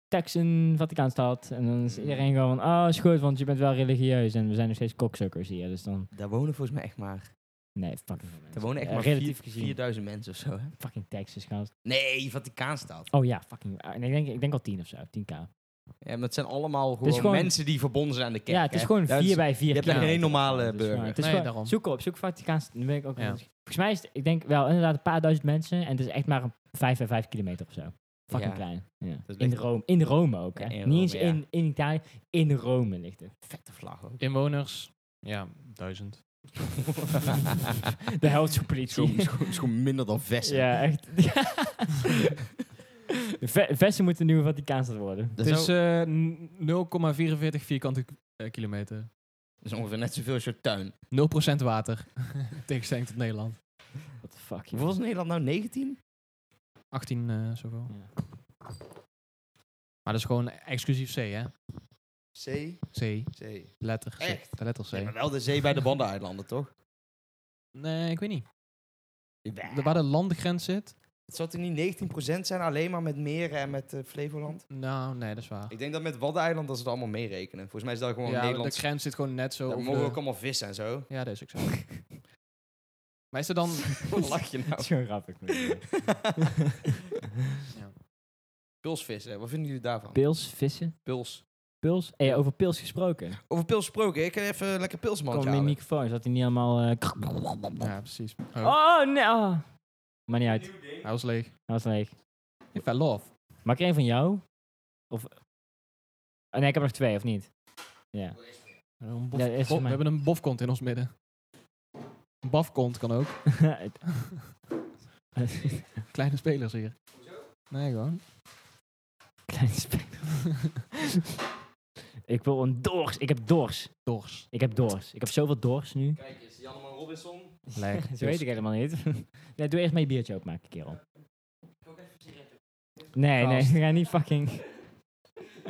Speaker 4: Texan, Vaticaanstad. En dan
Speaker 3: Mm.
Speaker 4: is iedereen gewoon van, oh is goed, want je bent wel religieus. En we zijn nog steeds koksukkers hier, dus dan...
Speaker 3: Daar wonen volgens mij echt maar...
Speaker 4: Nee, fucking veel
Speaker 3: Daar
Speaker 4: mensen.
Speaker 3: wonen echt
Speaker 4: Eh,
Speaker 3: maar
Speaker 4: relatief
Speaker 3: vier-
Speaker 4: gezien.
Speaker 3: 4000 mensen of zo, hè?
Speaker 4: Fucking Texas, gast.
Speaker 3: Nee, Vaticaanstad.
Speaker 4: Oh ja, fucking... ah, nee, ik, denk, ik denk al 10 of zo, 10k.
Speaker 3: Ja, maar het zijn allemaal
Speaker 4: is
Speaker 3: gewoon,
Speaker 4: gewoon-
Speaker 3: mensen die verbonden zijn aan de kerk.
Speaker 4: ja, het is
Speaker 3: hè?
Speaker 4: gewoon
Speaker 3: Dat
Speaker 4: 4 bij 4
Speaker 3: je hebt daar geen normale burger.
Speaker 4: Het dus is
Speaker 1: Nee,
Speaker 4: gewoon-
Speaker 1: daarom.
Speaker 4: Zoek op, zoek Vaticaans. Dan ben ik ook
Speaker 1: Ja.
Speaker 4: Volgens mij is het, ik denk wel inderdaad een paar duizend mensen. En het is echt maar een 5 bij 5 kilometer of zo. Fucking
Speaker 3: Ja.
Speaker 4: klein. Ja.
Speaker 3: Dat
Speaker 4: In
Speaker 3: ligt-
Speaker 4: Rome. In Rome ook, hè.
Speaker 3: Ja, in
Speaker 4: Niet
Speaker 3: Rome,
Speaker 4: eens
Speaker 3: ja.
Speaker 4: in, in Italië. In Rome ligt het.
Speaker 3: Vette vlag ook.
Speaker 1: Inwoners? Ja, duizend.
Speaker 4: De helft van
Speaker 3: Zo-
Speaker 4: politie.
Speaker 3: is gewoon- is gewoon minder dan Vesten.
Speaker 4: ja, echt. Ve- Vesten moeten een nieuwe Vaticaanstad worden.
Speaker 3: Dat,
Speaker 1: Het
Speaker 3: is
Speaker 1: is
Speaker 3: ook-
Speaker 1: eh, n- 0,44 vierkante k- eh, kilometer.
Speaker 3: dat is ongeveer net zoveel als je tuin.
Speaker 1: 0% water. Tegenstelling tot Nederland.
Speaker 4: What the fuck, joh.
Speaker 3: Hoeveel is Nederland nou? 19?
Speaker 1: 18 eh, zoveel.
Speaker 4: Ja.
Speaker 1: Maar dat is gewoon exclusief C, hè?
Speaker 3: C.
Speaker 1: C,
Speaker 3: C.
Speaker 1: de letter C.
Speaker 3: Echt?
Speaker 1: De letter C.
Speaker 3: maar wel de zee bij de Waddeneilanden, toch?
Speaker 1: Nee, ik weet niet.
Speaker 3: Ja.
Speaker 1: De- Waar de landengrens zit?
Speaker 3: Het zou toch niet 19% zijn alleen maar met meren en met eh, Flevoland?
Speaker 1: Nou, nee, dat is waar.
Speaker 3: Ik denk dat met Waddeneilanden dat ze het allemaal meerekenen. Volgens mij is dat gewoon
Speaker 1: ja,
Speaker 3: Nederland.
Speaker 1: de grens zit gewoon net zo.
Speaker 3: Daar
Speaker 1: over
Speaker 3: mogen
Speaker 1: de-
Speaker 3: ook eh, allemaal vissen en zo.
Speaker 1: Ja, dat is ook zo. maar is er dan...
Speaker 3: Wat lach je
Speaker 4: Dat
Speaker 3: nou?
Speaker 4: is gewoon grappig. man.
Speaker 3: Pulsvissen, wat vinden jullie daarvan?
Speaker 4: Pils, vissen,
Speaker 3: Puls.
Speaker 4: pils. Hey, over pils gesproken.
Speaker 3: Over pils gesproken, ik ga even lekker
Speaker 4: Kom
Speaker 3: pilsmandje
Speaker 4: mijn
Speaker 3: halen.
Speaker 4: microfoon, zodat hij niet allemaal... eh,
Speaker 1: Ja, precies. Oh,
Speaker 4: Oh, nee. oh. Maar niet uit.
Speaker 1: Hij was leeg.
Speaker 4: Dat was leeg.
Speaker 1: Ik fell off.
Speaker 4: Mag ik er een van jou? Of... Oh, nee, ik heb nog twee, of niet? Ja.
Speaker 1: Een bof-
Speaker 4: Ja, is
Speaker 1: bof-
Speaker 4: voor
Speaker 1: we
Speaker 4: mij.
Speaker 1: hebben een bofkont in ons midden. Een bafkont kan ook. Kleine spelers hier. Nee, gewoon.
Speaker 4: Klein spek. ik wil een dors. Ik heb dors.
Speaker 1: Dors.
Speaker 4: Ik heb dors. Ik heb zoveel dors nu.
Speaker 3: Kijk eens, Janneman Robinson.
Speaker 1: Lekker.
Speaker 4: Zo weet ik helemaal niet. nee, doe eerst maar je biertje openmaken, kerel. Nee, nee,
Speaker 1: Gast.
Speaker 4: ga niet fucking...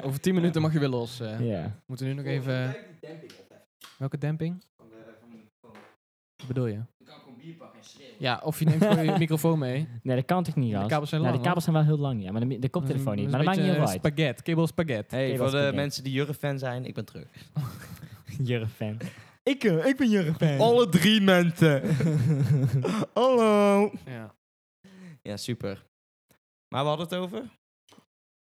Speaker 1: Over 10 minuten mag je weer los. eh.
Speaker 4: Ja.
Speaker 1: Moeten we nu nog even... Welke demping? Wat bedoel je?
Speaker 3: Ik kan gewoon bier pakken en schreeuwen.
Speaker 1: Ja, of je neemt gewoon je microfoon mee.
Speaker 4: Nee, dat kan toch niet,
Speaker 1: De
Speaker 4: gast?
Speaker 1: kabels zijn
Speaker 4: Nou,
Speaker 1: lang,
Speaker 4: de kabels zijn wel heel lang, ja. Maar de, mi- de koptelefoon niet. Maar dat maakt niet heel
Speaker 1: uit.
Speaker 4: uit.
Speaker 1: Spaghetti. Cable spaghetti.
Speaker 3: Hey,
Speaker 4: Oké,
Speaker 3: voor
Speaker 4: was
Speaker 3: de
Speaker 4: goed, hè.
Speaker 3: mensen die Jurre-fan zijn, ik ben terug.
Speaker 1: eh,
Speaker 4: Jurgen-fan. Ik, eh, ik ben Jurgen-fan.
Speaker 3: Alle drie mensen. Hallo.
Speaker 1: Ja.
Speaker 3: Ja, super. Maar we hadden het over?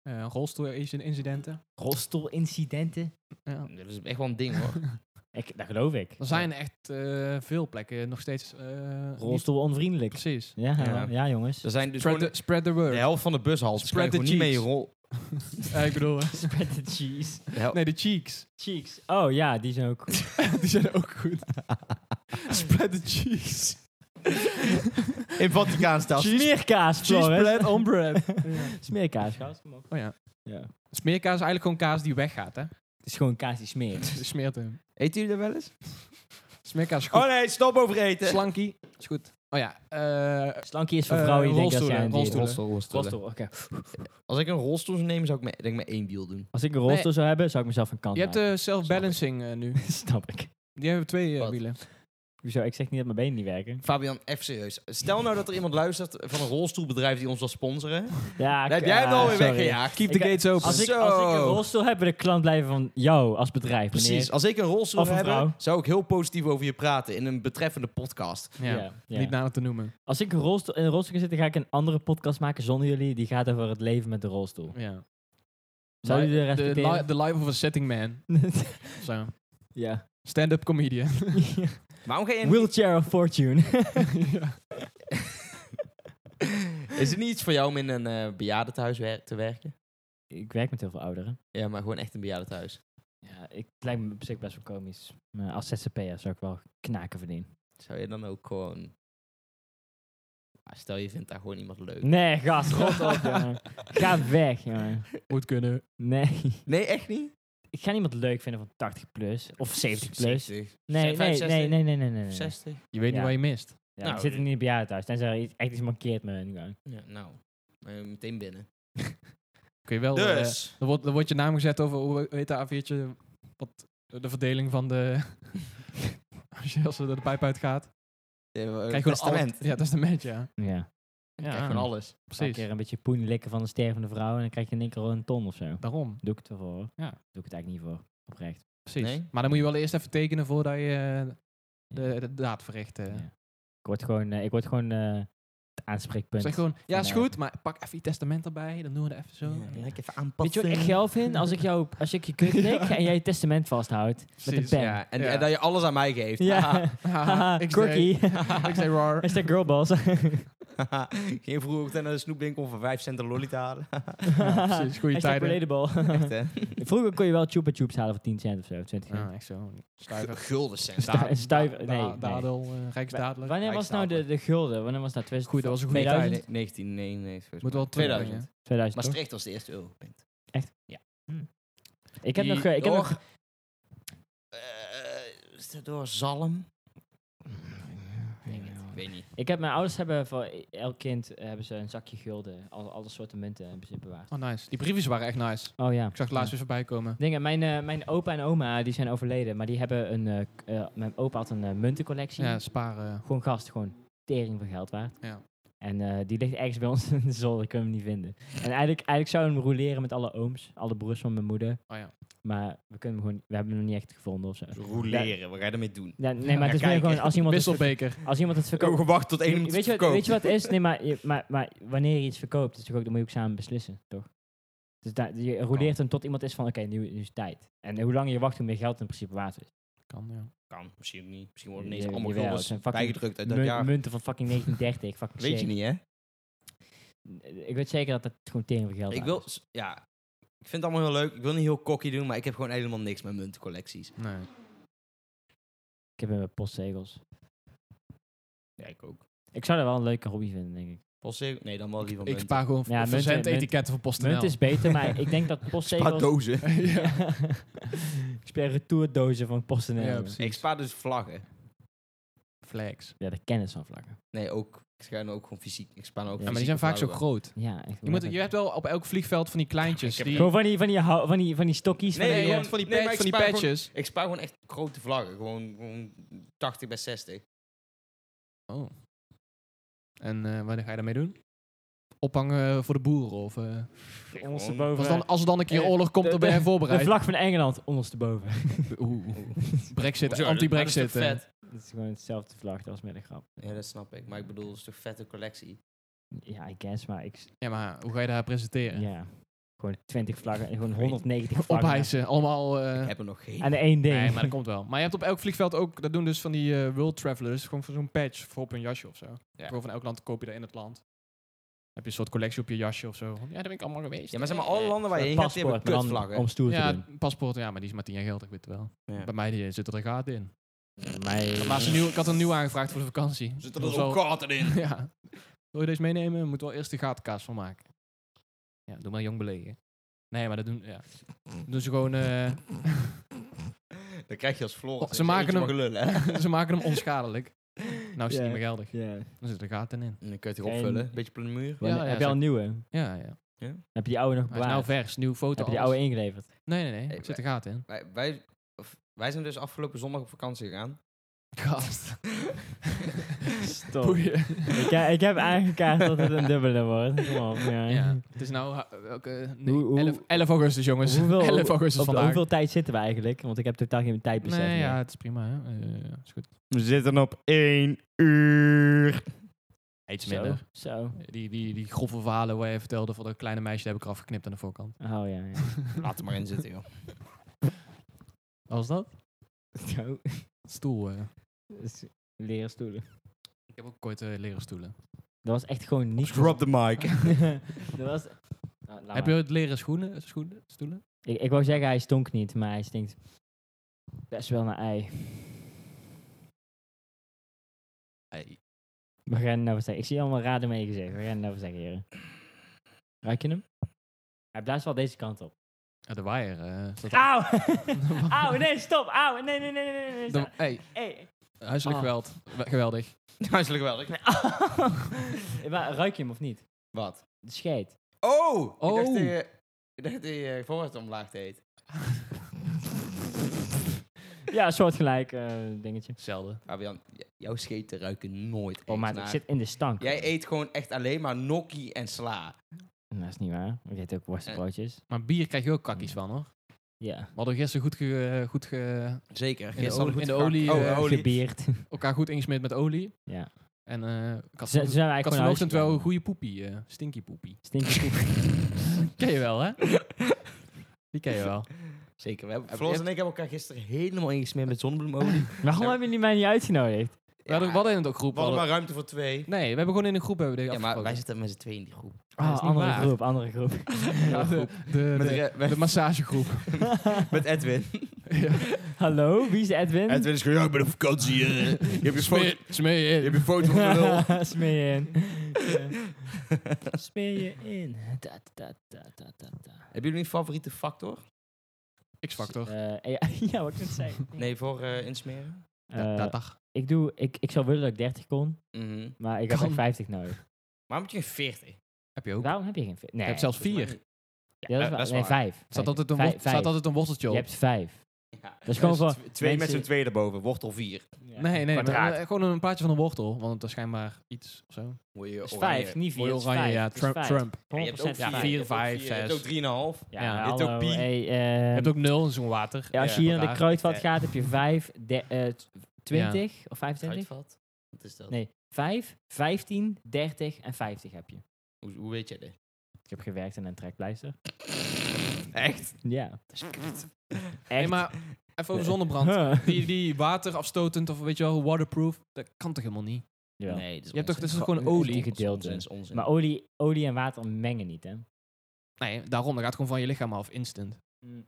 Speaker 1: Eh rolstoel incidenten.
Speaker 4: rolstoelincidenten.
Speaker 1: Ja.
Speaker 3: Dat is echt wel een ding hoor.
Speaker 4: Ik, dat geloof ik.
Speaker 1: Er zijn echt eh, veel plekken nog steeds... eh, niet-
Speaker 4: Rolstoel onvriendelijk.
Speaker 1: Precies.
Speaker 4: Ja, ja.
Speaker 3: Ja.
Speaker 4: ja, jongens.
Speaker 3: Er zijn dus
Speaker 1: Spread
Speaker 3: gewoon
Speaker 1: the, spread the word.
Speaker 3: de helft van de bushals.
Speaker 1: Spread
Speaker 3: kan je
Speaker 1: the
Speaker 3: gewoon niet
Speaker 1: cheeks.
Speaker 3: mee rol.
Speaker 1: Eh, ik bedoel... eh,
Speaker 4: Spread the cheese.
Speaker 3: de hel-
Speaker 1: Nee, de cheeks.
Speaker 4: Cheeks. Oh ja, die zijn ook goed.
Speaker 1: Die zijn ook goed. Spread the cheese.
Speaker 3: In Vaticaanstad.
Speaker 4: Smeerkaas,
Speaker 1: Cheese
Speaker 4: Flores.
Speaker 1: bread on bread.
Speaker 4: Smeerkaas, gast. Kom op.
Speaker 1: Oh ja.
Speaker 4: Ja.
Speaker 1: Smeerkaas is eigenlijk gewoon kaas die weggaat, hè?
Speaker 4: Het is gewoon kaas die smeert.
Speaker 1: Je Smeert hem.
Speaker 3: Eten jullie dat wel eens?
Speaker 1: Smeerkaas is goed.
Speaker 3: Oh nee, stop over eten.
Speaker 1: Slanky. Is goed. Oh ja. eh,
Speaker 4: Slankie is voor
Speaker 1: Eh,
Speaker 4: vrouwen die denken dat
Speaker 1: rolstoelen,
Speaker 4: jij een dieet
Speaker 1: rolstoelen.
Speaker 4: hebt.
Speaker 3: Rolstoel, rolstoel.
Speaker 4: Rolstoel, oké.
Speaker 3: Als ik een rolstoel zou nemen, zou ik me, denk ik maar één deal doen.
Speaker 4: Als ik een rolstoel zou hebben, zou ik mezelf een kant
Speaker 1: je hebt
Speaker 4: maken.
Speaker 1: de self-balancing eh, nu.
Speaker 4: Snap ik.
Speaker 1: Die hebben twee eh,
Speaker 3: Wat?
Speaker 1: wielen.
Speaker 4: Hoezo? Ik zeg niet dat mijn benen niet werken.
Speaker 3: Fabian, even serieus. Stel nou dat er iemand luistert van een rolstoelbedrijf die ons wil sponsoren.
Speaker 4: Ja,
Speaker 3: Dan heb
Speaker 4: k-
Speaker 3: jij hem
Speaker 4: ah,
Speaker 3: alweer
Speaker 4: sorry.
Speaker 3: weggejaagd.
Speaker 1: Keep
Speaker 4: Ik-
Speaker 1: the gates open.
Speaker 4: Als ik,
Speaker 3: Zo.
Speaker 4: als ik een rolstoel heb, wil ik klant blijven van jou als bedrijf, meneer.
Speaker 3: Precies, Oh, als ik een rolstoel
Speaker 4: Of een
Speaker 3: zou hebben,
Speaker 4: vrouw.
Speaker 3: zou ik heel positief over je praten in een betreffende podcast.
Speaker 1: ja.
Speaker 4: ja.
Speaker 1: Niet nader te noemen.
Speaker 4: Als ik een rolstoel, in een rolstoel ga zitten, ga ik een andere podcast maken zonder jullie. Die gaat over het leven met de rolstoel.
Speaker 1: Ja.
Speaker 4: Zou
Speaker 1: Li-
Speaker 4: jullie de
Speaker 1: de,
Speaker 4: respecteren?
Speaker 1: li- de life of a setting man. Zo.
Speaker 4: Ja.
Speaker 1: Stand-up comedian.
Speaker 3: Waarom ga je...
Speaker 4: Wheelchair of Fortune.
Speaker 1: ja.
Speaker 3: Is het niet iets voor jou om in een eh bejaardentehuis wer- te werken?
Speaker 4: ik werk met heel veel ouderen.
Speaker 3: Ja, maar gewoon echt een bejaardentehuis.
Speaker 4: Ja, ik het lijkt me op zich best wel komisch. Maar als zzp'er zou ik wel knaken verdienen.
Speaker 3: Zou je dan ook gewoon... Ah, stel, je vindt daar gewoon iemand leuk.
Speaker 4: Nee, gast, rot op, jongen. Ga weg, jongen.
Speaker 1: Moet kunnen.
Speaker 4: Nee.
Speaker 3: Nee, echt niet?
Speaker 4: Ik ga niemand leuk vinden van 80 plus. Of 70 plus.
Speaker 3: 70.
Speaker 4: Nee, nee,
Speaker 3: 65?
Speaker 4: nee, nee, nee, nee. nee, nee.
Speaker 3: 60.
Speaker 1: Je weet
Speaker 4: Ja.
Speaker 1: niet waar je mist.
Speaker 4: Ja,
Speaker 3: Nou,
Speaker 4: ik zit er niet bij jou thuis. Tenzij er iets- echt iets mankeert met hun gang.
Speaker 3: Ja, nou. Dan ben je meteen binnen.
Speaker 1: Kun je wel... eh,
Speaker 3: Dus.
Speaker 1: dan, wordt, dan wordt je naam gezet over, hoe heet dat A4'tje, wat, de verdeling van de... als, je, als er de pijp uitgaat.
Speaker 4: eh,
Speaker 1: Krijg je gewoon alles. Ja, Eh, testament, ja.
Speaker 4: Ja.
Speaker 1: Ja,
Speaker 3: Krijg gewoon alles.
Speaker 4: Een
Speaker 1: Precies.
Speaker 4: keer een beetje poen likken van een stervende vrouw. En dan krijg je in één keer al een ton of zo.
Speaker 1: Daarom.
Speaker 4: Doe ik het ervoor. hoor.
Speaker 1: Ja.
Speaker 4: Doe ik het eigenlijk niet voor. Oprecht.
Speaker 1: Precies.
Speaker 3: Nee?
Speaker 1: Maar dan moet je wel eerst even tekenen voordat je eh, de, de daad verricht. eh.
Speaker 4: Ja. Ik word gewoon, eh, ik word gewoon eh, het aanspreekpunt.
Speaker 1: Zeg gewoon, ja is
Speaker 4: Van, eh,
Speaker 1: goed, maar pak even je testament erbij. Dan doen we dat even zo.
Speaker 3: Ja, lekker even aanpassen.
Speaker 4: Weet je wat ik geil vind? Als ik, jou, als ik je kut lik en jij je testament vasthoudt met een
Speaker 1: Precies,
Speaker 4: pen.
Speaker 3: Ja, en,
Speaker 1: Ja.
Speaker 3: en dat je alles aan mij geeft.
Speaker 4: Ja. Haha,
Speaker 1: ik
Speaker 4: quirky.
Speaker 1: ik zei raar.
Speaker 4: Hashtag girlballs.
Speaker 3: Geen vroeger ook naar de snoepwinkel voor 5 cent een lolly te halen.
Speaker 1: Ja, precies, goede
Speaker 4: Hashtag
Speaker 1: tijden.
Speaker 4: relatable.
Speaker 3: Echt, hè?
Speaker 4: Vroeger kon je wel chupa chups halen voor 10 cent of zo, 20 cent.
Speaker 1: Ja, echt zo. Stuiver.
Speaker 3: Guldencent.
Speaker 4: Sta- Een stuiver, nee, nee.
Speaker 1: Dadel, eh,
Speaker 4: Wa-
Speaker 1: Rijksdadel.
Speaker 4: Wanneer was nou de, de gulden? Wanneer was dat? 2000?
Speaker 1: Goed, dat was een goede
Speaker 4: 2000?
Speaker 1: tijd.
Speaker 3: 19, nee, nee.
Speaker 1: Moet wel
Speaker 3: 2000.
Speaker 4: 2000,
Speaker 1: 2000.
Speaker 4: toch? Hm.
Speaker 3: Maastricht was de eerste euro.
Speaker 4: Ik heb
Speaker 3: Die
Speaker 4: nog... eh, Ik heb
Speaker 3: door-
Speaker 4: nog
Speaker 3: Eh, is dat door zalm? Denk het, Ik weet niet.
Speaker 4: Ik heb mijn ouders hebben voor e- elk kind eh, hebben ze een zakje gulden, al, alle soorten munten hebben ze bewaard.
Speaker 1: Oh, nice. Die briefjes waren echt nice.
Speaker 4: Oh ja.
Speaker 1: Ik zag het laatst weer voorbij komen.
Speaker 4: Dingen, mijn, eh, mijn opa en oma die zijn overleden, maar die hebben een. eh, k- eh, mijn opa had een eh, muntencollectie.
Speaker 1: Ja, sparen.
Speaker 4: Gewoon gast, gewoon tering van geld waard.
Speaker 1: Ja.
Speaker 4: En eh, die ligt ergens bij ons in de zolder, kunnen we hem niet vinden. En eigenlijk, eigenlijk zouden we hem roleren met alle ooms, alle broers van mijn moeder.
Speaker 1: Oh ja.
Speaker 4: Maar we, kunnen hem gewoon, we hebben hem nog niet echt gevonden of zo.
Speaker 3: Roeleren, Dus wat ga je ermee doen?
Speaker 4: Ja, nee, maar het is
Speaker 3: Ja,
Speaker 4: meer
Speaker 3: kijk,
Speaker 4: gewoon als iemand het, verko-
Speaker 1: Wisselbeker.
Speaker 4: als iemand het
Speaker 3: Ik heb
Speaker 4: verkoopt.
Speaker 3: gewacht tot één om te
Speaker 4: weet, je wat,
Speaker 3: verkopen.
Speaker 4: weet je wat het is? Nee, maar, je- maar, maar wanneer je iets verkoopt, is toch ook, dan moet je ook samen beslissen, toch? Dus daar- je roleert hem tot iemand is van, oké, nu, nu is het tijd. En hoe langer je wacht, hoe meer geld in principe waard is.
Speaker 1: Kan, ja.
Speaker 3: Kan, misschien niet. Misschien
Speaker 4: worden
Speaker 3: worden
Speaker 4: ineens
Speaker 3: ineens
Speaker 4: Je- allemaal
Speaker 3: allemaal
Speaker 4: jawel, guldens het zijn
Speaker 3: guldens
Speaker 4: fucking
Speaker 3: bijgedrukt uit dat
Speaker 4: Mun-
Speaker 3: jaar.
Speaker 4: Munten van fucking 1930, fucking
Speaker 3: Weet je
Speaker 4: shit.
Speaker 3: niet, hè?
Speaker 4: Ik weet zeker dat dat gewoon tegen veel geld
Speaker 3: Ik
Speaker 4: waard
Speaker 3: wil,
Speaker 4: is.
Speaker 3: s- ja, ik vind het allemaal heel leuk. Ik wil niet heel cocky doen, maar ik heb gewoon helemaal niks met muntencollecties.
Speaker 1: Nee.
Speaker 4: Ik heb hem met postzegels.
Speaker 3: Ja, ik ook.
Speaker 4: Ik zou dat wel een leuke hobby vinden, denk ik.
Speaker 3: Postzegel? Nee, dan wel die van
Speaker 1: Ik
Speaker 3: munten.
Speaker 1: spaar gewoon
Speaker 4: Ja, munten-
Speaker 1: verzendetiketten van PostNL.
Speaker 4: Munt is beter, maar ik denk dat postzegels...
Speaker 3: dozen.
Speaker 1: ja.
Speaker 4: Ja. ik speel retourdozen van PostNL.
Speaker 1: ja,
Speaker 4: Ja,
Speaker 1: precies.
Speaker 3: Ik spaar dus vlaggen.
Speaker 1: Flags.
Speaker 4: ja, de kennis van vlakken.
Speaker 3: Nee, ook. Ik schaar nu ook gewoon fysiek. Ik spaar nu ook
Speaker 4: Ja,
Speaker 1: Ja,
Speaker 3: fysieke
Speaker 1: maar die zijn vaak zo
Speaker 3: vlaggen.
Speaker 1: groot.
Speaker 4: Ja, echt.
Speaker 1: Je, moet, je hebt wel op elk vliegveld van die kleintjes.
Speaker 3: Ik heb-
Speaker 1: Die,
Speaker 4: Gewoon van die, van die, hou- van die, van die stokjes.
Speaker 3: Nee,
Speaker 4: van die, eh,
Speaker 1: nee,
Speaker 3: ja,
Speaker 1: ja, van die,
Speaker 3: nee,
Speaker 1: patch-
Speaker 3: maar ik
Speaker 1: van die
Speaker 3: spaar gewoon-
Speaker 1: patches.
Speaker 3: Ik spaar gewoon echt grote vlaggen. Gewoon, gewoon 80 bij 60.
Speaker 1: Oh. En eh wat ga je daarmee doen? Ophangen voor de boeren? Of, eh,
Speaker 3: Nee, gewoon-
Speaker 4: ondersteboven.
Speaker 1: als, dan, als er dan een keer
Speaker 4: eh,
Speaker 1: oorlog komt,
Speaker 4: de-
Speaker 1: dan ben je
Speaker 4: de- De
Speaker 1: voorbereid.
Speaker 4: vlag van Engeland ondersteboven.
Speaker 1: Oeh. Brexit,
Speaker 3: Oh. Hoezo?
Speaker 1: anti-Brexit.
Speaker 3: Dat is
Speaker 1: eh.
Speaker 3: toch vet?
Speaker 4: dat is gewoon hetzelfde vlag, dat was met een grap.
Speaker 3: Ja, dat snap ik. Maar ik bedoel, dat is toch vette collectie.
Speaker 4: Ja, I guess, maar ik... s-
Speaker 1: Ja, maar hoe ga je daar
Speaker 4: Ja.
Speaker 1: presenteren?
Speaker 4: Gewoon 20 vlaggen, en gewoon
Speaker 3: weet-
Speaker 4: 190 vlaggen.
Speaker 1: Ophijzen, allemaal... eh,
Speaker 3: Ik heb er nog geen.
Speaker 4: Aan één ding.
Speaker 1: nee, maar dat komt wel. Maar je hebt op elk vliegveld ook... Dat doen dus van die eh, world travelers. Gewoon voor zo'n patch voor op een jasje of zo.
Speaker 3: Ja.
Speaker 1: Gewoon van elk land koop je dat in het land. heb je een soort collectie op je jasje of zo. Ja, daar ben ik allemaal geweest.
Speaker 3: Ja, maar zeg maar, alle landen waar je
Speaker 4: Een
Speaker 3: heen gaat, die hebben
Speaker 4: paspoort, maar dan
Speaker 3: kutvlaggen.
Speaker 4: om stoer te
Speaker 1: Ja,
Speaker 4: doen.
Speaker 1: paspoort, ja, maar die is maar tien jaar geldig, weet je wel.
Speaker 3: Ja.
Speaker 1: Bij mij die, zit er een gaat in.
Speaker 4: Maar,
Speaker 1: Maar als je nieuw, ik had een nieuw aangevraagd voor de vakantie.
Speaker 3: Zitten
Speaker 1: Dat
Speaker 3: er
Speaker 1: was wel-
Speaker 3: ook kaarten in?
Speaker 1: Ja. Wil je deze meenemen? Moet wel eerst de gatenkaas van maken. Ja, doe maar jong belegen. Nee, maar dat doen, ja.
Speaker 3: Mm.
Speaker 1: doen ze gewoon... eh,
Speaker 3: Dan krijg je als Floris.
Speaker 1: Oh, ze maken hem-
Speaker 3: lullen.
Speaker 1: ze maken hem onschadelijk. Nou is
Speaker 4: Ja.
Speaker 1: het niet meer geldig.
Speaker 4: Ja.
Speaker 1: Dan zitten er gaten in.
Speaker 3: En dan kun je het
Speaker 4: En-
Speaker 3: weer opvullen. Beetje plamuur.
Speaker 1: Ja,
Speaker 4: Wanneer-
Speaker 1: ja,
Speaker 4: heb je al
Speaker 1: zo-
Speaker 4: een nieuwe?
Speaker 1: Ja, ja.
Speaker 4: Heb je die oude nog
Speaker 1: Hij is nou
Speaker 4: bewaard?
Speaker 1: vers, nieuw foto.
Speaker 4: heb je die
Speaker 1: alles.
Speaker 4: oude ingeleverd?
Speaker 1: Nee, nee, nee.
Speaker 3: Hey,
Speaker 1: er zitten gaten in.
Speaker 3: Wij, wij, of, wij zijn dus afgelopen zondag op vakantie gegaan.
Speaker 1: Gast.
Speaker 4: Stop.
Speaker 1: Boeien.
Speaker 4: ik, he- ik heb aangekaart dat het een dubbele wordt. Kom op, ja.
Speaker 1: Ja. Het is nou... ha- Welke, nee,
Speaker 4: Hoe- hoe-
Speaker 1: 11, 11 augustus, jongens.
Speaker 4: Hoeveel,
Speaker 1: 11 augustus
Speaker 4: op
Speaker 1: vandaag.
Speaker 4: Dus hoeveel tijd zitten we eigenlijk? Want ik heb totaal geen tijdbesef.
Speaker 1: Nee,
Speaker 4: meer.
Speaker 1: ja, het is prima. Hè? Eh, is goed.
Speaker 5: We zitten op één uur.
Speaker 1: Iets
Speaker 4: Zo. Zo.
Speaker 1: Die, die, die grove verhalen waar je vertelde van dat kleine meisje, die heb ik eraf geknipt aan de voorkant.
Speaker 4: Oh ja, ja.
Speaker 3: Laat er maar in zitten, joh.
Speaker 1: Als dat?
Speaker 4: Zo.
Speaker 1: Stoel. eh.
Speaker 4: Dus leren stoelen.
Speaker 1: Ik heb ook ooit eh, leren stoelen.
Speaker 4: Dat was echt gewoon niet...
Speaker 3: Drop the mic.
Speaker 4: dat was... Nou, laat
Speaker 1: heb je ooit leren schoenen? eh, schoenen stoelen?
Speaker 4: Ik, ik wou zeggen, hij stonk niet, maar hij stinkt best wel naar ei.
Speaker 3: Ei.
Speaker 4: We gaan het nou wat zeggen. Ik zie allemaal raden mee gezegd. We gaan het nou wat zeggen, heren. Ruik je hem? Hij blaast wel deze kant op.
Speaker 1: Ja, de waaier. eh, zat er-
Speaker 4: Auw! Auw, nee, stop! Auw, nee, nee, nee, nee, nee. nee.
Speaker 1: de, hey,
Speaker 4: Hey.
Speaker 1: huiselijk
Speaker 4: Ah.
Speaker 1: geweld. We- Geweldig.
Speaker 3: Huiselijk wel.
Speaker 4: Nee. maar ruik je hem of niet?
Speaker 3: Wat?
Speaker 4: De scheet.
Speaker 3: Oh!
Speaker 1: Oh.
Speaker 3: Ik dacht dat je, ik dacht dat je je voorhoofd omlaag deed.
Speaker 4: Ja, soortgelijk eh dingetje.
Speaker 1: Hetzelfde.
Speaker 3: Fabian, j- jouw scheten ruiken nooit
Speaker 4: Oh,
Speaker 3: echt
Speaker 4: maar het
Speaker 3: naar-
Speaker 4: zit in de stank.
Speaker 3: Jij eet gewoon echt alleen maar nokkie en sla.
Speaker 4: Nou, Dat is niet waar. Ik eet ook worstenbroodjes.
Speaker 1: Maar bier krijg je ook kakkies van hoor.
Speaker 4: Ja.
Speaker 1: We hadden gisteren goed, ge, goed ge,
Speaker 3: Zeker.
Speaker 1: de olie- in de olie,
Speaker 3: Oh,
Speaker 1: eh,
Speaker 3: olie.
Speaker 4: Gebierd.
Speaker 1: elkaar goed ingesmeerd met olie.
Speaker 4: Ja.
Speaker 1: En eh ik had,
Speaker 4: Ze- ze zijn eigenlijk gewoon naar
Speaker 1: ik had
Speaker 4: huis
Speaker 1: vanochtend wel
Speaker 4: gegaan.
Speaker 1: een goede poepie. eh, stinky poepie.
Speaker 4: Stinkt je poep.
Speaker 1: Ken je wel hè? Die ken je wel.
Speaker 3: Zeker. We hebben,
Speaker 1: Heb-
Speaker 3: Floris
Speaker 1: heb-
Speaker 3: en ik hebben elkaar gisteren helemaal ingesmeerd met zonnebloemolie.
Speaker 4: Waarom hebben jullie mij niet uitgenodigd?
Speaker 1: We hadden, we hadden in de groep.
Speaker 3: we hadden
Speaker 1: hadden-
Speaker 3: maar ruimte voor twee.
Speaker 1: Nee, we hebben gewoon in een groep hebben we dit
Speaker 3: Ja, maar wij
Speaker 1: afgesproken.
Speaker 3: zitten met z'n tweeën in die groep.
Speaker 1: Dat
Speaker 4: Ah,
Speaker 1: is niet
Speaker 4: andere
Speaker 1: waar.
Speaker 4: groep, andere groep.
Speaker 1: Ja, de, de,
Speaker 3: Met,
Speaker 1: de,
Speaker 3: re- met-
Speaker 1: de massagegroep.
Speaker 3: met Edwin.
Speaker 4: Hallo, wie is Edwin?
Speaker 3: is gewoon, ja, ik ben op vakantie. eh. Je hebt je
Speaker 1: Smeer, smeer je in.
Speaker 3: je foto van
Speaker 4: Smeer je in. Ja. Smeer je in. Da, da, da, da, da, da.
Speaker 3: Hebben jullie een favoriete factor?
Speaker 1: X-factor.
Speaker 4: Eh, ja, ja, wat ik net zei.
Speaker 3: Nee, voor eh, insmeren?
Speaker 1: Da- da-
Speaker 4: Eh,
Speaker 1: dag.
Speaker 4: ik, doe, ik, ik zou willen dat ik 30 kon,
Speaker 3: Mhm.
Speaker 4: maar ik heb
Speaker 1: Kan.
Speaker 4: echt 50 nodig.
Speaker 3: Waarom moet je geen 40?
Speaker 1: Heb je ook.
Speaker 4: Waarom heb je geen... vi- Nee,
Speaker 1: je hebt zelfs vier. Er
Speaker 4: Ja, dat is
Speaker 3: eh,
Speaker 4: waar.
Speaker 3: dat is
Speaker 4: nee,
Speaker 3: waar.
Speaker 4: vijf. Er
Speaker 1: staat altijd een, worst- staat altijd een
Speaker 4: Je
Speaker 1: worteltje op.
Speaker 4: hebt vijf.
Speaker 3: Ja.
Speaker 4: Dat is gewoon
Speaker 3: Dus
Speaker 4: voor
Speaker 3: tw- twee met
Speaker 4: mensen-
Speaker 3: z'n tweeën erboven, wortel 4.
Speaker 1: Nee, nee.
Speaker 4: Kwadraat.
Speaker 1: maar, eh, gewoon een plaatje van een wortel. Want dat is schijnbaar iets of zo.
Speaker 4: Het is vijf, niet vier.
Speaker 1: Mooi
Speaker 4: het is vijf.
Speaker 1: oh, oranje, ja.
Speaker 4: Het is
Speaker 1: Trump.
Speaker 4: vijf.
Speaker 1: Trump.
Speaker 3: Je hebt
Speaker 4: 100%
Speaker 3: ook
Speaker 1: Ja,
Speaker 4: vijf.
Speaker 1: vier,
Speaker 3: Je hebt ook
Speaker 1: vijf,
Speaker 3: vier, Je hebt
Speaker 1: zes.
Speaker 3: ook 3,5.
Speaker 4: Ja,
Speaker 1: Ja,
Speaker 3: je hebt ook
Speaker 4: hallo,
Speaker 3: pi.
Speaker 4: hey,
Speaker 1: Je
Speaker 4: eh,
Speaker 1: hebt ook nul in zo'n water.
Speaker 4: Ja, als je
Speaker 3: Ja,
Speaker 4: hier naar de
Speaker 1: raar.
Speaker 4: kruidvat
Speaker 3: Ja.
Speaker 4: gaat, heb je 5, 20 of 25?
Speaker 3: Uitvat? Wat is dat?
Speaker 4: Nee, 5, 15, 30 en 50 heb je.
Speaker 3: Hoe, hoe weet jij dit?
Speaker 4: Ik heb gewerkt in een trekpleister.
Speaker 3: Echt?
Speaker 4: Ja. Echt.
Speaker 1: Nee, maar even over zonnebrand.
Speaker 4: Eh, Huh.
Speaker 1: Die, die waterafstotend of weet je wel, waterproof. Dat kan toch helemaal niet?
Speaker 4: Jawel.
Speaker 3: Nee, dat is
Speaker 1: Je hebt toch,
Speaker 3: onzin.
Speaker 1: dat is toch gewoon
Speaker 4: Het is
Speaker 1: olie?
Speaker 4: een gedeelte.
Speaker 3: Onzin, is onzin.
Speaker 4: Maar olie, olie en water mengen niet, hè?
Speaker 1: Nee, daarom. Dat gaat gewoon van je lichaam af, instant.
Speaker 3: Mm.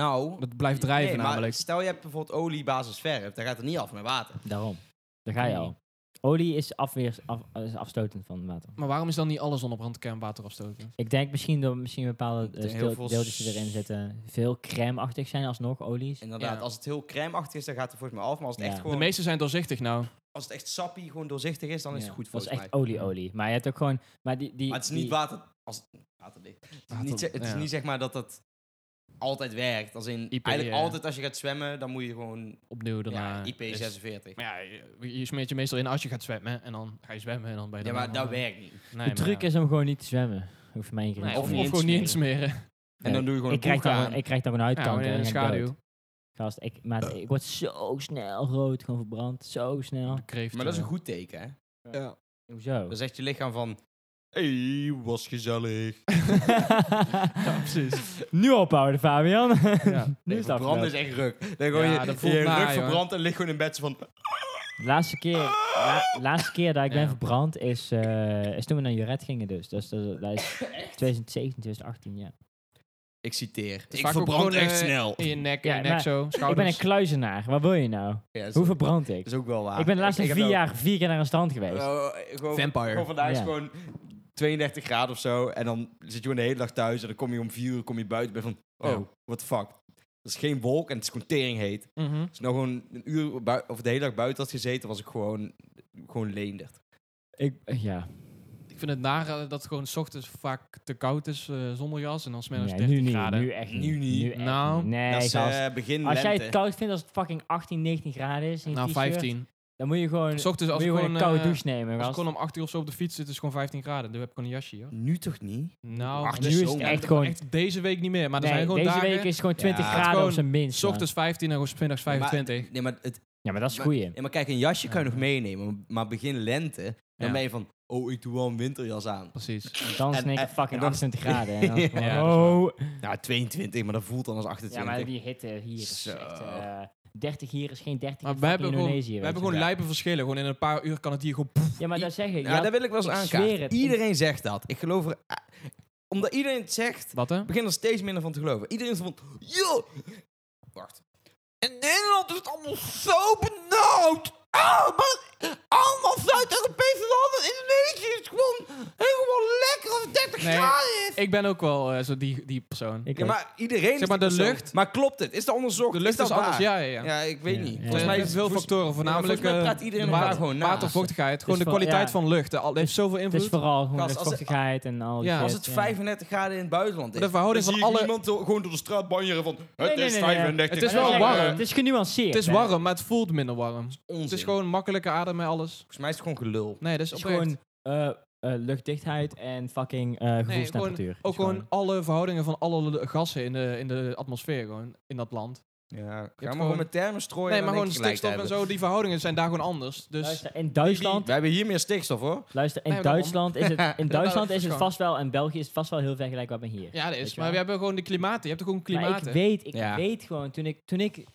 Speaker 3: nou,
Speaker 1: Dat blijft drijven
Speaker 3: nee, maar
Speaker 1: namelijk.
Speaker 3: Stel je hebt bijvoorbeeld olie basis verf, dan gaat het niet af met water.
Speaker 4: Daarom. Daar ga je al. Olie is, afweers, af, is afstotend van water.
Speaker 1: Maar waarom is dan niet alle zonnebrandcrème waterafstotend?
Speaker 4: Ik denk misschien dat misschien bepaalde eh,
Speaker 3: Heel
Speaker 4: stil-
Speaker 3: veel
Speaker 4: deeltjes die erin zitten veel crème-achtig zijn alsnog olies.
Speaker 3: Inderdaad,
Speaker 1: Ja.
Speaker 3: als het heel crème-achtig is, dan gaat het volgens mij af. Maar als het,
Speaker 4: Ja.
Speaker 3: echt,
Speaker 1: De
Speaker 3: gewoon,
Speaker 1: meeste zijn doorzichtig nou.
Speaker 3: als het echt sappie, gewoon doorzichtig is, dan is
Speaker 4: Ja,
Speaker 3: het goed
Speaker 4: Dat is
Speaker 3: volgens mij.
Speaker 4: echt olie-olie. Maar je hebt ook gewoon... Maar, die, die,
Speaker 3: Maar het is niet
Speaker 4: die-
Speaker 3: water... Als, waterdicht. Het is,
Speaker 1: Water-
Speaker 3: niet, ze- het is
Speaker 1: ja.
Speaker 3: niet zeg maar dat dat altijd werkt. Als in,
Speaker 1: IPA,
Speaker 3: eigenlijk
Speaker 1: ja.
Speaker 3: altijd als je gaat zwemmen, dan moet je gewoon
Speaker 1: Opnieuw daarna.
Speaker 4: eh,
Speaker 3: ja,
Speaker 1: is-
Speaker 3: IP46.
Speaker 1: Maar ja, je, je smeert je meestal in als je gaat zwemmen. En dan ga je zwemmen en dan ben je
Speaker 3: Ja,
Speaker 1: daarna
Speaker 3: maar dat
Speaker 1: wel-
Speaker 3: werkt niet.
Speaker 1: Nee,
Speaker 4: De
Speaker 1: maar
Speaker 4: truc
Speaker 1: ja.
Speaker 4: is om gewoon niet te zwemmen. Hoef je mij één keer
Speaker 1: Nee,
Speaker 4: niet
Speaker 1: of,
Speaker 4: te
Speaker 1: of
Speaker 4: zwemmen.
Speaker 1: gewoon niet insmeren.
Speaker 3: En dan doe je gewoon
Speaker 4: ik
Speaker 3: een
Speaker 4: krijg,
Speaker 3: broek
Speaker 4: dan,
Speaker 3: aan.
Speaker 4: gewoon- ik krijg dan gewoon
Speaker 1: Ja, gewoon
Speaker 4: uitkanker.
Speaker 1: in
Speaker 4: en
Speaker 1: de
Speaker 4: dan ga ik dood.
Speaker 1: schaduw.
Speaker 4: Gast, ik, maat, ik word zo snel rood, gewoon verbrand. Zo snel.
Speaker 1: De kreeft.
Speaker 3: Maar dat is een
Speaker 1: eh,
Speaker 3: goed teken, hè?
Speaker 4: Hoezo?
Speaker 3: Dan zegt je lichaam van... Hey, was gezellig.
Speaker 1: Ja, precies.
Speaker 4: nu ophouden, Fabian.
Speaker 1: Ja.
Speaker 4: nu
Speaker 3: Nee,
Speaker 4: is
Speaker 3: verbranden
Speaker 4: het afgelopen.
Speaker 3: is echt ruk. Dan gewoon
Speaker 1: Ja,
Speaker 3: je,
Speaker 1: dat voelt
Speaker 3: je
Speaker 1: na,
Speaker 3: rug
Speaker 1: joh.
Speaker 3: verbrandt en ligt gewoon in bed zo van...
Speaker 4: Laatste keer, la- laatste keer dat ik ben
Speaker 1: Ja.
Speaker 4: verbrand is, eh, is toen we naar Juret gingen dus. Dus dat, dat is 2017, 2018, ja.
Speaker 3: Ik citeer.
Speaker 1: is vaak ook gewoon, eh, In je nek,
Speaker 4: Ja,
Speaker 1: in je nek
Speaker 4: maar
Speaker 1: zo.
Speaker 4: Ik ben
Speaker 1: Schouders.
Speaker 4: een kluizenaar. Wat wil je nou?
Speaker 3: Ja, dat,
Speaker 4: Hoe
Speaker 3: is,
Speaker 4: verbrand ik?
Speaker 3: dat is ook wel waar.
Speaker 4: Ik ben de laatste
Speaker 3: ik heb
Speaker 4: vier
Speaker 3: ook-
Speaker 4: jaar vier keer naar een strand geweest.
Speaker 3: Eh, gewoon,
Speaker 1: Vampire.
Speaker 3: Gewoon vandaag is
Speaker 4: Ja.
Speaker 3: gewoon 32 graden of zo. En dan zit je gewoon de hele dag thuis. En dan kom je om vier uur kom je buiten. en ben van...
Speaker 1: Ja.
Speaker 3: Oh, what the fuck. Er is geen wolk en het is gewoon teringheet. heet.
Speaker 1: Mhm.
Speaker 3: Als ik nou gewoon een uur bui- of de hele dag buiten had gezeten, was ik gewoon, gewoon leenderd.
Speaker 4: Ik, eh, ja.
Speaker 1: Ik vind het naar eh, dat het gewoon 's ochtends vaak te koud is eh, zonder jas. En dan smiddags
Speaker 4: Nee,
Speaker 1: 13
Speaker 4: nu niet,
Speaker 1: graden.
Speaker 4: nu echt niet.
Speaker 1: Nu niet.
Speaker 4: echt
Speaker 1: Nou,
Speaker 4: niet. nee,
Speaker 3: dat is
Speaker 4: gast.
Speaker 3: eh, begin
Speaker 4: Als jij
Speaker 3: lente.
Speaker 4: het koud vindt als het fucking 18, 19 graden is in je
Speaker 1: Nou,
Speaker 4: t-shirt,
Speaker 1: 15.
Speaker 4: dan moet je gewoon,
Speaker 1: 's ochtends
Speaker 4: moet
Speaker 1: als
Speaker 4: je
Speaker 1: ik
Speaker 4: gewoon
Speaker 1: gewoon...
Speaker 4: een koude
Speaker 1: eh,
Speaker 4: douche nemen.
Speaker 1: Als ik
Speaker 4: gast.
Speaker 1: gewoon om 8 uur of zo op de fiets zit, is het gewoon 15 graden. Dan heb ik gewoon een jasje, hoor.
Speaker 3: Nu toch niet?
Speaker 1: Nou,
Speaker 3: Ach,
Speaker 1: dat
Speaker 4: nu is
Speaker 3: zomer.
Speaker 4: het
Speaker 1: ja,
Speaker 4: echt
Speaker 1: dat-
Speaker 4: gewoon...
Speaker 1: echt deze week niet meer. Maar er
Speaker 4: nee,
Speaker 1: zijn gewoon
Speaker 4: deze
Speaker 1: dagen...
Speaker 4: week is het gewoon
Speaker 3: Ja,
Speaker 4: 20
Speaker 3: het is
Speaker 4: graden
Speaker 1: gewoon
Speaker 4: op zijn minst.
Speaker 1: 's
Speaker 4: man.
Speaker 1: ochtends 15 en 's middags 25.
Speaker 3: Nee, maar, het,
Speaker 4: Ja, maar dat is
Speaker 3: maar-
Speaker 4: het goeie.
Speaker 3: nee, maar kijk, een jasje kan je
Speaker 1: Ja.
Speaker 3: nog meenemen. Maar begin lente, dan
Speaker 1: Ja.
Speaker 3: ben je van... Oh, ik doe wel een winterjas aan.
Speaker 1: Precies.
Speaker 4: Dan is het
Speaker 3: en-
Speaker 4: in één
Speaker 3: en-
Speaker 4: keer fucking
Speaker 3: en dan-
Speaker 4: 28 graden. En dan is het
Speaker 1: Ja,
Speaker 4: gewoon,
Speaker 1: dat
Speaker 4: oh.
Speaker 3: Nou, 22, maar dat voelt dan als
Speaker 4: Ja,
Speaker 3: 28.
Speaker 4: maar die hitte hier is
Speaker 3: Zo.
Speaker 4: echt... eh, 30 hier is geen 30
Speaker 1: Maar
Speaker 4: in
Speaker 1: we
Speaker 4: fucking
Speaker 1: hebben gewoon,
Speaker 4: Indonesië.
Speaker 1: we
Speaker 4: weet
Speaker 1: hebben
Speaker 4: je.
Speaker 1: gewoon lijpe verschillen. Gewoon in een paar uur kan het hier gewoon... poef.
Speaker 4: Ja, maar dat zeg ik.
Speaker 3: Ja,
Speaker 4: Ja,
Speaker 3: dat wil ik wel eens
Speaker 4: ik zweer
Speaker 3: aankaarten.
Speaker 4: het.
Speaker 3: Iedereen zegt dat. Ik geloof er... eh, Omdat iedereen het zegt,
Speaker 1: Wat hè?
Speaker 3: Ik begin er steeds minder van te geloven. Iedereen is van, joh! Wacht. In Nederland is het allemaal zo benauwd! Ah, maar allemaal Zuid-Europese landen in Indonesië is gewoon helemaal lekker als het 30
Speaker 1: Nee,
Speaker 3: graden is!
Speaker 1: Ik ben ook wel eh, zo die, die persoon.
Speaker 4: ik
Speaker 3: Ja,
Speaker 4: ook.
Speaker 3: maar iedereen
Speaker 1: Zeg maar, de
Speaker 3: is die persoon.
Speaker 1: lucht-
Speaker 3: Maar klopt het? Is dat onderzocht?
Speaker 1: De lucht is,
Speaker 3: dat
Speaker 1: anders.
Speaker 3: waar?
Speaker 1: Ja, ja, ja.
Speaker 3: Ja, ik weet
Speaker 4: Ja,
Speaker 3: niet.
Speaker 4: ja.
Speaker 1: Volgens mij is veel factoren, voornamelijk
Speaker 3: volgens mij
Speaker 1: eh,
Speaker 3: praat iedereen
Speaker 1: water-
Speaker 3: elkaar gewoon na.
Speaker 1: watervochtigheid, gewoon
Speaker 4: Dus
Speaker 1: de
Speaker 4: van-
Speaker 1: kwaliteit
Speaker 4: ja.
Speaker 1: van lucht. eh, al- Het heeft zoveel
Speaker 4: Het is
Speaker 1: invloed.
Speaker 4: vooral gewoon
Speaker 3: Gast,
Speaker 4: de
Speaker 3: als het-
Speaker 4: vochtigheid en al die
Speaker 1: Ja.
Speaker 4: shit,
Speaker 3: Als het 35 graden in het buitenland is,
Speaker 1: De verhouding
Speaker 3: dan
Speaker 1: van
Speaker 3: zie je
Speaker 1: alle-
Speaker 3: niemand door- gewoon door de straat banjeren van het
Speaker 4: nee,
Speaker 3: is
Speaker 4: nee, nee, nee.
Speaker 3: 35
Speaker 1: Het is
Speaker 4: Maar
Speaker 1: wel
Speaker 4: dat
Speaker 3: graden."
Speaker 4: zeg ik,
Speaker 1: warm.
Speaker 4: Het is genuanceerd.
Speaker 1: Het is
Speaker 4: hè.
Speaker 1: warm, maar het voelt minder warm. Het
Speaker 3: Onzin.
Speaker 1: is gewoon makkelijker ademen, alles.
Speaker 3: Volgens mij is het gewoon gelul.
Speaker 1: Nee, dat is
Speaker 4: Het is
Speaker 1: oprecht.
Speaker 4: gewoon eh, eh, luchtdichtheid en fucking eh gevoelstemperatuur. Het is
Speaker 1: Ook gewoon alle verhoudingen van alle le- gassen in de, in de atmosfeer, gewoon in dat land.
Speaker 3: Ja, ga maar
Speaker 1: gewoon-
Speaker 3: gewoon met termen strooien.
Speaker 1: nee,
Speaker 3: dan
Speaker 1: maar
Speaker 3: denk
Speaker 1: gewoon
Speaker 3: je gelijk te
Speaker 1: stikstof en
Speaker 3: hebben.
Speaker 1: zo, die verhoudingen zijn daar gewoon anders. Dus
Speaker 4: Luister, in Duitsland,
Speaker 3: We hebben hier meer stikstof hoor.
Speaker 4: luister, in
Speaker 1: Nee, maar
Speaker 4: Duitsland is het, in
Speaker 1: Ja, maar
Speaker 4: Duitsland
Speaker 1: dat
Speaker 4: is
Speaker 1: is
Speaker 4: het
Speaker 1: gewoon-
Speaker 4: vast wel, en België is het vast wel heel vergelijkbaar met hier.
Speaker 1: ja, dat
Speaker 4: Weet je
Speaker 1: is. Maar
Speaker 4: wel.
Speaker 1: we hebben gewoon de klimaten. Je hebt toch gewoon
Speaker 4: Maar ik
Speaker 1: klimaten.
Speaker 4: weet, ik
Speaker 3: Ja.
Speaker 4: weet gewoon, toen ik, toen ik,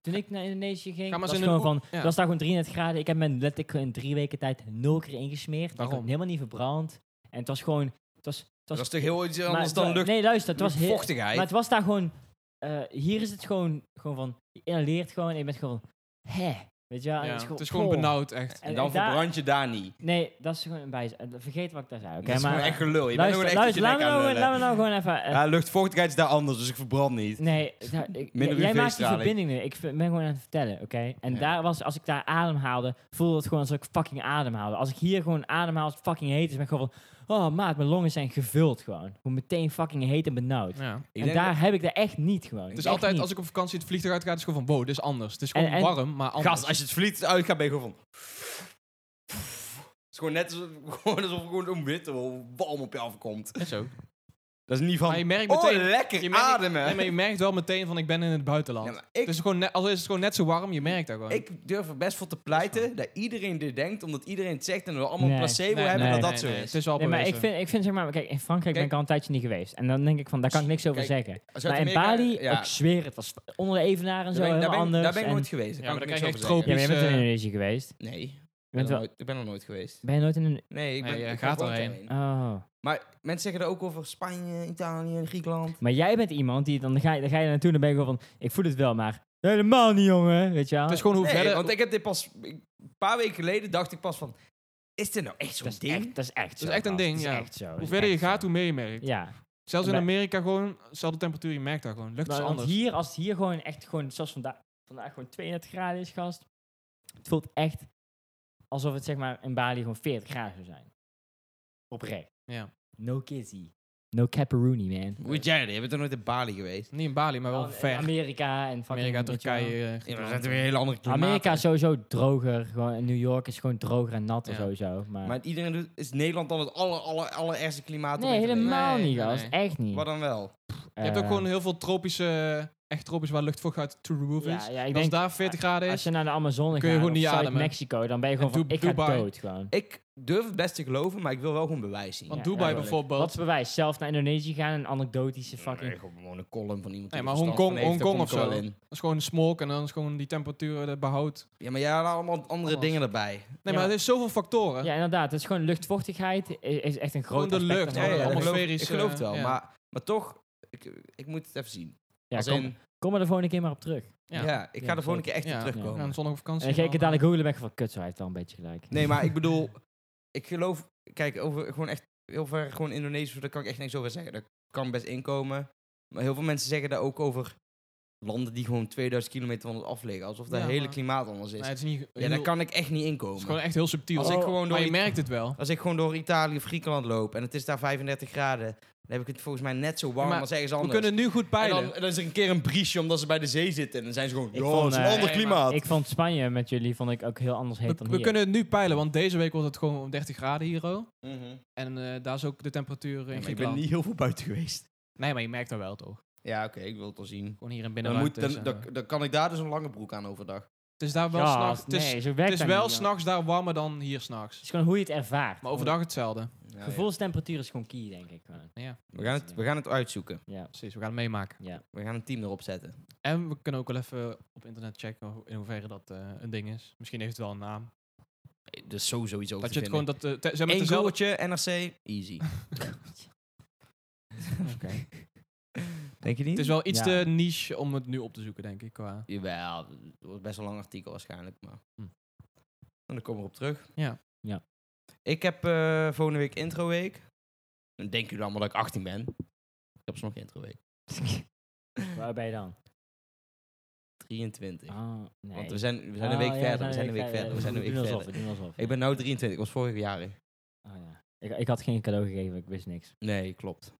Speaker 4: toen ik naar Indonesië ging,
Speaker 1: Ga maar
Speaker 4: was
Speaker 1: eens in
Speaker 4: gewoon
Speaker 1: een
Speaker 4: van,
Speaker 1: oe- ja.
Speaker 4: was daar gewoon 33 graden. Ik heb mijn letterlijk in drie weken tijd nul keer ingesmeerd. Ik
Speaker 1: Waarom?
Speaker 4: ben helemaal niet verbrand. En het was gewoon, het was, het was,
Speaker 3: Dat is toch heel iets
Speaker 4: maar
Speaker 3: anders
Speaker 4: het
Speaker 3: dan
Speaker 4: wa-
Speaker 3: lucht,
Speaker 4: Nee, luister, het was heel,
Speaker 3: vochtigheid.
Speaker 4: maar het was daar gewoon, eh, hier is het gewoon, gewoon van, je inhaleert gewoon en je bent gewoon, van, hè, weet je wel. en
Speaker 1: Ja,
Speaker 4: het is gewoon,
Speaker 1: het is gewoon
Speaker 4: goh.
Speaker 1: benauwd, echt.
Speaker 3: en dan
Speaker 4: daar-
Speaker 3: verbrand je daar niet.
Speaker 4: Nee, dat is gewoon een bijz. eh, Vergeet wat ik daar zei. Oké,
Speaker 3: dat is
Speaker 4: maar
Speaker 3: gewoon echt gelul. Je
Speaker 4: luister,
Speaker 3: bent gewoon echt
Speaker 4: luister,
Speaker 3: dat
Speaker 4: laat,
Speaker 3: je
Speaker 4: me
Speaker 3: nek aan eh,
Speaker 4: nou,
Speaker 3: het lullen.
Speaker 4: laat me nou gewoon even. eh,
Speaker 3: Ja, luchtvochtigheid is daar anders, dus ik verbrand niet.
Speaker 4: Nee, daar- ik,
Speaker 3: Minder
Speaker 4: jij maakt die
Speaker 3: UV-straling.
Speaker 4: verbinding nu. Ik v- ben gewoon aan het vertellen, oké? En
Speaker 3: Ja.
Speaker 4: daar was, als ik daar ademhaalde, voelde het gewoon als ik fucking ademhaalde. Als ik hier gewoon ademhaal, als het fucking heet is, ben ik gewoon van, oh maat, mijn longen zijn gevuld gewoon. Gewoon meteen fucking heet en benauwd.
Speaker 1: Ja.
Speaker 3: Ik
Speaker 4: en
Speaker 3: denk
Speaker 4: daar heb ik dat echt niet gewoon.
Speaker 1: Het is
Speaker 4: Echt
Speaker 1: altijd,
Speaker 4: niet.
Speaker 1: als ik op vakantie het vliegtuig uitga, het is gewoon van, wow, dit is anders. Het is gewoon
Speaker 4: En- en-
Speaker 1: warm, maar
Speaker 3: dat-
Speaker 1: anders.
Speaker 3: Gast, als je het vliegt uitgaat, ben je gewoon van... Het is gewoon net alsof, gewoon alsof er gewoon een witte walm op je afkomt.
Speaker 1: Is ook.
Speaker 3: Dat is niet van...
Speaker 1: Maar je merkt
Speaker 3: oh,
Speaker 1: meteen...
Speaker 3: lekker
Speaker 1: je merkt-
Speaker 3: ademen.
Speaker 1: nee, maar je Dus- merkt wel meteen van, ik ben in het buitenland.
Speaker 3: Ja, maar ik-
Speaker 1: Het is gewoon net, al is het gewoon net zo warm, je merkt dat gewoon.
Speaker 3: Ik durf er best voor te pleiten dat iedereen dit denkt, omdat iedereen het zegt en we allemaal
Speaker 4: Nee.
Speaker 3: placebo
Speaker 1: Nee,
Speaker 3: hebben
Speaker 4: nee,
Speaker 3: dat
Speaker 4: Dus-
Speaker 1: Nee,
Speaker 3: dat zo
Speaker 1: nee,
Speaker 3: is.
Speaker 1: Het is wel
Speaker 4: Nee, maar ik
Speaker 1: bewezen.
Speaker 4: vind, ik vind zeg maar, kijk, in Frankrijk ben
Speaker 3: Kijk.
Speaker 4: ik al een tijdje niet geweest. En dan denk ik van, daar kan ik niks over
Speaker 3: Kijk,
Speaker 4: zeggen. Maar in
Speaker 3: Zuid-Amerika-
Speaker 4: Bali,
Speaker 3: ja.
Speaker 4: ik zweer, het was onder de evenaar en
Speaker 3: Daar
Speaker 4: zo,
Speaker 3: ben ik- daar
Speaker 4: helemaal
Speaker 3: ben ik-
Speaker 4: anders.
Speaker 3: Daar ben ik
Speaker 4: en-
Speaker 3: nooit geweest. daar
Speaker 1: Ja,
Speaker 3: kan
Speaker 1: maar
Speaker 3: ik
Speaker 1: dan
Speaker 3: niks
Speaker 1: krijg je
Speaker 3: over
Speaker 1: echt
Speaker 4: Ja, maar
Speaker 3: zeggen.
Speaker 4: jij bent in
Speaker 1: eh,
Speaker 4: Indonesië geweest.
Speaker 3: Nee,
Speaker 4: Je
Speaker 3: ik ben,
Speaker 4: bent
Speaker 3: er
Speaker 4: wel,
Speaker 3: nooit, ik ben er nooit geweest.
Speaker 4: ben je nooit in een...
Speaker 3: Nee, ik
Speaker 1: Nee,
Speaker 3: ben,
Speaker 1: je
Speaker 3: ik
Speaker 1: gaat
Speaker 3: woon
Speaker 1: erheen.
Speaker 3: daarheen.
Speaker 4: Oh.
Speaker 3: Maar mensen zeggen er ook over Spanje, Italië, Griekenland.
Speaker 4: Maar jij bent iemand die, dan ga je, dan ga je er naartoe en dan ben je gewoon van, ik voel het wel, maar helemaal niet, jongen. Weet je wel?
Speaker 1: Het is gewoon hoe
Speaker 3: Nee,
Speaker 1: verder...
Speaker 3: want ik heb dit pas... ik- Een paar weken geleden dacht ik pas van... Is dit nou echt
Speaker 4: dat
Speaker 3: zo'n
Speaker 4: is
Speaker 3: ding?
Speaker 4: echt, dat is echt zo.
Speaker 1: is echt een
Speaker 4: gast.
Speaker 1: ding,
Speaker 4: Dat is
Speaker 1: ja.
Speaker 4: echt zo. Dat
Speaker 1: Hoe
Speaker 4: is
Speaker 1: verder je
Speaker 4: echt
Speaker 1: gaat,
Speaker 4: zo.
Speaker 1: hoe meer je merkt.
Speaker 4: Ja.
Speaker 1: Zelfs in
Speaker 4: Maar-
Speaker 1: Amerika gewoon, dezelfde temperatuur, je merkt dat gewoon. Lucht is
Speaker 4: Maar, want
Speaker 1: anders.
Speaker 4: hier, als het hier gewoon echt gewoon, zoals vandaag, vandaag gewoon 32 graden is, gast. Het voelt echt alsof het zeg maar in Bali gewoon 40 graden zou zijn. Oprecht.
Speaker 1: Ja.
Speaker 4: No kizzy. No caperoni, man.
Speaker 3: Hoe weet jij dat? Je bent er nooit in Bali geweest.
Speaker 1: Niet in Bali, maar wel
Speaker 4: Al-
Speaker 1: ver.
Speaker 4: Amerika en fucking...
Speaker 1: Amerika,
Speaker 4: weet je wel.
Speaker 1: Turkije. eh,
Speaker 3: Ja, maar
Speaker 1: Griekenland.
Speaker 3: dat zijn weer hele andere klimaten.
Speaker 4: Amerika is sowieso droger. Gewoon, en New York is gewoon droger en natter
Speaker 1: Ja.
Speaker 4: sowieso. Maar,
Speaker 3: Maar iedereen doet... Is Nederland dan het aller, aller, allerergste klimaat? om
Speaker 4: nee,
Speaker 3: in te
Speaker 4: helemaal
Speaker 1: Nee,
Speaker 4: niet,
Speaker 1: nee,
Speaker 4: gast.
Speaker 1: nee.
Speaker 4: Echt niet.
Speaker 3: leven? Wat dan wel?
Speaker 1: Je hebt ook gewoon heel veel tropische, echt tropisch waar luchtvochtigheid to the roof is.
Speaker 4: Ja, ja, ik
Speaker 1: als
Speaker 4: denk,
Speaker 1: daar 40 graden
Speaker 4: als
Speaker 1: is,
Speaker 4: je naar de Amazone gaat
Speaker 1: kun je gewoon niet
Speaker 4: of
Speaker 1: ademen.
Speaker 4: Mexico, dan ben je gewoon
Speaker 1: En
Speaker 4: van,
Speaker 1: Du-
Speaker 4: ik ga
Speaker 1: Dubai.
Speaker 4: dood gewoon.
Speaker 3: Ik durf het best te geloven, maar ik wil wel gewoon bewijs zien.
Speaker 1: want
Speaker 4: ja,
Speaker 1: Dubai
Speaker 4: duidelijk. Wat is
Speaker 1: bijvoorbeeld.
Speaker 4: bewijs? Zelf naar Indonesië gaan en anekdotische fucking...
Speaker 3: Nee, gewoon een column van iemand. die
Speaker 1: Nee, maar
Speaker 3: er verstand
Speaker 1: Hongkong-
Speaker 3: van heeft, daar
Speaker 1: Hongkong
Speaker 3: kom ik
Speaker 1: of
Speaker 3: wel
Speaker 1: zo.
Speaker 3: in.
Speaker 1: Dat is gewoon smoke en dan is gewoon die temperatuur dat behoudt.
Speaker 3: Ja, maar jij had allemaal andere
Speaker 1: Anders.
Speaker 3: dingen erbij.
Speaker 1: Nee,
Speaker 4: Ja.
Speaker 1: maar er is zoveel factoren.
Speaker 4: Ja, inderdaad. Het is gewoon luchtvochtigheid. i- Is, echt een groot
Speaker 1: de
Speaker 4: aspect
Speaker 1: lucht,
Speaker 4: van
Speaker 1: ja,
Speaker 3: ik
Speaker 1: ja,
Speaker 4: alles.
Speaker 3: geloof-
Speaker 1: atmosferisch,
Speaker 3: Ik geloof het wel,
Speaker 1: eh, ja.
Speaker 3: maar, maar toch, ik, ik moet het even zien.
Speaker 4: Ja,
Speaker 3: Als
Speaker 4: kom,
Speaker 3: in,
Speaker 4: kom er de volgende keer maar op terug.
Speaker 3: ja.
Speaker 1: Ja.
Speaker 3: ik
Speaker 4: Ja,
Speaker 3: ga de volgende keer echt
Speaker 1: Ja.
Speaker 3: op
Speaker 1: We
Speaker 3: terugkomen.
Speaker 1: gaan zondag op vakantie.
Speaker 4: En dan ga ik het
Speaker 1: dan,
Speaker 4: dadelijk googlen en ben ik van, kut, zo, hij heeft al een beetje gelijk.
Speaker 3: Nee, maar ik bedoel, ik geloof, kijk, over gewoon echt heel ver, gewoon Indonesisch, daar kan ik echt niks over zeggen. Daar kan best inkomen. Maar heel veel mensen zeggen daar ook over landen die gewoon 2000 kilometer van ons af liggen. Alsof dat
Speaker 1: Ja,
Speaker 3: hele
Speaker 1: maar-
Speaker 3: klimaat anders
Speaker 1: eh,
Speaker 3: is.
Speaker 1: Nee, het is niet.
Speaker 3: ja, daar kan ik echt niet
Speaker 1: het is
Speaker 3: inkomen.
Speaker 1: gewoon echt heel subtiel. Oh,
Speaker 3: Als ik gewoon
Speaker 1: maar
Speaker 3: door
Speaker 1: je merkt het wel.
Speaker 3: Als ik gewoon door Italië of Griekenland loop en het is daar 35 graden, dan heb ik het volgens mij net zo warm
Speaker 1: Ja, maar
Speaker 3: als ergens
Speaker 1: We
Speaker 3: anders.
Speaker 1: kunnen nu goed
Speaker 3: en
Speaker 1: peilen.
Speaker 3: dan, en dan is er een keer een briesje omdat ze bij de zee zitten. En dan zijn ze gewoon,
Speaker 4: Ik
Speaker 3: ja,
Speaker 4: vond,
Speaker 3: het is een
Speaker 4: eh,
Speaker 3: ander
Speaker 1: nee, maar
Speaker 3: klimaat.
Speaker 4: Ik vond Spanje met jullie vond ik ook heel anders heet
Speaker 1: we,
Speaker 4: dan
Speaker 1: we
Speaker 4: hier.
Speaker 1: kunnen het nu peilen, want deze week was het gewoon 30 graden hier al.
Speaker 3: Mhm.
Speaker 1: En eh, daar is ook de temperatuur
Speaker 3: Ja,
Speaker 1: in
Speaker 3: maar ik ben
Speaker 1: Griekenland.
Speaker 3: niet heel veel buiten geweest.
Speaker 1: Nee, maar je merkt dat wel toch?
Speaker 3: Ja, oké, ik wil het al zien.
Speaker 1: Gewoon hier in
Speaker 3: Dan, moet,
Speaker 1: binnenruimtes.
Speaker 3: dan,
Speaker 1: en,
Speaker 3: dan,
Speaker 1: eh.
Speaker 3: dan kan ik daar dus een lange broek aan overdag.
Speaker 1: het is daar wel
Speaker 4: Gast,
Speaker 1: s'nachts. Het is,
Speaker 4: nee, zo werkt
Speaker 1: het is
Speaker 4: dat
Speaker 1: wel
Speaker 4: niet, joh.
Speaker 1: s'nachts daar warmer dan hier
Speaker 4: Het
Speaker 1: s'nachts.
Speaker 4: is gewoon hoe je het ervaart.
Speaker 1: Maar overdag hetzelfde.
Speaker 3: Ja, ja.
Speaker 4: Gevoelstemperatuur is gewoon key, denk ik. gewoon.
Speaker 1: Oh. Ja,
Speaker 3: We, gaan het, we gaan het uitzoeken.
Speaker 4: Ja,
Speaker 1: precies. We gaan het meemaken.
Speaker 4: ja.
Speaker 3: We gaan een team erop zetten.
Speaker 1: En we kunnen ook wel even op internet checken ho- in hoeverre dat eh, een ding is. Misschien heeft het wel een naam.
Speaker 3: Dus zo sowieso
Speaker 1: dat je het gewoon dat eh, te- zeg maar
Speaker 3: Eén
Speaker 1: dezelfde
Speaker 3: goaltje, NRC, easy. Denk je niet?
Speaker 1: Het is wel iets
Speaker 4: Ja.
Speaker 1: te niche om het nu op te zoeken, denk ik. Qua.
Speaker 3: Jawel, het wordt best wel een lang artikel waarschijnlijk. Maar.
Speaker 1: Hm.
Speaker 3: En dan komen we op terug.
Speaker 1: Ja.
Speaker 4: Ja.
Speaker 3: Ik heb eh, volgende week introweek. Dan denken jullie allemaal dat ik 18 ben. Ik heb nog introweek.
Speaker 4: Waar ben je dan?
Speaker 3: 23.
Speaker 4: Ah, nee.
Speaker 3: Want we zijn, we zijn een week
Speaker 4: Ah, ja,
Speaker 3: verder. We zijn een week verder. We zijn een
Speaker 4: doen
Speaker 3: week
Speaker 4: alsof,
Speaker 3: verder.
Speaker 4: we doen alsof.
Speaker 3: Ik ben nou 23. Ik was vorig jaar. jarig.
Speaker 4: Ah, ja. ik, ik had geen cadeau gegeven, ik wist niks.
Speaker 3: Nee, klopt.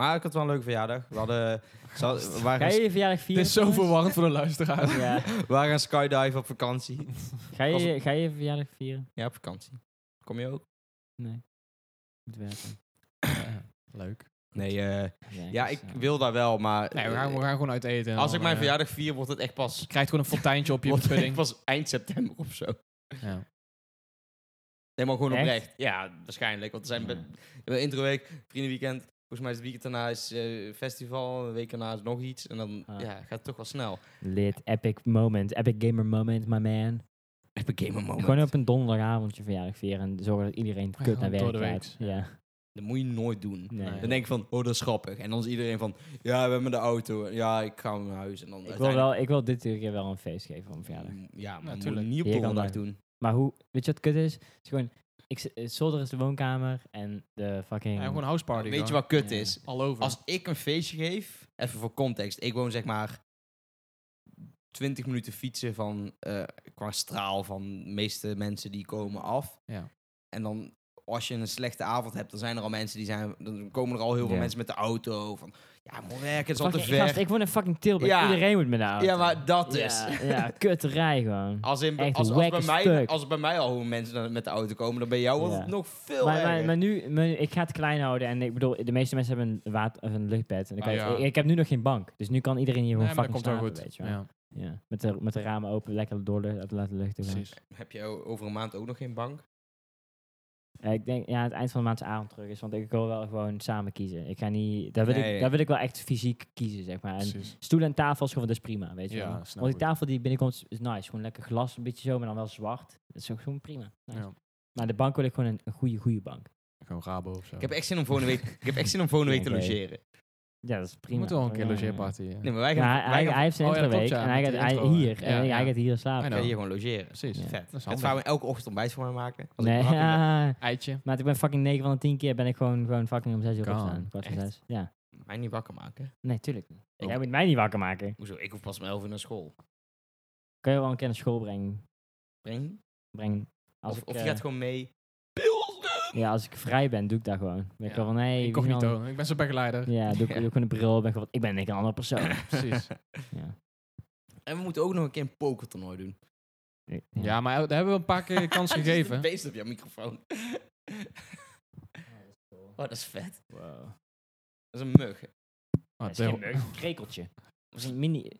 Speaker 3: Maar ik had wel een leuke verjaardag. We hadden, ze hadden- we
Speaker 4: Ga
Speaker 3: waren,
Speaker 4: je je verjaardag
Speaker 1: Het
Speaker 4: vieren?
Speaker 1: is zo
Speaker 4: trouwens?
Speaker 1: verwarrend voor de luisteraar.
Speaker 4: Ja.
Speaker 3: we waren een skydive op vakantie.
Speaker 4: Ga je ga je je verjaardag vieren?
Speaker 3: Ja, op vakantie. Kom je ook?
Speaker 4: Nee. Moet werken.
Speaker 1: Ja, Leuk.
Speaker 3: Nee, eh, ja, ik
Speaker 4: dus,
Speaker 3: wil daar wel, maar... eh,
Speaker 1: Nee, we gaan, we gaan gewoon uit eten. en
Speaker 3: Als
Speaker 1: dan,
Speaker 3: ik mijn
Speaker 1: eh,
Speaker 3: verjaardag vier, wordt het echt pas...
Speaker 1: Je krijgt gewoon een fonteintje op je
Speaker 3: wordt het echt
Speaker 1: pudding.
Speaker 3: pas eind september of zo.
Speaker 1: Ja.
Speaker 3: Nee, maar gewoon
Speaker 4: Echt?
Speaker 3: oprecht. Ja, waarschijnlijk. Want er zijn
Speaker 4: eh, Ja.
Speaker 3: be- we hebben introweek, vriendenweekend. Volgens mij is het weekend daarna is eh, festival. Een week daarna is nog iets. En dan
Speaker 4: Ah.
Speaker 3: ja, gaat het toch wel snel.
Speaker 4: Lid, epic moment, epic gamer moment, my man.
Speaker 3: Epic gamer moment.
Speaker 4: Gewoon op een donderdagavond je verjaardag vieren en zorgen dat iedereen kut naar
Speaker 1: gewoon door
Speaker 4: werk
Speaker 1: de
Speaker 4: gaat.
Speaker 1: week.
Speaker 4: Ja.
Speaker 3: Dat moet je nooit doen.
Speaker 4: Nee.
Speaker 1: Nee.
Speaker 3: Dan denk ik van, oh, dat is grappig. En dan is iedereen van, ja, we hebben de auto. Ja, ik ga naar huis. En dan
Speaker 4: Ik wil, wel, ik wil dit keer wel een feest geven op mijn verjaardag.
Speaker 3: uiteindelijk- Ja, maar moet je
Speaker 1: tuurlijk.
Speaker 3: niet op
Speaker 4: Je kan
Speaker 3: donderdag
Speaker 4: daar-
Speaker 3: doen.
Speaker 4: Maar hoe, weet je wat kut is? Het is gewoon, ik, z- eh, zolder is de woonkamer en de fucking...
Speaker 1: Ja, gewoon een houseparty.
Speaker 3: Weet je
Speaker 1: gewoon.
Speaker 3: wat kut
Speaker 4: Ja.
Speaker 3: is?
Speaker 1: Al over.
Speaker 3: Als ik een feestje geef, even voor context, ik woon zeg maar 20 minuten fietsen van eh, qua straal van de meeste mensen die komen af.
Speaker 1: Ja.
Speaker 3: En dan als je een slechte avond hebt, dan zijn er al mensen die zijn, dan komen er al heel veel
Speaker 4: Ja.
Speaker 3: mensen met de auto van, ja, ik moet werken, het is al te
Speaker 4: Fucking- gast,
Speaker 3: ver.
Speaker 4: ik woon in fucking Tilburg.
Speaker 3: Ja.
Speaker 4: Iedereen moet me nou.
Speaker 3: Ja, maar dat is.
Speaker 4: Ja, ja kutterij gewoon.
Speaker 3: Als, in,
Speaker 4: Echt
Speaker 3: als, als
Speaker 4: wack
Speaker 3: bij
Speaker 4: as
Speaker 3: mij,
Speaker 4: fuck.
Speaker 3: als bij mij al hoe mensen dan met de auto komen, dan bij jou wordt
Speaker 4: Ja.
Speaker 3: het nog veel
Speaker 4: Maar, maar,
Speaker 3: erger.
Speaker 4: maar nu, maar ik ga het klein houden en ik bedoel, de meeste mensen hebben een, water, of een luchtbed. En dan kan
Speaker 1: Ah,
Speaker 4: je-
Speaker 1: ja.
Speaker 4: ik, ik heb nu nog geen bank, dus nu kan iedereen hier
Speaker 1: Nee,
Speaker 4: gewoon
Speaker 1: maar dat
Speaker 4: fucking
Speaker 1: komt wel
Speaker 4: slapen, weet je
Speaker 1: goed.
Speaker 4: wel.
Speaker 1: Ja,
Speaker 4: Ja, met de, met de ramen open, lekker door de, laten luchten. gaan.
Speaker 1: precies.
Speaker 3: Heb je o- over een maand ook nog geen bank?
Speaker 4: Ja, ik denk ja, het eind van de maand is avond terug is, want ik wil wel gewoon samen kiezen. Ik ga niet, daar wil,
Speaker 3: Nee.
Speaker 4: ik, daar wil ik wel echt fysiek kiezen, zeg maar. En
Speaker 1: precies.
Speaker 4: stoelen en tafels gewoon, dat is prima, weet je
Speaker 1: Ja,
Speaker 4: wel.
Speaker 1: snap
Speaker 4: Want
Speaker 1: ik.
Speaker 4: die tafel die binnenkomt is- is nice, gewoon lekker glas, een beetje zo, maar dan wel zwart. Dat is ook gewoon prima. Nice.
Speaker 1: Ja.
Speaker 4: Maar de bank wil ik gewoon een, een goede, goede bank.
Speaker 1: Gewoon Rabo of zo.
Speaker 3: Ik heb echt zin om volgende week, ik heb echt zin om volgende week te
Speaker 4: Oké.
Speaker 3: logeren.
Speaker 4: Ja, dat is
Speaker 1: We
Speaker 4: prima. Oh,
Speaker 1: moeten wel een keer
Speaker 4: Ja, ja, ja.
Speaker 1: logeerparty. eh.
Speaker 3: Nee, maar wij gaan,
Speaker 4: Maar
Speaker 3: wij
Speaker 4: hij,
Speaker 3: gaan
Speaker 4: hij heeft zijn
Speaker 1: Oh ja, dat
Speaker 4: introweek
Speaker 1: klopt,
Speaker 4: en
Speaker 1: ja,
Speaker 4: hij
Speaker 1: met
Speaker 4: gaat
Speaker 1: die
Speaker 4: hij,
Speaker 1: intro,
Speaker 4: hier
Speaker 1: ja.
Speaker 4: en
Speaker 1: Ja,
Speaker 4: hij
Speaker 1: ja.
Speaker 4: gaat hier slapen.
Speaker 1: I
Speaker 3: Kan
Speaker 1: know.
Speaker 3: je hier gewoon logeren.
Speaker 1: Precies.
Speaker 4: Ja.
Speaker 3: Vet.
Speaker 1: Dat is
Speaker 3: Dat
Speaker 1: handig.
Speaker 3: zou we elke ochtend ontbijt voor mij maken. Als
Speaker 4: Nee,
Speaker 3: ik wakker ben.
Speaker 4: ja.
Speaker 1: Eitje.
Speaker 4: Maar ik ben fucking 9 van de 10 keer ben ik gewoon, gewoon fucking om 6 uur
Speaker 1: Kan.
Speaker 4: opstaan. Kwart voor
Speaker 3: Echt?
Speaker 4: 6. Ja.
Speaker 3: Mij niet wakker maken.
Speaker 4: Nee, tuurlijk niet.
Speaker 3: Oh.
Speaker 4: Jij moet mij niet wakker maken.
Speaker 3: Hoezo? Ik hoef pas om 11 uur naar school.
Speaker 4: Kun je wel een keer naar school brengen.
Speaker 3: Breng.
Speaker 4: brengen. Als
Speaker 3: Of,
Speaker 4: ik,
Speaker 3: of je
Speaker 4: eh,
Speaker 3: gaat gewoon mee. Pilsen!
Speaker 4: ja, als ik vrij ben, doe ik dat gewoon. Ben
Speaker 3: Ja.
Speaker 4: ik wel van, hey,
Speaker 1: Ik
Speaker 4: wie
Speaker 1: kom niet
Speaker 4: dan-
Speaker 1: hoor. Ik ben zo'n begeleider.
Speaker 4: Ja, doe ik,
Speaker 3: Ja.
Speaker 4: doe ik gewoon een bril. Ben ik, gewoon, ik ben denk ik een andere persoon.
Speaker 1: Precies.
Speaker 4: ja.
Speaker 3: En we moeten ook nog een keer een pokertoernooi doen.
Speaker 4: Ik-
Speaker 1: Ja, maar daar hebben we een paar keer kans
Speaker 3: Je zit
Speaker 1: gegeven.
Speaker 3: Beest op jouw microfoon. oh, dat is vet.
Speaker 4: Wow.
Speaker 3: Dat is een mug.
Speaker 1: Oh,
Speaker 4: Ja, is geen
Speaker 1: deel-
Speaker 4: mug, een krekeltje. Dat is een mini...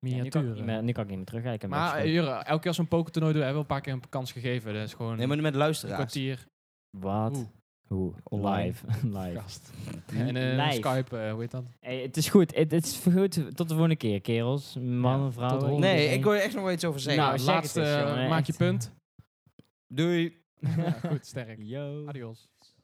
Speaker 4: Ja, nu, kan ik
Speaker 1: Miniatuur.
Speaker 4: niet meer, nu kan ik niet meer terugkijken.
Speaker 1: maar eh, Jure, elke keer als we een pokertoernooi doen, hebben we een paar keer een kans gegeven. Dat is gewoon
Speaker 3: Nee, maar met
Speaker 1: een
Speaker 3: luisteraars.
Speaker 1: kwartier.
Speaker 4: Wat?
Speaker 1: Oeh.
Speaker 4: Hoe?
Speaker 3: Online.
Speaker 4: Live. Live.
Speaker 1: Gast. En eh,
Speaker 4: Live.
Speaker 1: Skype, eh, hoe heet dat?
Speaker 4: Hey, het is goed. Het, het is goed. Tot de volgende keer, kerels. Mannen,
Speaker 1: Ja,
Speaker 4: vrouwen.
Speaker 1: tot de
Speaker 4: iedereen.
Speaker 3: Nee, ik wil er echt nog wel iets over zeggen.
Speaker 4: Oh, Nou,
Speaker 1: Nou,
Speaker 4: zeg
Speaker 1: laatste,
Speaker 4: het eens, jongen,
Speaker 1: maak je
Speaker 4: echt.
Speaker 1: punt.
Speaker 3: Doei.
Speaker 1: Ja, goed, sterk.
Speaker 4: Yo.
Speaker 1: Adios.